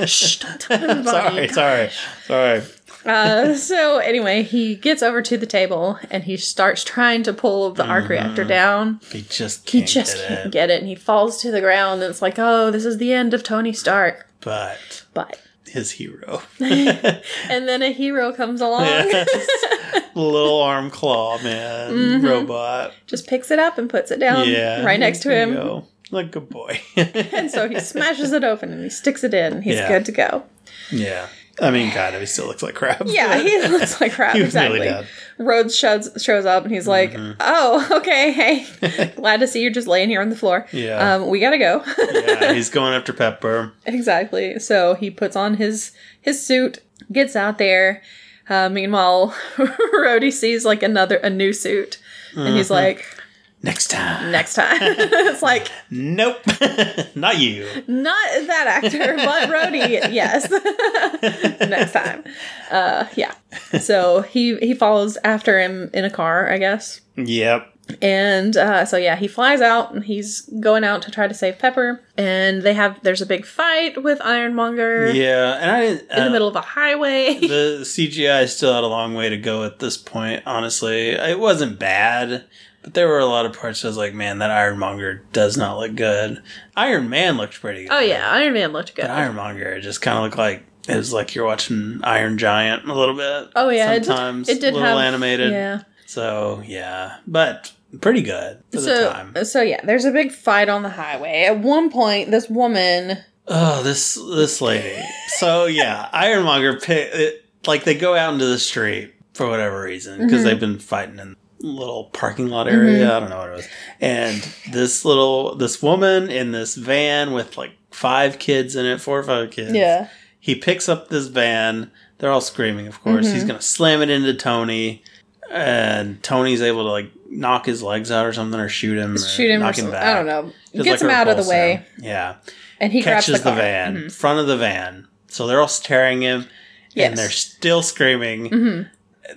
[SPEAKER 2] Shh, don't tell
[SPEAKER 1] sorry,
[SPEAKER 2] everybody.
[SPEAKER 1] sorry, sorry.
[SPEAKER 2] Uh, so anyway, he gets over to the table and he starts trying to pull the arc reactor down.
[SPEAKER 1] He just Mm-hmm.
[SPEAKER 2] He
[SPEAKER 1] can't
[SPEAKER 2] just
[SPEAKER 1] get
[SPEAKER 2] can't
[SPEAKER 1] it.
[SPEAKER 2] get it, and he falls to the ground. And it's like, oh, this is the end of Tony Stark.
[SPEAKER 1] But
[SPEAKER 2] But
[SPEAKER 1] his hero,
[SPEAKER 2] And then a hero comes along,
[SPEAKER 1] little arm claw man,
[SPEAKER 2] Mm-hmm.
[SPEAKER 1] robot.
[SPEAKER 2] just picks it up and puts it down
[SPEAKER 1] yeah,
[SPEAKER 2] right next to
[SPEAKER 1] there you
[SPEAKER 2] him.
[SPEAKER 1] go. Like a boy.
[SPEAKER 2] And so he smashes it open and he sticks it in. He's
[SPEAKER 1] Yeah.
[SPEAKER 2] good to go.
[SPEAKER 1] yeah, I mean, kind of. He still looks like crap.
[SPEAKER 2] Yeah, he looks like crap.
[SPEAKER 1] He was really
[SPEAKER 2] exactly.
[SPEAKER 1] bad. Mm-hmm.
[SPEAKER 2] Rhodes shows, shows up and he's like, "Oh, okay, hey, glad to see you're just laying here on the floor.
[SPEAKER 1] Yeah.
[SPEAKER 2] um, we gotta go."
[SPEAKER 1] yeah, he's going after Pepper.
[SPEAKER 2] exactly. So he puts on his his suit, gets out there. Uh, meanwhile, Rhodey sees like another a new suit, and he's like,
[SPEAKER 1] Next time,
[SPEAKER 2] "Next time." it's like.
[SPEAKER 1] nope, not you.
[SPEAKER 2] Not that actor, but Rhodey, yes. Next time. Uh, yeah. So he he follows after him in a car, I guess.
[SPEAKER 1] Yep.
[SPEAKER 2] And uh, so yeah, he flies out and he's going out to try to save Pepper. And they have there's a big fight with Ironmonger
[SPEAKER 1] Yeah, and I didn't.
[SPEAKER 2] in the
[SPEAKER 1] uh,
[SPEAKER 2] middle of a highway.
[SPEAKER 1] the CGI still had a long way to go at this point, honestly. It wasn't bad, but there were a lot of parts I was like, man, that Ironmonger does not look good. Iron Man looked pretty good.
[SPEAKER 2] Oh yeah, Iron Man looked good.
[SPEAKER 1] But Ironmonger just kind of looked like it was like you're watching Iron Giant a little bit.
[SPEAKER 2] Oh yeah,
[SPEAKER 1] sometimes
[SPEAKER 2] it did, it did
[SPEAKER 1] a little
[SPEAKER 2] have
[SPEAKER 1] animated.
[SPEAKER 2] Yeah.
[SPEAKER 1] So yeah, but pretty good for the time.
[SPEAKER 2] So so yeah, there's a big fight on the highway. At one point, this woman
[SPEAKER 1] Oh, this this lady. So yeah, Ironmonger pick it, like they go out into the street for whatever reason
[SPEAKER 2] Mm-hmm.
[SPEAKER 1] because they've been fighting in a little parking lot area. I don't know what it was. And this little this woman in this van with like five kids in it, four or five kids.
[SPEAKER 2] Yeah.
[SPEAKER 1] He picks up this van. They're all screaming, of course.
[SPEAKER 2] Mm-hmm.
[SPEAKER 1] He's gonna slam it into Tony, and Tony's able to like knock his legs out or something, or shoot him, or
[SPEAKER 2] Shoot him. Or
[SPEAKER 1] knock him
[SPEAKER 2] something.
[SPEAKER 1] back.
[SPEAKER 2] I don't know.
[SPEAKER 1] Just like
[SPEAKER 2] Gets him
[SPEAKER 1] a
[SPEAKER 2] out of the
[SPEAKER 1] repulsor.
[SPEAKER 2] way,
[SPEAKER 1] Yeah,
[SPEAKER 2] and he grabs
[SPEAKER 1] catches
[SPEAKER 2] the,
[SPEAKER 1] the,
[SPEAKER 2] car. Mm-hmm.
[SPEAKER 1] van, front of the van. So they're all staring him,
[SPEAKER 2] Yes. Mm-hmm.
[SPEAKER 1] and they're still screaming.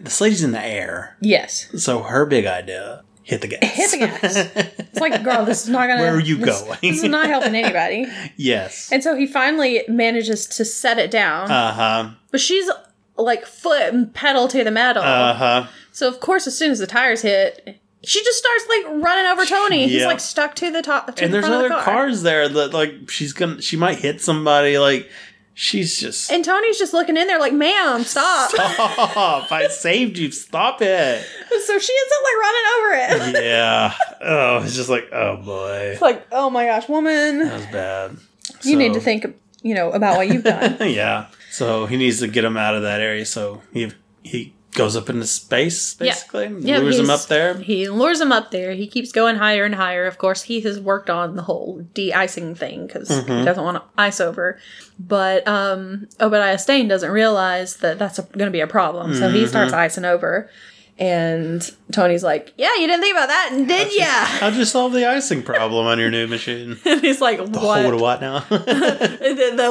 [SPEAKER 1] This lady's in the air,
[SPEAKER 2] Yes.
[SPEAKER 1] so her big idea hit the gas.
[SPEAKER 2] Hit the gas. it's like, girl, this is not gonna.
[SPEAKER 1] Where are you
[SPEAKER 2] this-
[SPEAKER 1] going?
[SPEAKER 2] This is not helping anybody.
[SPEAKER 1] yes.
[SPEAKER 2] And so he finally manages to set it down,
[SPEAKER 1] Uh huh.
[SPEAKER 2] but she's like foot and pedal to the metal.
[SPEAKER 1] Uh huh.
[SPEAKER 2] so of course, as soon as the tires hit, she just starts like running over Tony. He's
[SPEAKER 1] Yeah.
[SPEAKER 2] like stuck to the top. To
[SPEAKER 1] And
[SPEAKER 2] the
[SPEAKER 1] there's
[SPEAKER 2] front
[SPEAKER 1] other
[SPEAKER 2] of the car.
[SPEAKER 1] cars there that like she's gonna she might hit somebody. Like she's just
[SPEAKER 2] And Tony's just looking in there like, ma'am, stop.
[SPEAKER 1] stop. I saved you. Stop it.
[SPEAKER 2] so she ends up like running over it.
[SPEAKER 1] Yeah. Oh, it's just like oh boy,
[SPEAKER 2] It's like, oh my gosh, woman,
[SPEAKER 1] that was bad.
[SPEAKER 2] you need
[SPEAKER 1] So- uh,
[SPEAKER 2] to think, you know, about what you've done.
[SPEAKER 1] yeah. So he needs to get him out of that area. So he he goes up into space
[SPEAKER 2] Yeah.
[SPEAKER 1] basically, lures him
[SPEAKER 2] he's-
[SPEAKER 1] up there.
[SPEAKER 2] He lures him up there. He keeps going higher and higher. Of course, he has worked on the whole de-icing thing because
[SPEAKER 1] Mm-hmm.
[SPEAKER 2] he doesn't want to ice over. But um, Obadiah Stane doesn't realize that that's going to be a problem, so he starts
[SPEAKER 1] Mm-hmm.
[SPEAKER 2] icing over. And Tony's like, "Yeah, you didn't think about that, did ya?"
[SPEAKER 1] How'd you solve the icing problem on your new machine?
[SPEAKER 2] and he's like,
[SPEAKER 1] Oh, what a
[SPEAKER 2] "What?
[SPEAKER 1] what now?
[SPEAKER 2] The, the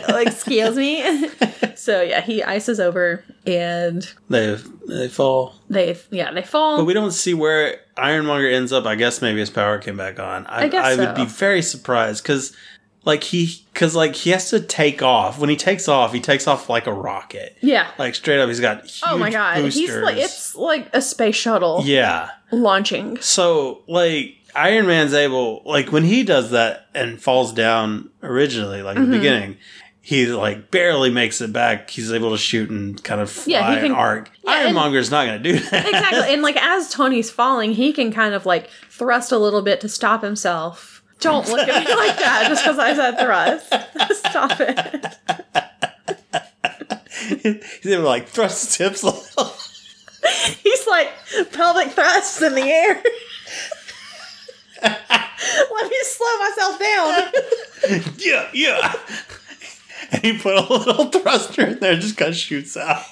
[SPEAKER 2] what? like, excuse me." so yeah, he ices over, and
[SPEAKER 1] they they fall,
[SPEAKER 2] they yeah they fall.
[SPEAKER 1] but we don't see where Ironmonger ends up. I guess maybe his power came back on. I,
[SPEAKER 2] I guess
[SPEAKER 1] would
[SPEAKER 2] so.
[SPEAKER 1] be very surprised because. Like he, because like he has to take off. When he takes off, he takes off like a rocket,
[SPEAKER 2] yeah.
[SPEAKER 1] like straight up. He's got huge
[SPEAKER 2] Oh my god, he's
[SPEAKER 1] boosters.
[SPEAKER 2] like it's like a space shuttle
[SPEAKER 1] yeah,
[SPEAKER 2] launching.
[SPEAKER 1] So, like, Iron Man's able, like, when he does that and falls down originally, like,
[SPEAKER 2] Mm-hmm.
[SPEAKER 1] the beginning, he, like, barely makes it back. He's able to shoot and kind of fly
[SPEAKER 2] Yeah, he
[SPEAKER 1] an
[SPEAKER 2] can-
[SPEAKER 1] arc.
[SPEAKER 2] yeah, and-
[SPEAKER 1] Ironmonger's not going to do that.
[SPEAKER 2] Exactly. and like as Tony's falling, he can kind of like thrust a little bit to stop himself. Don't look at me like that just because I said thrust. stop it.
[SPEAKER 1] He's able to, like, thrust his hips a little.
[SPEAKER 2] He's like pelvic thrusts in the air. Let me slow myself down.
[SPEAKER 1] yeah, yeah. And he put a little thruster in there and just kind of shoots out.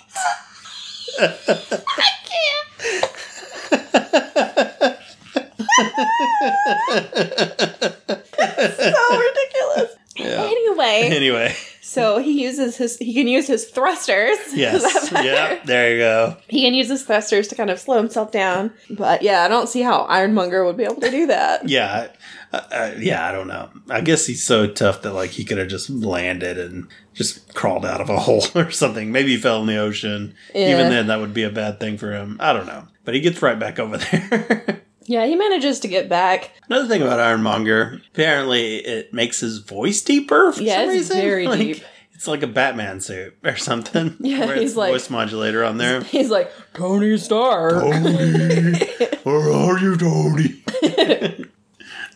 [SPEAKER 2] So ridiculous. Anyway,
[SPEAKER 1] Anyway,
[SPEAKER 2] so he uses his he can use his thrusters. Is
[SPEAKER 1] yes.
[SPEAKER 2] that better?
[SPEAKER 1] yeah, there you go.
[SPEAKER 2] He can use his thrusters to kind of slow himself down. But yeah, I don't see how Ironmonger would be able to do that.
[SPEAKER 1] Yeah, I- uh, yeah. I don't know. I guess he's so tough that like he could have just landed and just crawled out of a hole or something. Maybe he fell in the ocean.
[SPEAKER 2] Yeah.
[SPEAKER 1] Even then, that would be a bad thing for him. I don't know. But he gets right back over there.
[SPEAKER 2] Yeah, he manages to get back.
[SPEAKER 1] Another thing about Ironmonger, apparently it makes his voice deeper. For
[SPEAKER 2] Yeah,
[SPEAKER 1] some
[SPEAKER 2] it's
[SPEAKER 1] reason.
[SPEAKER 2] very
[SPEAKER 1] Like,
[SPEAKER 2] deep.
[SPEAKER 1] It's like a Batman suit or something.
[SPEAKER 2] Yeah,
[SPEAKER 1] where
[SPEAKER 2] he's
[SPEAKER 1] it's
[SPEAKER 2] like-
[SPEAKER 1] voice modulator on there.
[SPEAKER 2] He's like, Tony
[SPEAKER 1] Oh.
[SPEAKER 2] Stark.
[SPEAKER 1] Tony, where are you, Tony?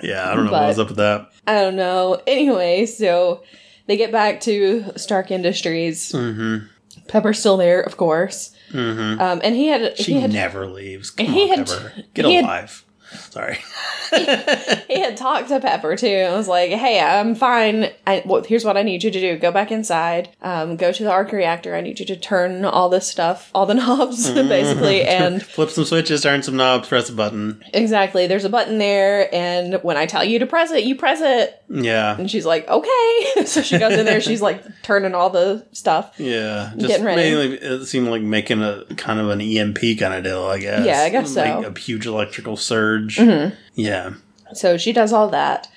[SPEAKER 1] yeah, I don't know what
[SPEAKER 2] But-
[SPEAKER 1] was up with that.
[SPEAKER 2] I don't know. Anyway, so they get back to Stark Industries. Mm-hmm. Pepper's still there, of course. Mm-hmm. Um, and he had
[SPEAKER 1] She
[SPEAKER 2] he had
[SPEAKER 1] never leaves. Come
[SPEAKER 2] he
[SPEAKER 1] on,
[SPEAKER 2] had-
[SPEAKER 1] Pepper. Get
[SPEAKER 2] he
[SPEAKER 1] a
[SPEAKER 2] had-
[SPEAKER 1] life. Sorry.
[SPEAKER 2] he had talked to Pepper too. and was like, "Hey, I'm fine. I, well, here's what I need you to do: go back inside, um, go to the arc reactor. I need you to turn all this stuff, all the knobs, basically, and
[SPEAKER 1] Flip some switches, turn some knobs, press a button.
[SPEAKER 2] Exactly. There's a button there, and when I tell you to press it, you press it.
[SPEAKER 1] Yeah.
[SPEAKER 2] And she's like, okay. so she goes in there. She's like turning all the stuff.
[SPEAKER 1] Yeah. Just
[SPEAKER 2] Getting ready.
[SPEAKER 1] mainly it seemed like making a kind of an E EMP kind of deal, I guess.
[SPEAKER 2] Yeah, I guess
[SPEAKER 1] Like
[SPEAKER 2] so. Mm-hmm.
[SPEAKER 1] a huge electrical surge. Yeah.
[SPEAKER 2] So she does all that,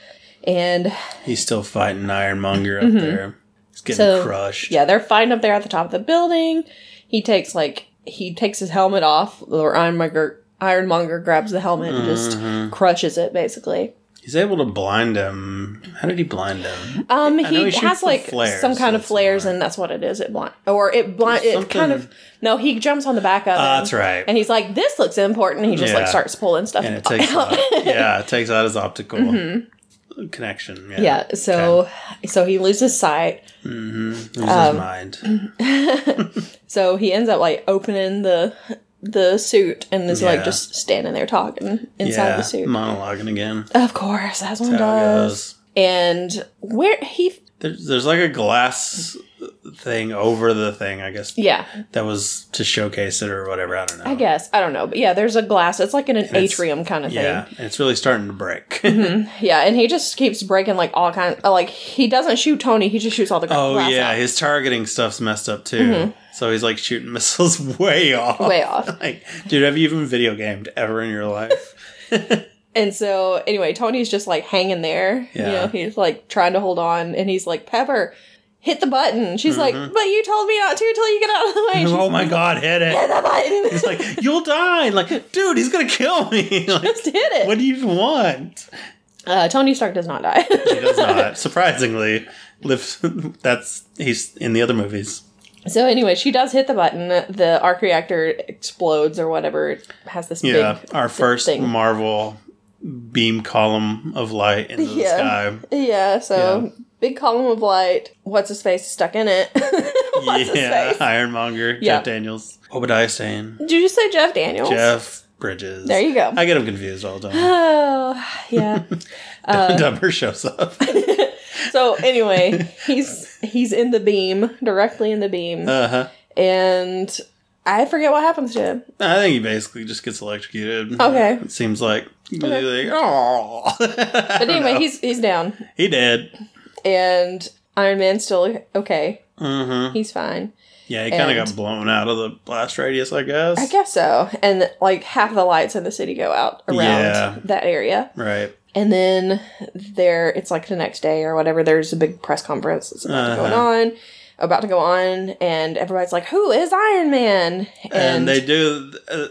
[SPEAKER 2] and
[SPEAKER 1] He's still fighting Ironmonger up there. He's getting
[SPEAKER 2] Mm-hmm. So-
[SPEAKER 1] crushed.
[SPEAKER 2] yeah, they're fine up there at the top of the building. He takes like he takes his helmet off, or Ironmonger Ironmonger grabs the helmet and
[SPEAKER 1] Mm-hmm.
[SPEAKER 2] just crushes it basically.
[SPEAKER 1] He's able to blind him. How did he blind him?
[SPEAKER 2] Um,
[SPEAKER 1] I know
[SPEAKER 2] he
[SPEAKER 1] he shoots
[SPEAKER 2] has
[SPEAKER 1] the
[SPEAKER 2] like
[SPEAKER 1] flares,
[SPEAKER 2] some kind of
[SPEAKER 1] that's
[SPEAKER 2] flares,
[SPEAKER 1] why.
[SPEAKER 2] and that's what it is. It blind or it blind. It kind of
[SPEAKER 1] Something-
[SPEAKER 2] no. He jumps on the back of.
[SPEAKER 1] Ah,
[SPEAKER 2] it,
[SPEAKER 1] that's right.
[SPEAKER 2] And he's like, "This looks important." He just
[SPEAKER 1] Yeah.
[SPEAKER 2] like starts pulling stuff.
[SPEAKER 1] And it takes out, yeah, it takes out his optical. Because connection. Yeah.
[SPEAKER 2] Mm-hmm. Yeah, so so he loses sight.
[SPEAKER 1] hmm Loses
[SPEAKER 2] Um,
[SPEAKER 1] mind.
[SPEAKER 2] So he ends up like opening the the suit and is like
[SPEAKER 1] Yeah.
[SPEAKER 2] just standing there talking inside
[SPEAKER 1] yeah.
[SPEAKER 2] the suit.
[SPEAKER 1] Monologuing again.
[SPEAKER 2] of course, as one
[SPEAKER 1] That's how it
[SPEAKER 2] does.
[SPEAKER 1] goes.
[SPEAKER 2] And where he
[SPEAKER 1] There's, there's like a glass thing over the thing, I guess.
[SPEAKER 2] yeah,
[SPEAKER 1] That was to showcase it or whatever. I don't know.
[SPEAKER 2] I guess. I don't know. But yeah, there's a glass. It's like in an
[SPEAKER 1] it's-
[SPEAKER 2] atrium kind of thing. Mm-hmm.
[SPEAKER 1] Yeah. and It's really starting to break.
[SPEAKER 2] Yeah, and he just keeps breaking like all kinds. uh, Like he doesn't shoot Tony. He just shoots all the
[SPEAKER 1] oh,
[SPEAKER 2] glass
[SPEAKER 1] yeah.
[SPEAKER 2] out. Mm-hmm.
[SPEAKER 1] His targeting stuff's messed up too. So he's like shooting missiles way off.
[SPEAKER 2] Way off.
[SPEAKER 1] like, dude, have you even video gamed ever in your life?
[SPEAKER 2] And so anyway, Tony's just like hanging there. You
[SPEAKER 1] Yeah.
[SPEAKER 2] know, he's like trying to hold on, and he's like, "Pepper, hit the button." She's
[SPEAKER 1] Mm-hmm.
[SPEAKER 2] like, "But you told me not to until you get out of the way." She's
[SPEAKER 1] oh,
[SPEAKER 2] like,
[SPEAKER 1] my God, hit it.
[SPEAKER 2] hit the button.
[SPEAKER 1] He's like, you'll die. Like, dude, he's gonna kill me. Like,
[SPEAKER 2] just hit it.
[SPEAKER 1] what do you even want?
[SPEAKER 2] Uh, Tony Stark does not die.
[SPEAKER 1] He does not. Surprisingly, lives. That's he's in the other movies.
[SPEAKER 2] so anyway, she does hit the button. The arc reactor explodes or whatever. It has this
[SPEAKER 1] Yeah,
[SPEAKER 2] big
[SPEAKER 1] our first
[SPEAKER 2] thing.
[SPEAKER 1] Marvel beam column of light into the
[SPEAKER 2] Yeah.
[SPEAKER 1] sky.
[SPEAKER 2] Yeah, so
[SPEAKER 1] Yeah.
[SPEAKER 2] big column of light. What's his face stuck in it? What's
[SPEAKER 1] yeah,
[SPEAKER 2] his face?
[SPEAKER 1] Ironmonger,
[SPEAKER 2] Yeah.
[SPEAKER 1] Jeff Daniels, Obadiah Stane,
[SPEAKER 2] Did you say Jeff Daniels?
[SPEAKER 1] Jeff Bridges.
[SPEAKER 2] There you go.
[SPEAKER 1] I get him confused all the time.
[SPEAKER 2] Oh, yeah.
[SPEAKER 1] Dumber shows up.
[SPEAKER 2] so anyway, he's he's in the beam, directly in the beam,
[SPEAKER 1] Uh huh.
[SPEAKER 2] and I forget what happens to him.
[SPEAKER 1] I think he basically just gets electrocuted.
[SPEAKER 2] Okay.
[SPEAKER 1] It seems like. Like, oh.
[SPEAKER 2] But anyway, he's he's down,
[SPEAKER 1] he did.
[SPEAKER 2] and Iron Man's still okay.
[SPEAKER 1] hmm
[SPEAKER 2] He's fine.
[SPEAKER 1] Yeah, he kind of
[SPEAKER 2] And-
[SPEAKER 1] got blown out of the blast radius, I guess.
[SPEAKER 2] I guess so. And like half the lights in the city go out around
[SPEAKER 1] Yeah.
[SPEAKER 2] that area.
[SPEAKER 1] Right.
[SPEAKER 2] And then there, it's like the next day or whatever. There's a big press conference that's about to
[SPEAKER 1] Uh-huh.
[SPEAKER 2] going on, about to go on, and everybody's like, "Who is Iron Man?" And,
[SPEAKER 1] And, they do. Uh,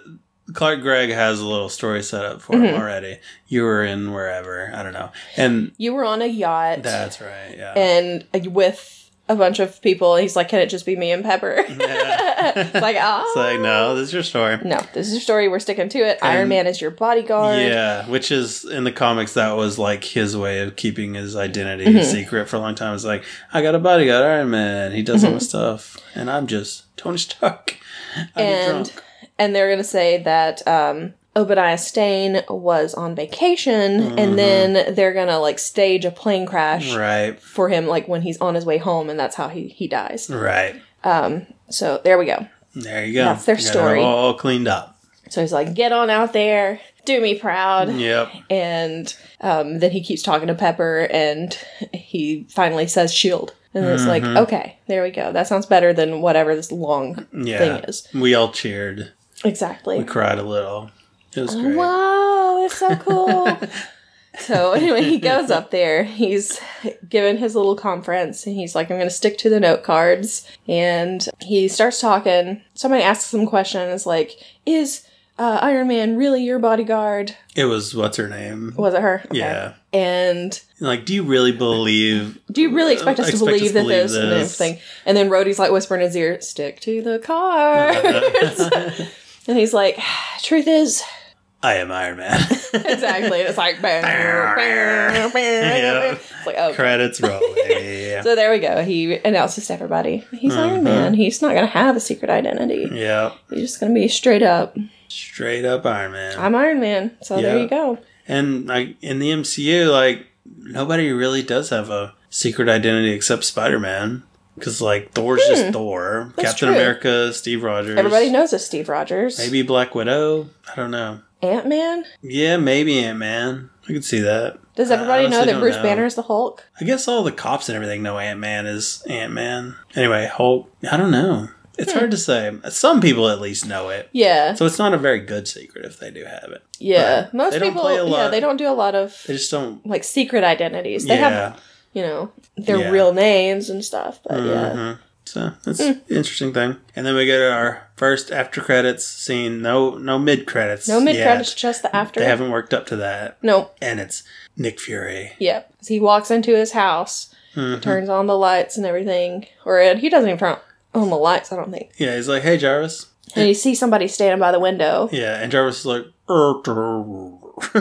[SPEAKER 1] Clark Gregg has a little story set up for him
[SPEAKER 2] Mhm.
[SPEAKER 1] already. You were in wherever. I don't know. And
[SPEAKER 2] you were on a yacht,
[SPEAKER 1] that's right. Yeah.
[SPEAKER 2] and with a bunch of people. He's like, "Can it just be me and Pepper?"
[SPEAKER 1] Yeah.
[SPEAKER 2] it's like, ah,
[SPEAKER 1] it's like, no, this is your story.
[SPEAKER 2] no, this is your story. We're sticking to it. Iron
[SPEAKER 1] And-
[SPEAKER 2] Man is your bodyguard.
[SPEAKER 1] Yeah, which is in the comics that was like his way of keeping his identity
[SPEAKER 2] Mhm.
[SPEAKER 1] secret for a long time. It's like I got a bodyguard, Iron Man. He does all
[SPEAKER 2] Mm-hmm.
[SPEAKER 1] my stuff, and I'm just Tony Stark. I get
[SPEAKER 2] and
[SPEAKER 1] drunk.
[SPEAKER 2] and they're gonna say that um Obadiah Stane was on vacation,
[SPEAKER 1] Mhm.
[SPEAKER 2] and then they're gonna like stage a plane crash
[SPEAKER 1] right,
[SPEAKER 2] for him, like when he's on his way home, and that's how he he dies.
[SPEAKER 1] right.
[SPEAKER 2] Um, so there we go.
[SPEAKER 1] There you go.
[SPEAKER 2] That's their
[SPEAKER 1] You got it
[SPEAKER 2] story.
[SPEAKER 1] All cleaned up.
[SPEAKER 2] So he's like, "Get on out there, do me proud,"
[SPEAKER 1] Yep.
[SPEAKER 2] and um, then he keeps talking to Pepper, and he finally says "Shield," and it's like,
[SPEAKER 1] Mhm.
[SPEAKER 2] "Okay, there we go. That sounds better than whatever this long
[SPEAKER 1] Yeah.
[SPEAKER 2] thing is."
[SPEAKER 1] We all cheered.
[SPEAKER 2] Exactly.
[SPEAKER 1] We cried a little. It was great.
[SPEAKER 2] Wow, it's so cool. so anyway, he goes up there. He's given his little conference, and he's like, "I'm going to stick to the note cards." And he starts talking. Somebody asks him a question. and Is like, "Is uh, Iron Man really your bodyguard?"
[SPEAKER 1] It was what's her name?
[SPEAKER 2] Was it her? Okay.
[SPEAKER 1] Yeah.
[SPEAKER 2] And
[SPEAKER 1] Like, do you really believe?
[SPEAKER 2] do you really expect us
[SPEAKER 1] Expect
[SPEAKER 2] to
[SPEAKER 1] us
[SPEAKER 2] believe
[SPEAKER 1] to
[SPEAKER 2] that
[SPEAKER 1] believe
[SPEAKER 2] this, and
[SPEAKER 1] this.
[SPEAKER 2] everything? And then Rhodey's like whispering in his ear, "Stick to the cards." and he's like, "Truth is,
[SPEAKER 1] I am Iron Man.
[SPEAKER 2] exactly. And it's like, bam, bam, bam, bam. it's like, oh.
[SPEAKER 1] Credits rolling.
[SPEAKER 2] So there we go. He announces to everybody, he's
[SPEAKER 1] Mm-hmm.
[SPEAKER 2] Iron Man. He's not going to have a secret identity.
[SPEAKER 1] yeah.
[SPEAKER 2] He's just going to be straight up,
[SPEAKER 1] Straight up Iron Man.
[SPEAKER 2] I'm Iron Man. So there
[SPEAKER 1] Yeah.
[SPEAKER 2] you go.
[SPEAKER 1] and like in the MCU, like nobody really does have a secret identity except Spider Man. Because like Thor's just Thor,
[SPEAKER 2] Hmm. That's
[SPEAKER 1] Captain
[SPEAKER 2] true.
[SPEAKER 1] America, Steve Rogers,
[SPEAKER 2] Everybody knows it's Steve Rogers.
[SPEAKER 1] maybe Black Widow. I don't know.
[SPEAKER 2] Ant Man?
[SPEAKER 1] Yeah, maybe Ant Man. I could see that.
[SPEAKER 2] Does
[SPEAKER 1] I
[SPEAKER 2] everybody know
[SPEAKER 1] honestly
[SPEAKER 2] that
[SPEAKER 1] don't
[SPEAKER 2] Bruce
[SPEAKER 1] know.
[SPEAKER 2] Banner is the Hulk?
[SPEAKER 1] I guess all the cops and everything know Ant Man is Ant Man. Anyway, Hulk. I don't know. It's
[SPEAKER 2] Hmm.
[SPEAKER 1] hard to say. Some people at least know it.
[SPEAKER 2] Yeah.
[SPEAKER 1] So it's not a very good secret if they do have it.
[SPEAKER 2] yeah.
[SPEAKER 1] but
[SPEAKER 2] Most
[SPEAKER 1] they don't
[SPEAKER 2] people,
[SPEAKER 1] play a
[SPEAKER 2] yeah,
[SPEAKER 1] lot.
[SPEAKER 2] they don't do a lot of
[SPEAKER 1] They just don't.
[SPEAKER 2] like secret identities. They
[SPEAKER 1] yeah.
[SPEAKER 2] have, you know, their
[SPEAKER 1] Yeah.
[SPEAKER 2] real names and stuff. But yeah. Hmm.
[SPEAKER 1] Mhm. So that's an interesting thing. And then we go to our first after credits scene. No, no mid credits.
[SPEAKER 2] No mid credits, just the after.
[SPEAKER 1] They haven't worked up to that,
[SPEAKER 2] no.
[SPEAKER 1] and it's Nick Fury.
[SPEAKER 2] Yeah. So he walks into his house,
[SPEAKER 1] Mhm.
[SPEAKER 2] turns on the lights and everything. Or uh, he doesn't even turn on the lights, I don't think.
[SPEAKER 1] Yeah, he's like, "Hey, Jarvis."
[SPEAKER 2] And you see somebody standing by the window.
[SPEAKER 1] er, Yeah, and Jarvis is like, "Er, der."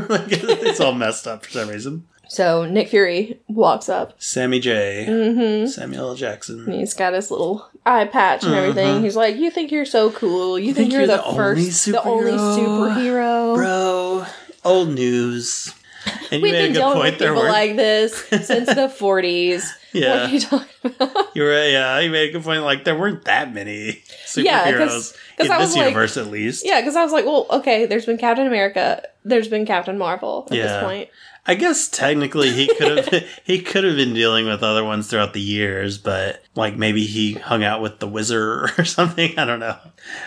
[SPEAKER 1] Like, "It's all messed up for some reason."
[SPEAKER 2] So Nick Fury walks up.
[SPEAKER 1] Sammy J.
[SPEAKER 2] Mm-hmm.
[SPEAKER 1] Samuel L. Jackson.
[SPEAKER 2] And he's got his little eye patch and everything.
[SPEAKER 1] Uh-huh.
[SPEAKER 2] He's like, "You think you're so cool? You, think, you're, the,
[SPEAKER 1] only
[SPEAKER 2] first, the only
[SPEAKER 1] superhero?"
[SPEAKER 2] superhero?
[SPEAKER 1] Bro, old news. And you
[SPEAKER 2] We've
[SPEAKER 1] made a
[SPEAKER 2] been
[SPEAKER 1] good
[SPEAKER 2] dealing
[SPEAKER 1] point
[SPEAKER 2] with
[SPEAKER 1] there.
[SPEAKER 2] people
[SPEAKER 1] Ward.
[SPEAKER 2] like this since the '40s. What are
[SPEAKER 1] yeah,
[SPEAKER 2] you talking about?
[SPEAKER 1] you were. Yeah, you made a good point. Like there weren't that many superheroes
[SPEAKER 2] Yeah, 'cause- 'cause
[SPEAKER 1] in
[SPEAKER 2] I
[SPEAKER 1] this
[SPEAKER 2] was like-
[SPEAKER 1] universe, at least.
[SPEAKER 2] yeah, because I was like, "Well, okay, there's been Captain America. There's been Captain Marvel at
[SPEAKER 1] Yeah.
[SPEAKER 2] this point.
[SPEAKER 1] I guess technically he could have he could have been dealing with other ones throughout the years, but like maybe he hung out with the wizard or something. I don't know.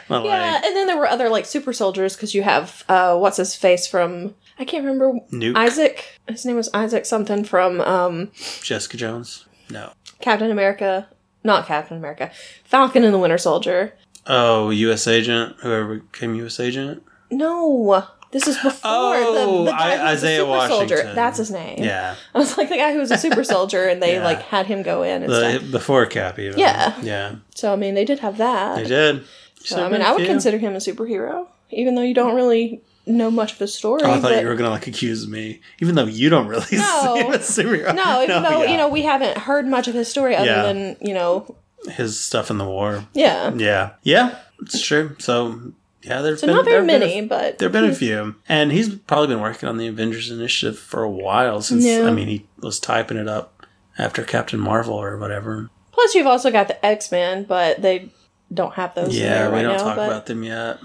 [SPEAKER 1] But
[SPEAKER 2] Yeah,
[SPEAKER 1] like
[SPEAKER 2] and then there were other like super soldiers because you have uh, what's his face from I can't remember
[SPEAKER 1] Nuke,
[SPEAKER 2] Isaac. His name was Isaac something from um,
[SPEAKER 1] Jessica Jones. No.
[SPEAKER 2] Captain America. Not Captain America. Falcon and the Winter Soldier.
[SPEAKER 1] Oh, U.S. agent. Whoever became U.S. agent.
[SPEAKER 2] No, this is before
[SPEAKER 1] Oh,
[SPEAKER 2] the, the guy
[SPEAKER 1] I-
[SPEAKER 2] who was
[SPEAKER 1] Isaiah
[SPEAKER 2] a super soldier.
[SPEAKER 1] Washington.
[SPEAKER 2] That's his name.
[SPEAKER 1] Yeah,
[SPEAKER 2] I was like the guy who was a super soldier, and they
[SPEAKER 1] Yeah.
[SPEAKER 2] like had him go in and
[SPEAKER 1] the,
[SPEAKER 2] stuff.
[SPEAKER 1] before Cap. Even.
[SPEAKER 2] Yeah.
[SPEAKER 1] yeah,
[SPEAKER 2] So I mean, they did have that.
[SPEAKER 1] they did.
[SPEAKER 2] So, I mean, I would consider him a superhero, even though you don't really know much of his story.
[SPEAKER 1] Oh, I thought
[SPEAKER 2] but-
[SPEAKER 1] you were gonna like accuse me, even though you don't really
[SPEAKER 2] No.
[SPEAKER 1] see him as a superhero.
[SPEAKER 2] no, even though
[SPEAKER 1] yeah.
[SPEAKER 2] you know we haven't heard much of his story other
[SPEAKER 1] Yeah.
[SPEAKER 2] than you know,
[SPEAKER 1] his stuff in the war.
[SPEAKER 2] yeah.
[SPEAKER 1] Yeah, yeah, it's true. So yeah, there's
[SPEAKER 2] So
[SPEAKER 1] been
[SPEAKER 2] not very
[SPEAKER 1] there've been a-
[SPEAKER 2] many, but
[SPEAKER 1] There have been a few. And he's probably been working on the Avengers Initiative for a while since,
[SPEAKER 2] Yeah.
[SPEAKER 1] I mean, he was typing it up after Captain Marvel or whatever.
[SPEAKER 2] plus you've also got the X Men, but they don't have those. in
[SPEAKER 1] yeah,
[SPEAKER 2] there
[SPEAKER 1] we
[SPEAKER 2] right
[SPEAKER 1] don't
[SPEAKER 2] now,
[SPEAKER 1] talk
[SPEAKER 2] but-
[SPEAKER 1] about them yet.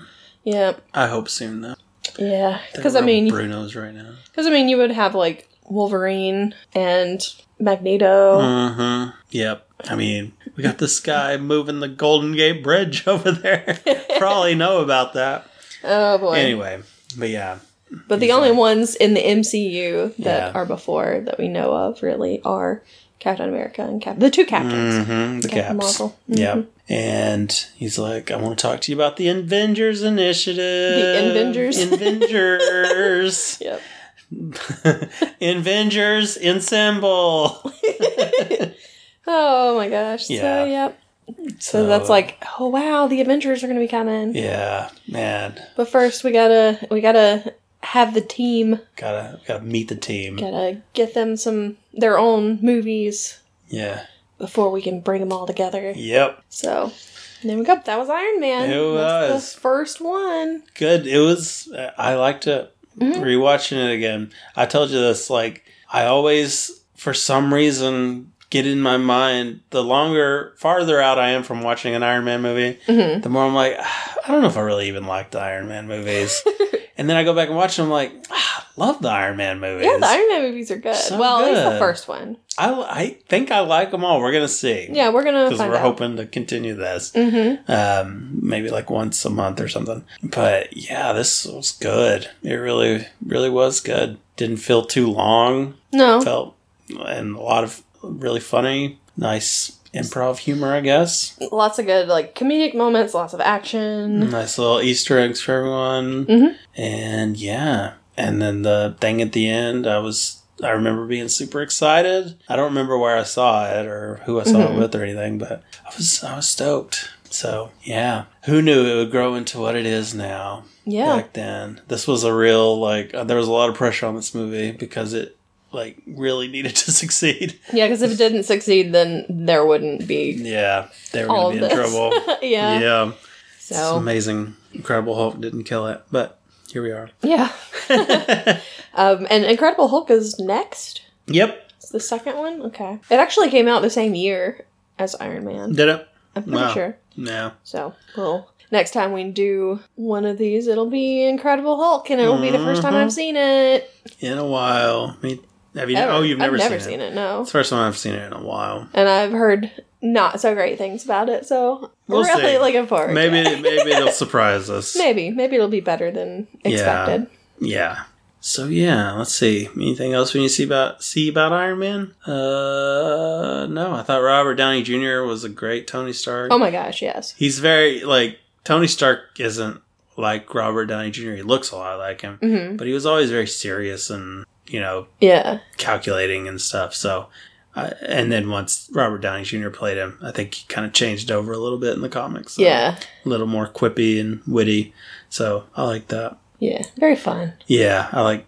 [SPEAKER 2] Yeah,
[SPEAKER 1] I hope soon, though.
[SPEAKER 2] yeah.
[SPEAKER 1] They're
[SPEAKER 2] Because I
[SPEAKER 1] real
[SPEAKER 2] mean,
[SPEAKER 1] Bruno's right now.
[SPEAKER 2] because I mean, you would have like Wolverine and Magneto.
[SPEAKER 1] Mm hmm. Yep. I mean, we got this guy moving the Golden Gate Bridge over there. probably know about that.
[SPEAKER 2] Oh boy!
[SPEAKER 1] Anyway, but yeah.
[SPEAKER 2] but the
[SPEAKER 1] he's
[SPEAKER 2] only ones in the MCU
[SPEAKER 1] Yeah.
[SPEAKER 2] that are before that we know of really are Captain America and Cap, the two captains.
[SPEAKER 1] Mm-hmm, the
[SPEAKER 2] Captain
[SPEAKER 1] caps.
[SPEAKER 2] Marvel. Mm-hmm.
[SPEAKER 1] Yeah. And he's like, I want to talk to you about the Avengers Initiative.
[SPEAKER 2] The Avengers.
[SPEAKER 1] Avengers.
[SPEAKER 2] Yep.
[SPEAKER 1] Avengers in symbol.
[SPEAKER 2] Oh my gosh!
[SPEAKER 1] Yeah.
[SPEAKER 2] So yep. So that's like, oh wow, the Avengers are gonna be coming.
[SPEAKER 1] Yeah, man.
[SPEAKER 2] But first, we gotta we gotta have the team.
[SPEAKER 1] Gotta gotta meet the team.
[SPEAKER 2] Gotta get them some their own movies
[SPEAKER 1] Yeah.
[SPEAKER 2] before we can bring them all together.
[SPEAKER 1] Yep.
[SPEAKER 2] So there we go. That was Iron Man.
[SPEAKER 1] It
[SPEAKER 2] That's
[SPEAKER 1] was.
[SPEAKER 2] the first one.
[SPEAKER 1] Good. It was I liked it.
[SPEAKER 2] Mhm.
[SPEAKER 1] Rewatching it again. I told you this, like I always for some reason get in my mind the longer farther out I am from watching an Iron Man movie,
[SPEAKER 2] Mhm.
[SPEAKER 1] the more I'm like, "Ah, I don't know if I really even like the Iron Man movies. and then I go back and watch them, I'm like, ah, I love the Iron Man movies.
[SPEAKER 2] Yeah, the Iron Man movies are good.
[SPEAKER 1] So
[SPEAKER 2] well, at least
[SPEAKER 1] good.
[SPEAKER 2] the first one.
[SPEAKER 1] I, I think I like them all. We're going to see.
[SPEAKER 2] Yeah, we're gonna
[SPEAKER 1] Because
[SPEAKER 2] find
[SPEAKER 1] we're
[SPEAKER 2] out.
[SPEAKER 1] hoping to continue this,
[SPEAKER 2] mm-hmm.
[SPEAKER 1] um, maybe like once a month or something. But yeah, this was good. It really, really was good. Didn't feel too long.
[SPEAKER 2] No,
[SPEAKER 1] Felt and a lot of really funny, nice improv humor, I guess.
[SPEAKER 2] lots of good like comedic moments, lots of action.
[SPEAKER 1] Nice little Easter eggs for everyone.
[SPEAKER 2] Mhm.
[SPEAKER 1] And yeah. And then the thing at the end, I was, I remember being super excited. I don't remember where I saw it or who I saw
[SPEAKER 2] Mm-hmm.
[SPEAKER 1] it with or anything, but I was, I was stoked. So yeah. Who knew it would grow into what it is now
[SPEAKER 2] Yeah,
[SPEAKER 1] back then? This was a real, like, uh, there was a lot of pressure on this movie because it, like, really needed to succeed.
[SPEAKER 2] yeah. Because if it didn't succeed, then there wouldn't be
[SPEAKER 1] Yeah. They were
[SPEAKER 2] all
[SPEAKER 1] going
[SPEAKER 2] of
[SPEAKER 1] to be in
[SPEAKER 2] this.
[SPEAKER 1] trouble.
[SPEAKER 2] yeah.
[SPEAKER 1] yeah. It's
[SPEAKER 2] So
[SPEAKER 1] amazing. Incredible Hulk didn't kill it, but here we are.
[SPEAKER 2] yeah. Um, and Incredible Hulk is next.
[SPEAKER 1] yep.
[SPEAKER 2] It's the second one. Okay. It actually came out the same year as Iron Man.
[SPEAKER 1] Did it?
[SPEAKER 2] I'm pretty
[SPEAKER 1] Wow.
[SPEAKER 2] sure.
[SPEAKER 1] Yeah.
[SPEAKER 2] So, well, next time we do one of these, it'll be Incredible Hulk, and it'll be the first time
[SPEAKER 1] Mhm.
[SPEAKER 2] I've seen it.
[SPEAKER 1] In a while. I mean, have you?
[SPEAKER 2] Ever.
[SPEAKER 1] Oh, you've never,
[SPEAKER 2] I've never
[SPEAKER 1] seen,
[SPEAKER 2] seen
[SPEAKER 1] it.
[SPEAKER 2] it. No.
[SPEAKER 1] It's the first time I've seen it in a while.
[SPEAKER 2] And I've heard not so great things about it. So,
[SPEAKER 1] We'll
[SPEAKER 2] really
[SPEAKER 1] see.
[SPEAKER 2] looking forward.
[SPEAKER 1] Maybe
[SPEAKER 2] To it.
[SPEAKER 1] maybe it'll surprise us.
[SPEAKER 2] Maybe, maybe it'll be better than expected.
[SPEAKER 1] Yeah. So yeah, let's see. Anything else we need to see about see about Iron Man? Uh, no. I thought Robert Downey Jr. was a great Tony Stark.
[SPEAKER 2] Oh my gosh, yes.
[SPEAKER 1] He's very like Tony Stark isn't like Robert Downey Jr. He looks a lot like him,
[SPEAKER 2] hmm
[SPEAKER 1] but he was always very serious and you know
[SPEAKER 2] Yeah,
[SPEAKER 1] calculating and stuff. So, I and then once Robert Downey Jr. played him, I think he kind of changed over a little bit in the comics. So,
[SPEAKER 2] yeah,
[SPEAKER 1] a little more quippy and witty. So I like that.
[SPEAKER 2] yeah. Very fun.
[SPEAKER 1] Yeah, I like.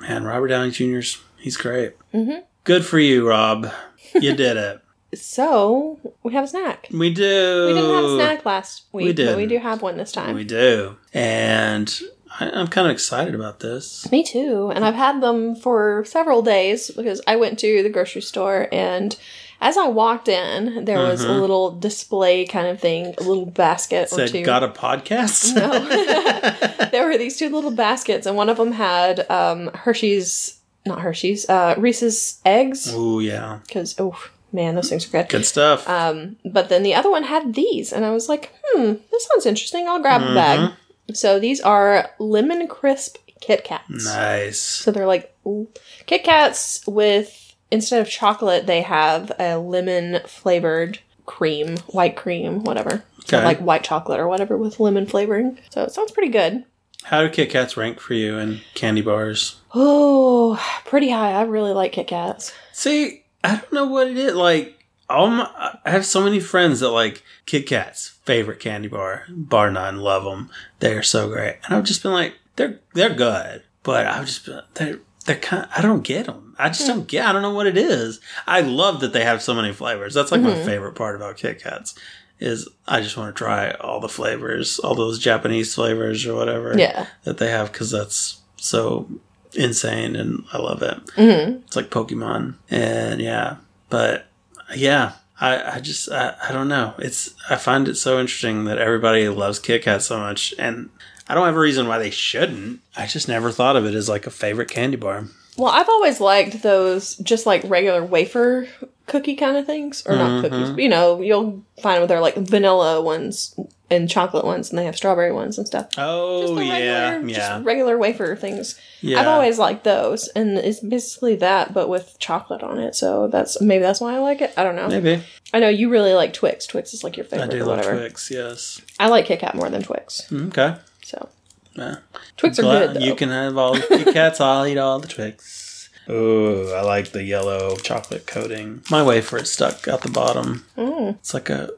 [SPEAKER 1] Man, Robert Downey Jr.'s He's great.
[SPEAKER 2] Mhm.
[SPEAKER 1] Good for you, Rob. You did it.
[SPEAKER 2] So we have a snack.
[SPEAKER 1] We do.
[SPEAKER 2] We didn't have a snack last
[SPEAKER 1] We
[SPEAKER 2] week, but we
[SPEAKER 1] didn't.
[SPEAKER 2] do have one this time.
[SPEAKER 1] We do. And I, I'm kind of excited about this.
[SPEAKER 2] Me too. And I've had them for several days because I went to the grocery store and as I walked in, there was a
[SPEAKER 1] Mhm.
[SPEAKER 2] little display kind of thing, a little basket or two.
[SPEAKER 1] Said, got a podcast?
[SPEAKER 2] No. there were these two little baskets, and one of them had um, Hershey's, not Hershey's, uh, Reese's eggs.
[SPEAKER 1] Ooh, yeah.
[SPEAKER 2] Because, oh man, those things are good.
[SPEAKER 1] Good stuff.
[SPEAKER 2] Um, but then the other one had these, and I was like, hmm, this sounds interesting. I'll grab a bag.
[SPEAKER 1] Mm-hmm.
[SPEAKER 2] So these are lemon crisp Kit Kats.
[SPEAKER 1] nice.
[SPEAKER 2] So they're like ooh. Kit Kats with instead of chocolate, they have a lemon flavored cream, white cream, whatever. So
[SPEAKER 1] Okay.
[SPEAKER 2] like white chocolate or whatever with lemon flavoring. So it sounds pretty good.
[SPEAKER 1] How do Kit Kats rank for you in candy bars?
[SPEAKER 2] Oh, pretty high. I really like Kit Kats.
[SPEAKER 1] See, I don't know what it is. Like, all my, I have so many friends that like Kit Kats, favorite candy bar, bar none, love them. They are so great, and I've just been like, they're they're good, but I've just been they're they're kind. I don't get them. I just don't get. I don't know what it is. I love that they have so many flavors. That's like my favorite part about Kit Kats. Is I just want to try all the flavors, all those Japanese flavors or whatever
[SPEAKER 2] Yeah.
[SPEAKER 1] that they have, because that's so insane and I love it.
[SPEAKER 2] hmm
[SPEAKER 1] It's like Pokemon, and yeah, but yeah, I I just I, I don't know. It's I find it so interesting that everybody loves Kit Kat so much, and I don't have a reason why they shouldn't. I just never thought of it as like a favorite candy bar.
[SPEAKER 2] Well, I've always liked those just like regular wafer cookie kind of things. Or not cookies.
[SPEAKER 1] Mm-hmm.
[SPEAKER 2] but, You know, you'll find them. They're like vanilla ones and chocolate ones, and they have strawberry ones and stuff.
[SPEAKER 1] Oh
[SPEAKER 2] Just the
[SPEAKER 1] yeah,
[SPEAKER 2] regular-
[SPEAKER 1] yeah,
[SPEAKER 2] Just regular wafer things.
[SPEAKER 1] yeah.
[SPEAKER 2] I've always liked those, and it's basically that, but with chocolate on it. So that's maybe that's why I like it. I don't know.
[SPEAKER 1] maybe
[SPEAKER 2] I know you really like Twix. Twix is like your
[SPEAKER 1] I
[SPEAKER 2] favorite
[SPEAKER 1] do
[SPEAKER 2] or
[SPEAKER 1] love
[SPEAKER 2] whatever.
[SPEAKER 1] Twix. Yes, Mm,
[SPEAKER 2] I like Kit Kat more than Twix.
[SPEAKER 1] okay.
[SPEAKER 2] So
[SPEAKER 1] Yeah.
[SPEAKER 2] Twix are
[SPEAKER 1] Glad-
[SPEAKER 2] good though.
[SPEAKER 1] You can have all the Kit Kats. I'll eat all the Twix. Ooh, I like the yellow chocolate coating. My wafer is stuck at the bottom.
[SPEAKER 2] Mm.
[SPEAKER 1] It's like a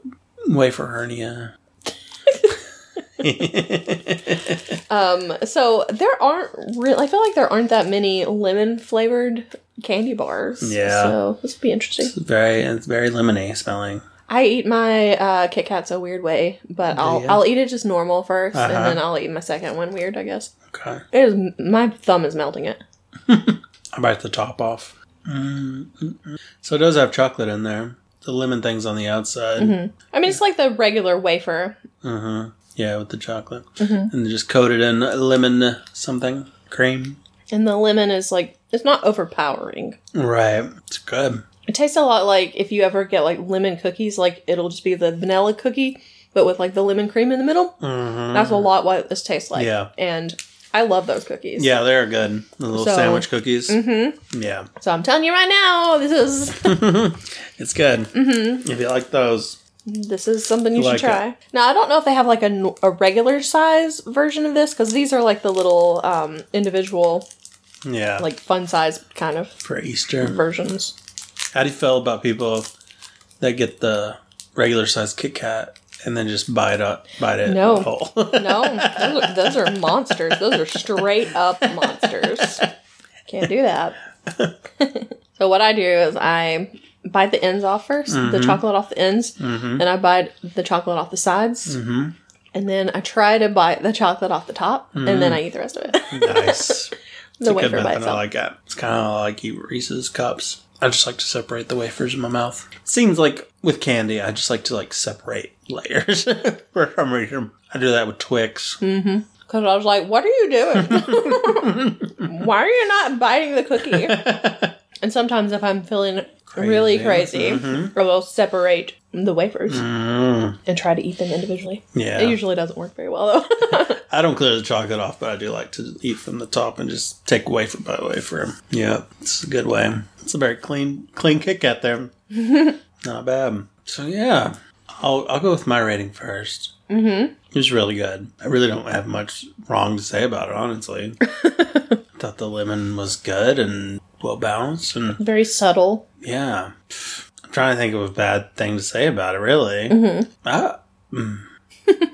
[SPEAKER 1] wafer hernia.
[SPEAKER 2] Um, so there aren't real. I feel like there aren't that many lemon flavored candy bars.
[SPEAKER 1] Yeah.
[SPEAKER 2] So this would be interesting.
[SPEAKER 1] It's very it's very lemony smelling.
[SPEAKER 2] I eat my uh, Kit Kats a weird way, but I'll
[SPEAKER 1] you?
[SPEAKER 2] I'll eat it just normal 1st
[SPEAKER 1] Uh-huh.
[SPEAKER 2] and then I'll eat my second one weird. I guess
[SPEAKER 1] Okay.
[SPEAKER 2] it is. My thumb is melting it.
[SPEAKER 1] I bite the top off. Mm-mm-mm. So it does have chocolate in there. The lemon thing's on the outside. Mm-hmm.
[SPEAKER 2] I mean, it's like the regular wafer.
[SPEAKER 1] Yeah, with the chocolate.
[SPEAKER 2] Mm-hmm.
[SPEAKER 1] And they just coated in lemon something cream.
[SPEAKER 2] And the lemon is like, it's not overpowering.
[SPEAKER 1] Right. It's good.
[SPEAKER 2] It tastes a lot like if you ever get like lemon cookies, like it'll just be the vanilla cookie, but with like the lemon cream in the middle.
[SPEAKER 1] Mm-hmm.
[SPEAKER 2] That's a lot what this tastes like.
[SPEAKER 1] Yeah.
[SPEAKER 2] And I love those cookies.
[SPEAKER 1] Yeah, they're good. The little
[SPEAKER 2] So-
[SPEAKER 1] sandwich cookies.
[SPEAKER 2] Mm-hmm.
[SPEAKER 1] Yeah.
[SPEAKER 2] So I'm telling you right now, this is
[SPEAKER 1] It's good. Mm-hmm. If you like those.
[SPEAKER 2] this is something you
[SPEAKER 1] Like
[SPEAKER 2] should try. Now I don't know if they have like a, n- a regular size version of this because these are like the little um, individual
[SPEAKER 1] Yeah.
[SPEAKER 2] like fun size kind of
[SPEAKER 1] for Easter.
[SPEAKER 2] versions.
[SPEAKER 1] How do you feel about people that get the regular size Kit Kat and then just bite up, bite it
[SPEAKER 2] No.
[SPEAKER 1] whole?
[SPEAKER 2] No, those are, those are monsters. Those are straight up monsters. Can't do that. so what I do is I bite the ends off 1st
[SPEAKER 1] Mm-hmm.
[SPEAKER 2] the chocolate off the ends, and I bite the chocolate off the sides,
[SPEAKER 1] Mhm.
[SPEAKER 2] and then I try to bite the chocolate off the top, and then I eat the rest of it.
[SPEAKER 1] nice.
[SPEAKER 2] the
[SPEAKER 1] Mm-hmm. Good
[SPEAKER 2] wafer by
[SPEAKER 1] method. I
[SPEAKER 2] itself.
[SPEAKER 1] like that. It's kind of like you Reese's cups. I just like to separate the wafers in my mouth. Seems like with candy, I just like to like separate layers for some reason. I do that with Twix.
[SPEAKER 2] Mm. Because I was like, what are you doing? Why are you not biting the cookie? and sometimes if I'm feeling really
[SPEAKER 1] Crazy. Mm-hmm.
[SPEAKER 2] crazy, I will separate the wafers and try to eat them individually.
[SPEAKER 1] Mm. Yeah,
[SPEAKER 2] It usually doesn't work very well, though.
[SPEAKER 1] I don't clear the chocolate off, but I do like to eat from the top and just take wafer by wafer. Yeah, it's a good way. It's a very clean, clean kick out there. Not bad. So yeah, I'll I'll go with my rating first. Mm-hmm. It was really good. I really don't have much wrong to say about it, honestly. Thought the lemon was good and well balanced, and
[SPEAKER 2] very subtle.
[SPEAKER 1] yeah, I'm trying to think of a bad thing to say about it. Really, mm. mm-hmm.
[SPEAKER 2] Mm-hmm.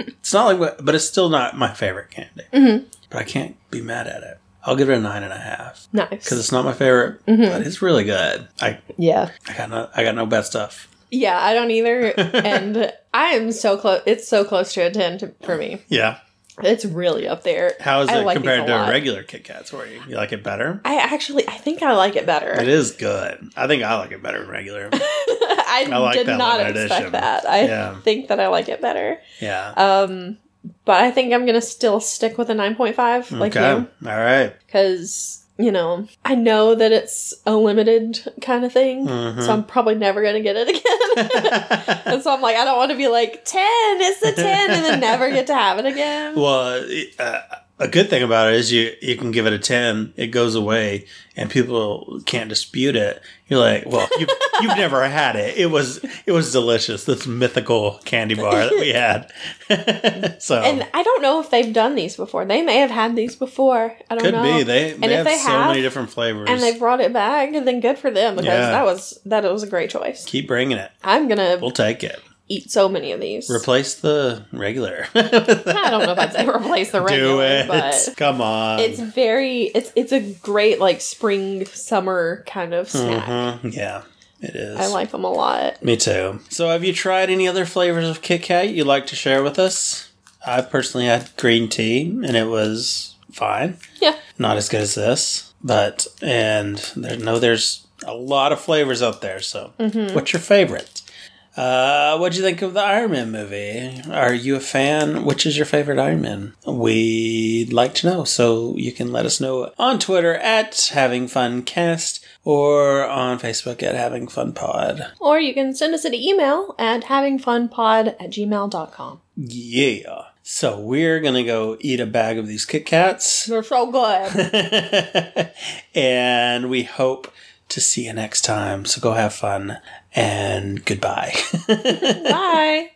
[SPEAKER 1] it's not like, what- but it's still not my favorite candy. But I can't be mad at it. I'll give it a nine and a half because
[SPEAKER 2] Nice.
[SPEAKER 1] it's not my favorite,
[SPEAKER 2] Mhm.
[SPEAKER 1] but it's really good. I,
[SPEAKER 2] Yeah.
[SPEAKER 1] I got no I got no bad stuff.
[SPEAKER 2] Yeah, I don't either. and I am so close. It's so close to a 10 to- for me.
[SPEAKER 1] Yeah,
[SPEAKER 2] It's really up there.
[SPEAKER 1] how is
[SPEAKER 2] I
[SPEAKER 1] it
[SPEAKER 2] like these
[SPEAKER 1] compared
[SPEAKER 2] a
[SPEAKER 1] to
[SPEAKER 2] lot.
[SPEAKER 1] regular Kit Kats? For you, you like it better?
[SPEAKER 2] I actually, I think I like it better.
[SPEAKER 1] It is good. I think I like it better than regular.
[SPEAKER 2] I,
[SPEAKER 1] I like
[SPEAKER 2] did
[SPEAKER 1] that
[SPEAKER 2] not
[SPEAKER 1] limited
[SPEAKER 2] expect
[SPEAKER 1] edition.
[SPEAKER 2] that. I
[SPEAKER 1] Yeah.
[SPEAKER 2] think that I like it better.
[SPEAKER 1] yeah.
[SPEAKER 2] Um, but I think I'm gonna still stick with a 9.5, Uh, like
[SPEAKER 1] okay.
[SPEAKER 2] you,
[SPEAKER 1] All right.
[SPEAKER 2] because you know I know that it's a limited kind of thing,
[SPEAKER 1] Mhm.
[SPEAKER 2] so I'm probably never gonna get it again. and so I'm like, I don't want to be like 10, it's the 10, and then never get to have it again.
[SPEAKER 1] Well, it- uh, a good thing about it is you you can give it a ten, it goes away, and people can't dispute it. You're like, well, you've, you've never had it. It was it was delicious. This mythical candy bar that we had. so
[SPEAKER 2] And I don't know if they've done these before. They may have had these before. I don't
[SPEAKER 1] could
[SPEAKER 2] know.
[SPEAKER 1] be they they
[SPEAKER 2] if
[SPEAKER 1] have
[SPEAKER 2] they
[SPEAKER 1] so
[SPEAKER 2] have-
[SPEAKER 1] many different flavors.
[SPEAKER 2] and they brought it back, then good for them because
[SPEAKER 1] Yeah.
[SPEAKER 2] that was that was a great choice.
[SPEAKER 1] Keep bringing it.
[SPEAKER 2] I'm gonna
[SPEAKER 1] We'll take it.
[SPEAKER 2] eat so many of these.
[SPEAKER 1] Replace the regular. Do
[SPEAKER 2] I don't know if I'd say replace the regular,
[SPEAKER 1] it.
[SPEAKER 2] but
[SPEAKER 1] Come on.
[SPEAKER 2] it's very it's it's a great like spring summer kind of snack.
[SPEAKER 1] Mhm. yeah, it is.
[SPEAKER 2] I like them a lot.
[SPEAKER 1] Me too. So, have you tried any other flavors of Kit Kat you'd like to share with us? I've personally had green tea, and it was fine.
[SPEAKER 2] Yeah,
[SPEAKER 1] Not as good as this, but and there, no, there's a lot of flavors out there. So, what's your favorite? Uh, what'd you think of the Iron Man movie? Are you a fan? Which is your favorite Iron Man? We'd like to know, so you can let us know on Twitter at Having Fun Cast or on Facebook at Having Fun Pod.
[SPEAKER 2] or you can send us an email at havingfunpod at gmail.com.
[SPEAKER 1] Yeah. So we're gonna go eat a bag of these Kit Kats,
[SPEAKER 2] They're so good.
[SPEAKER 1] and we hope to see you next time. So go have fun and goodbye.
[SPEAKER 2] Bye.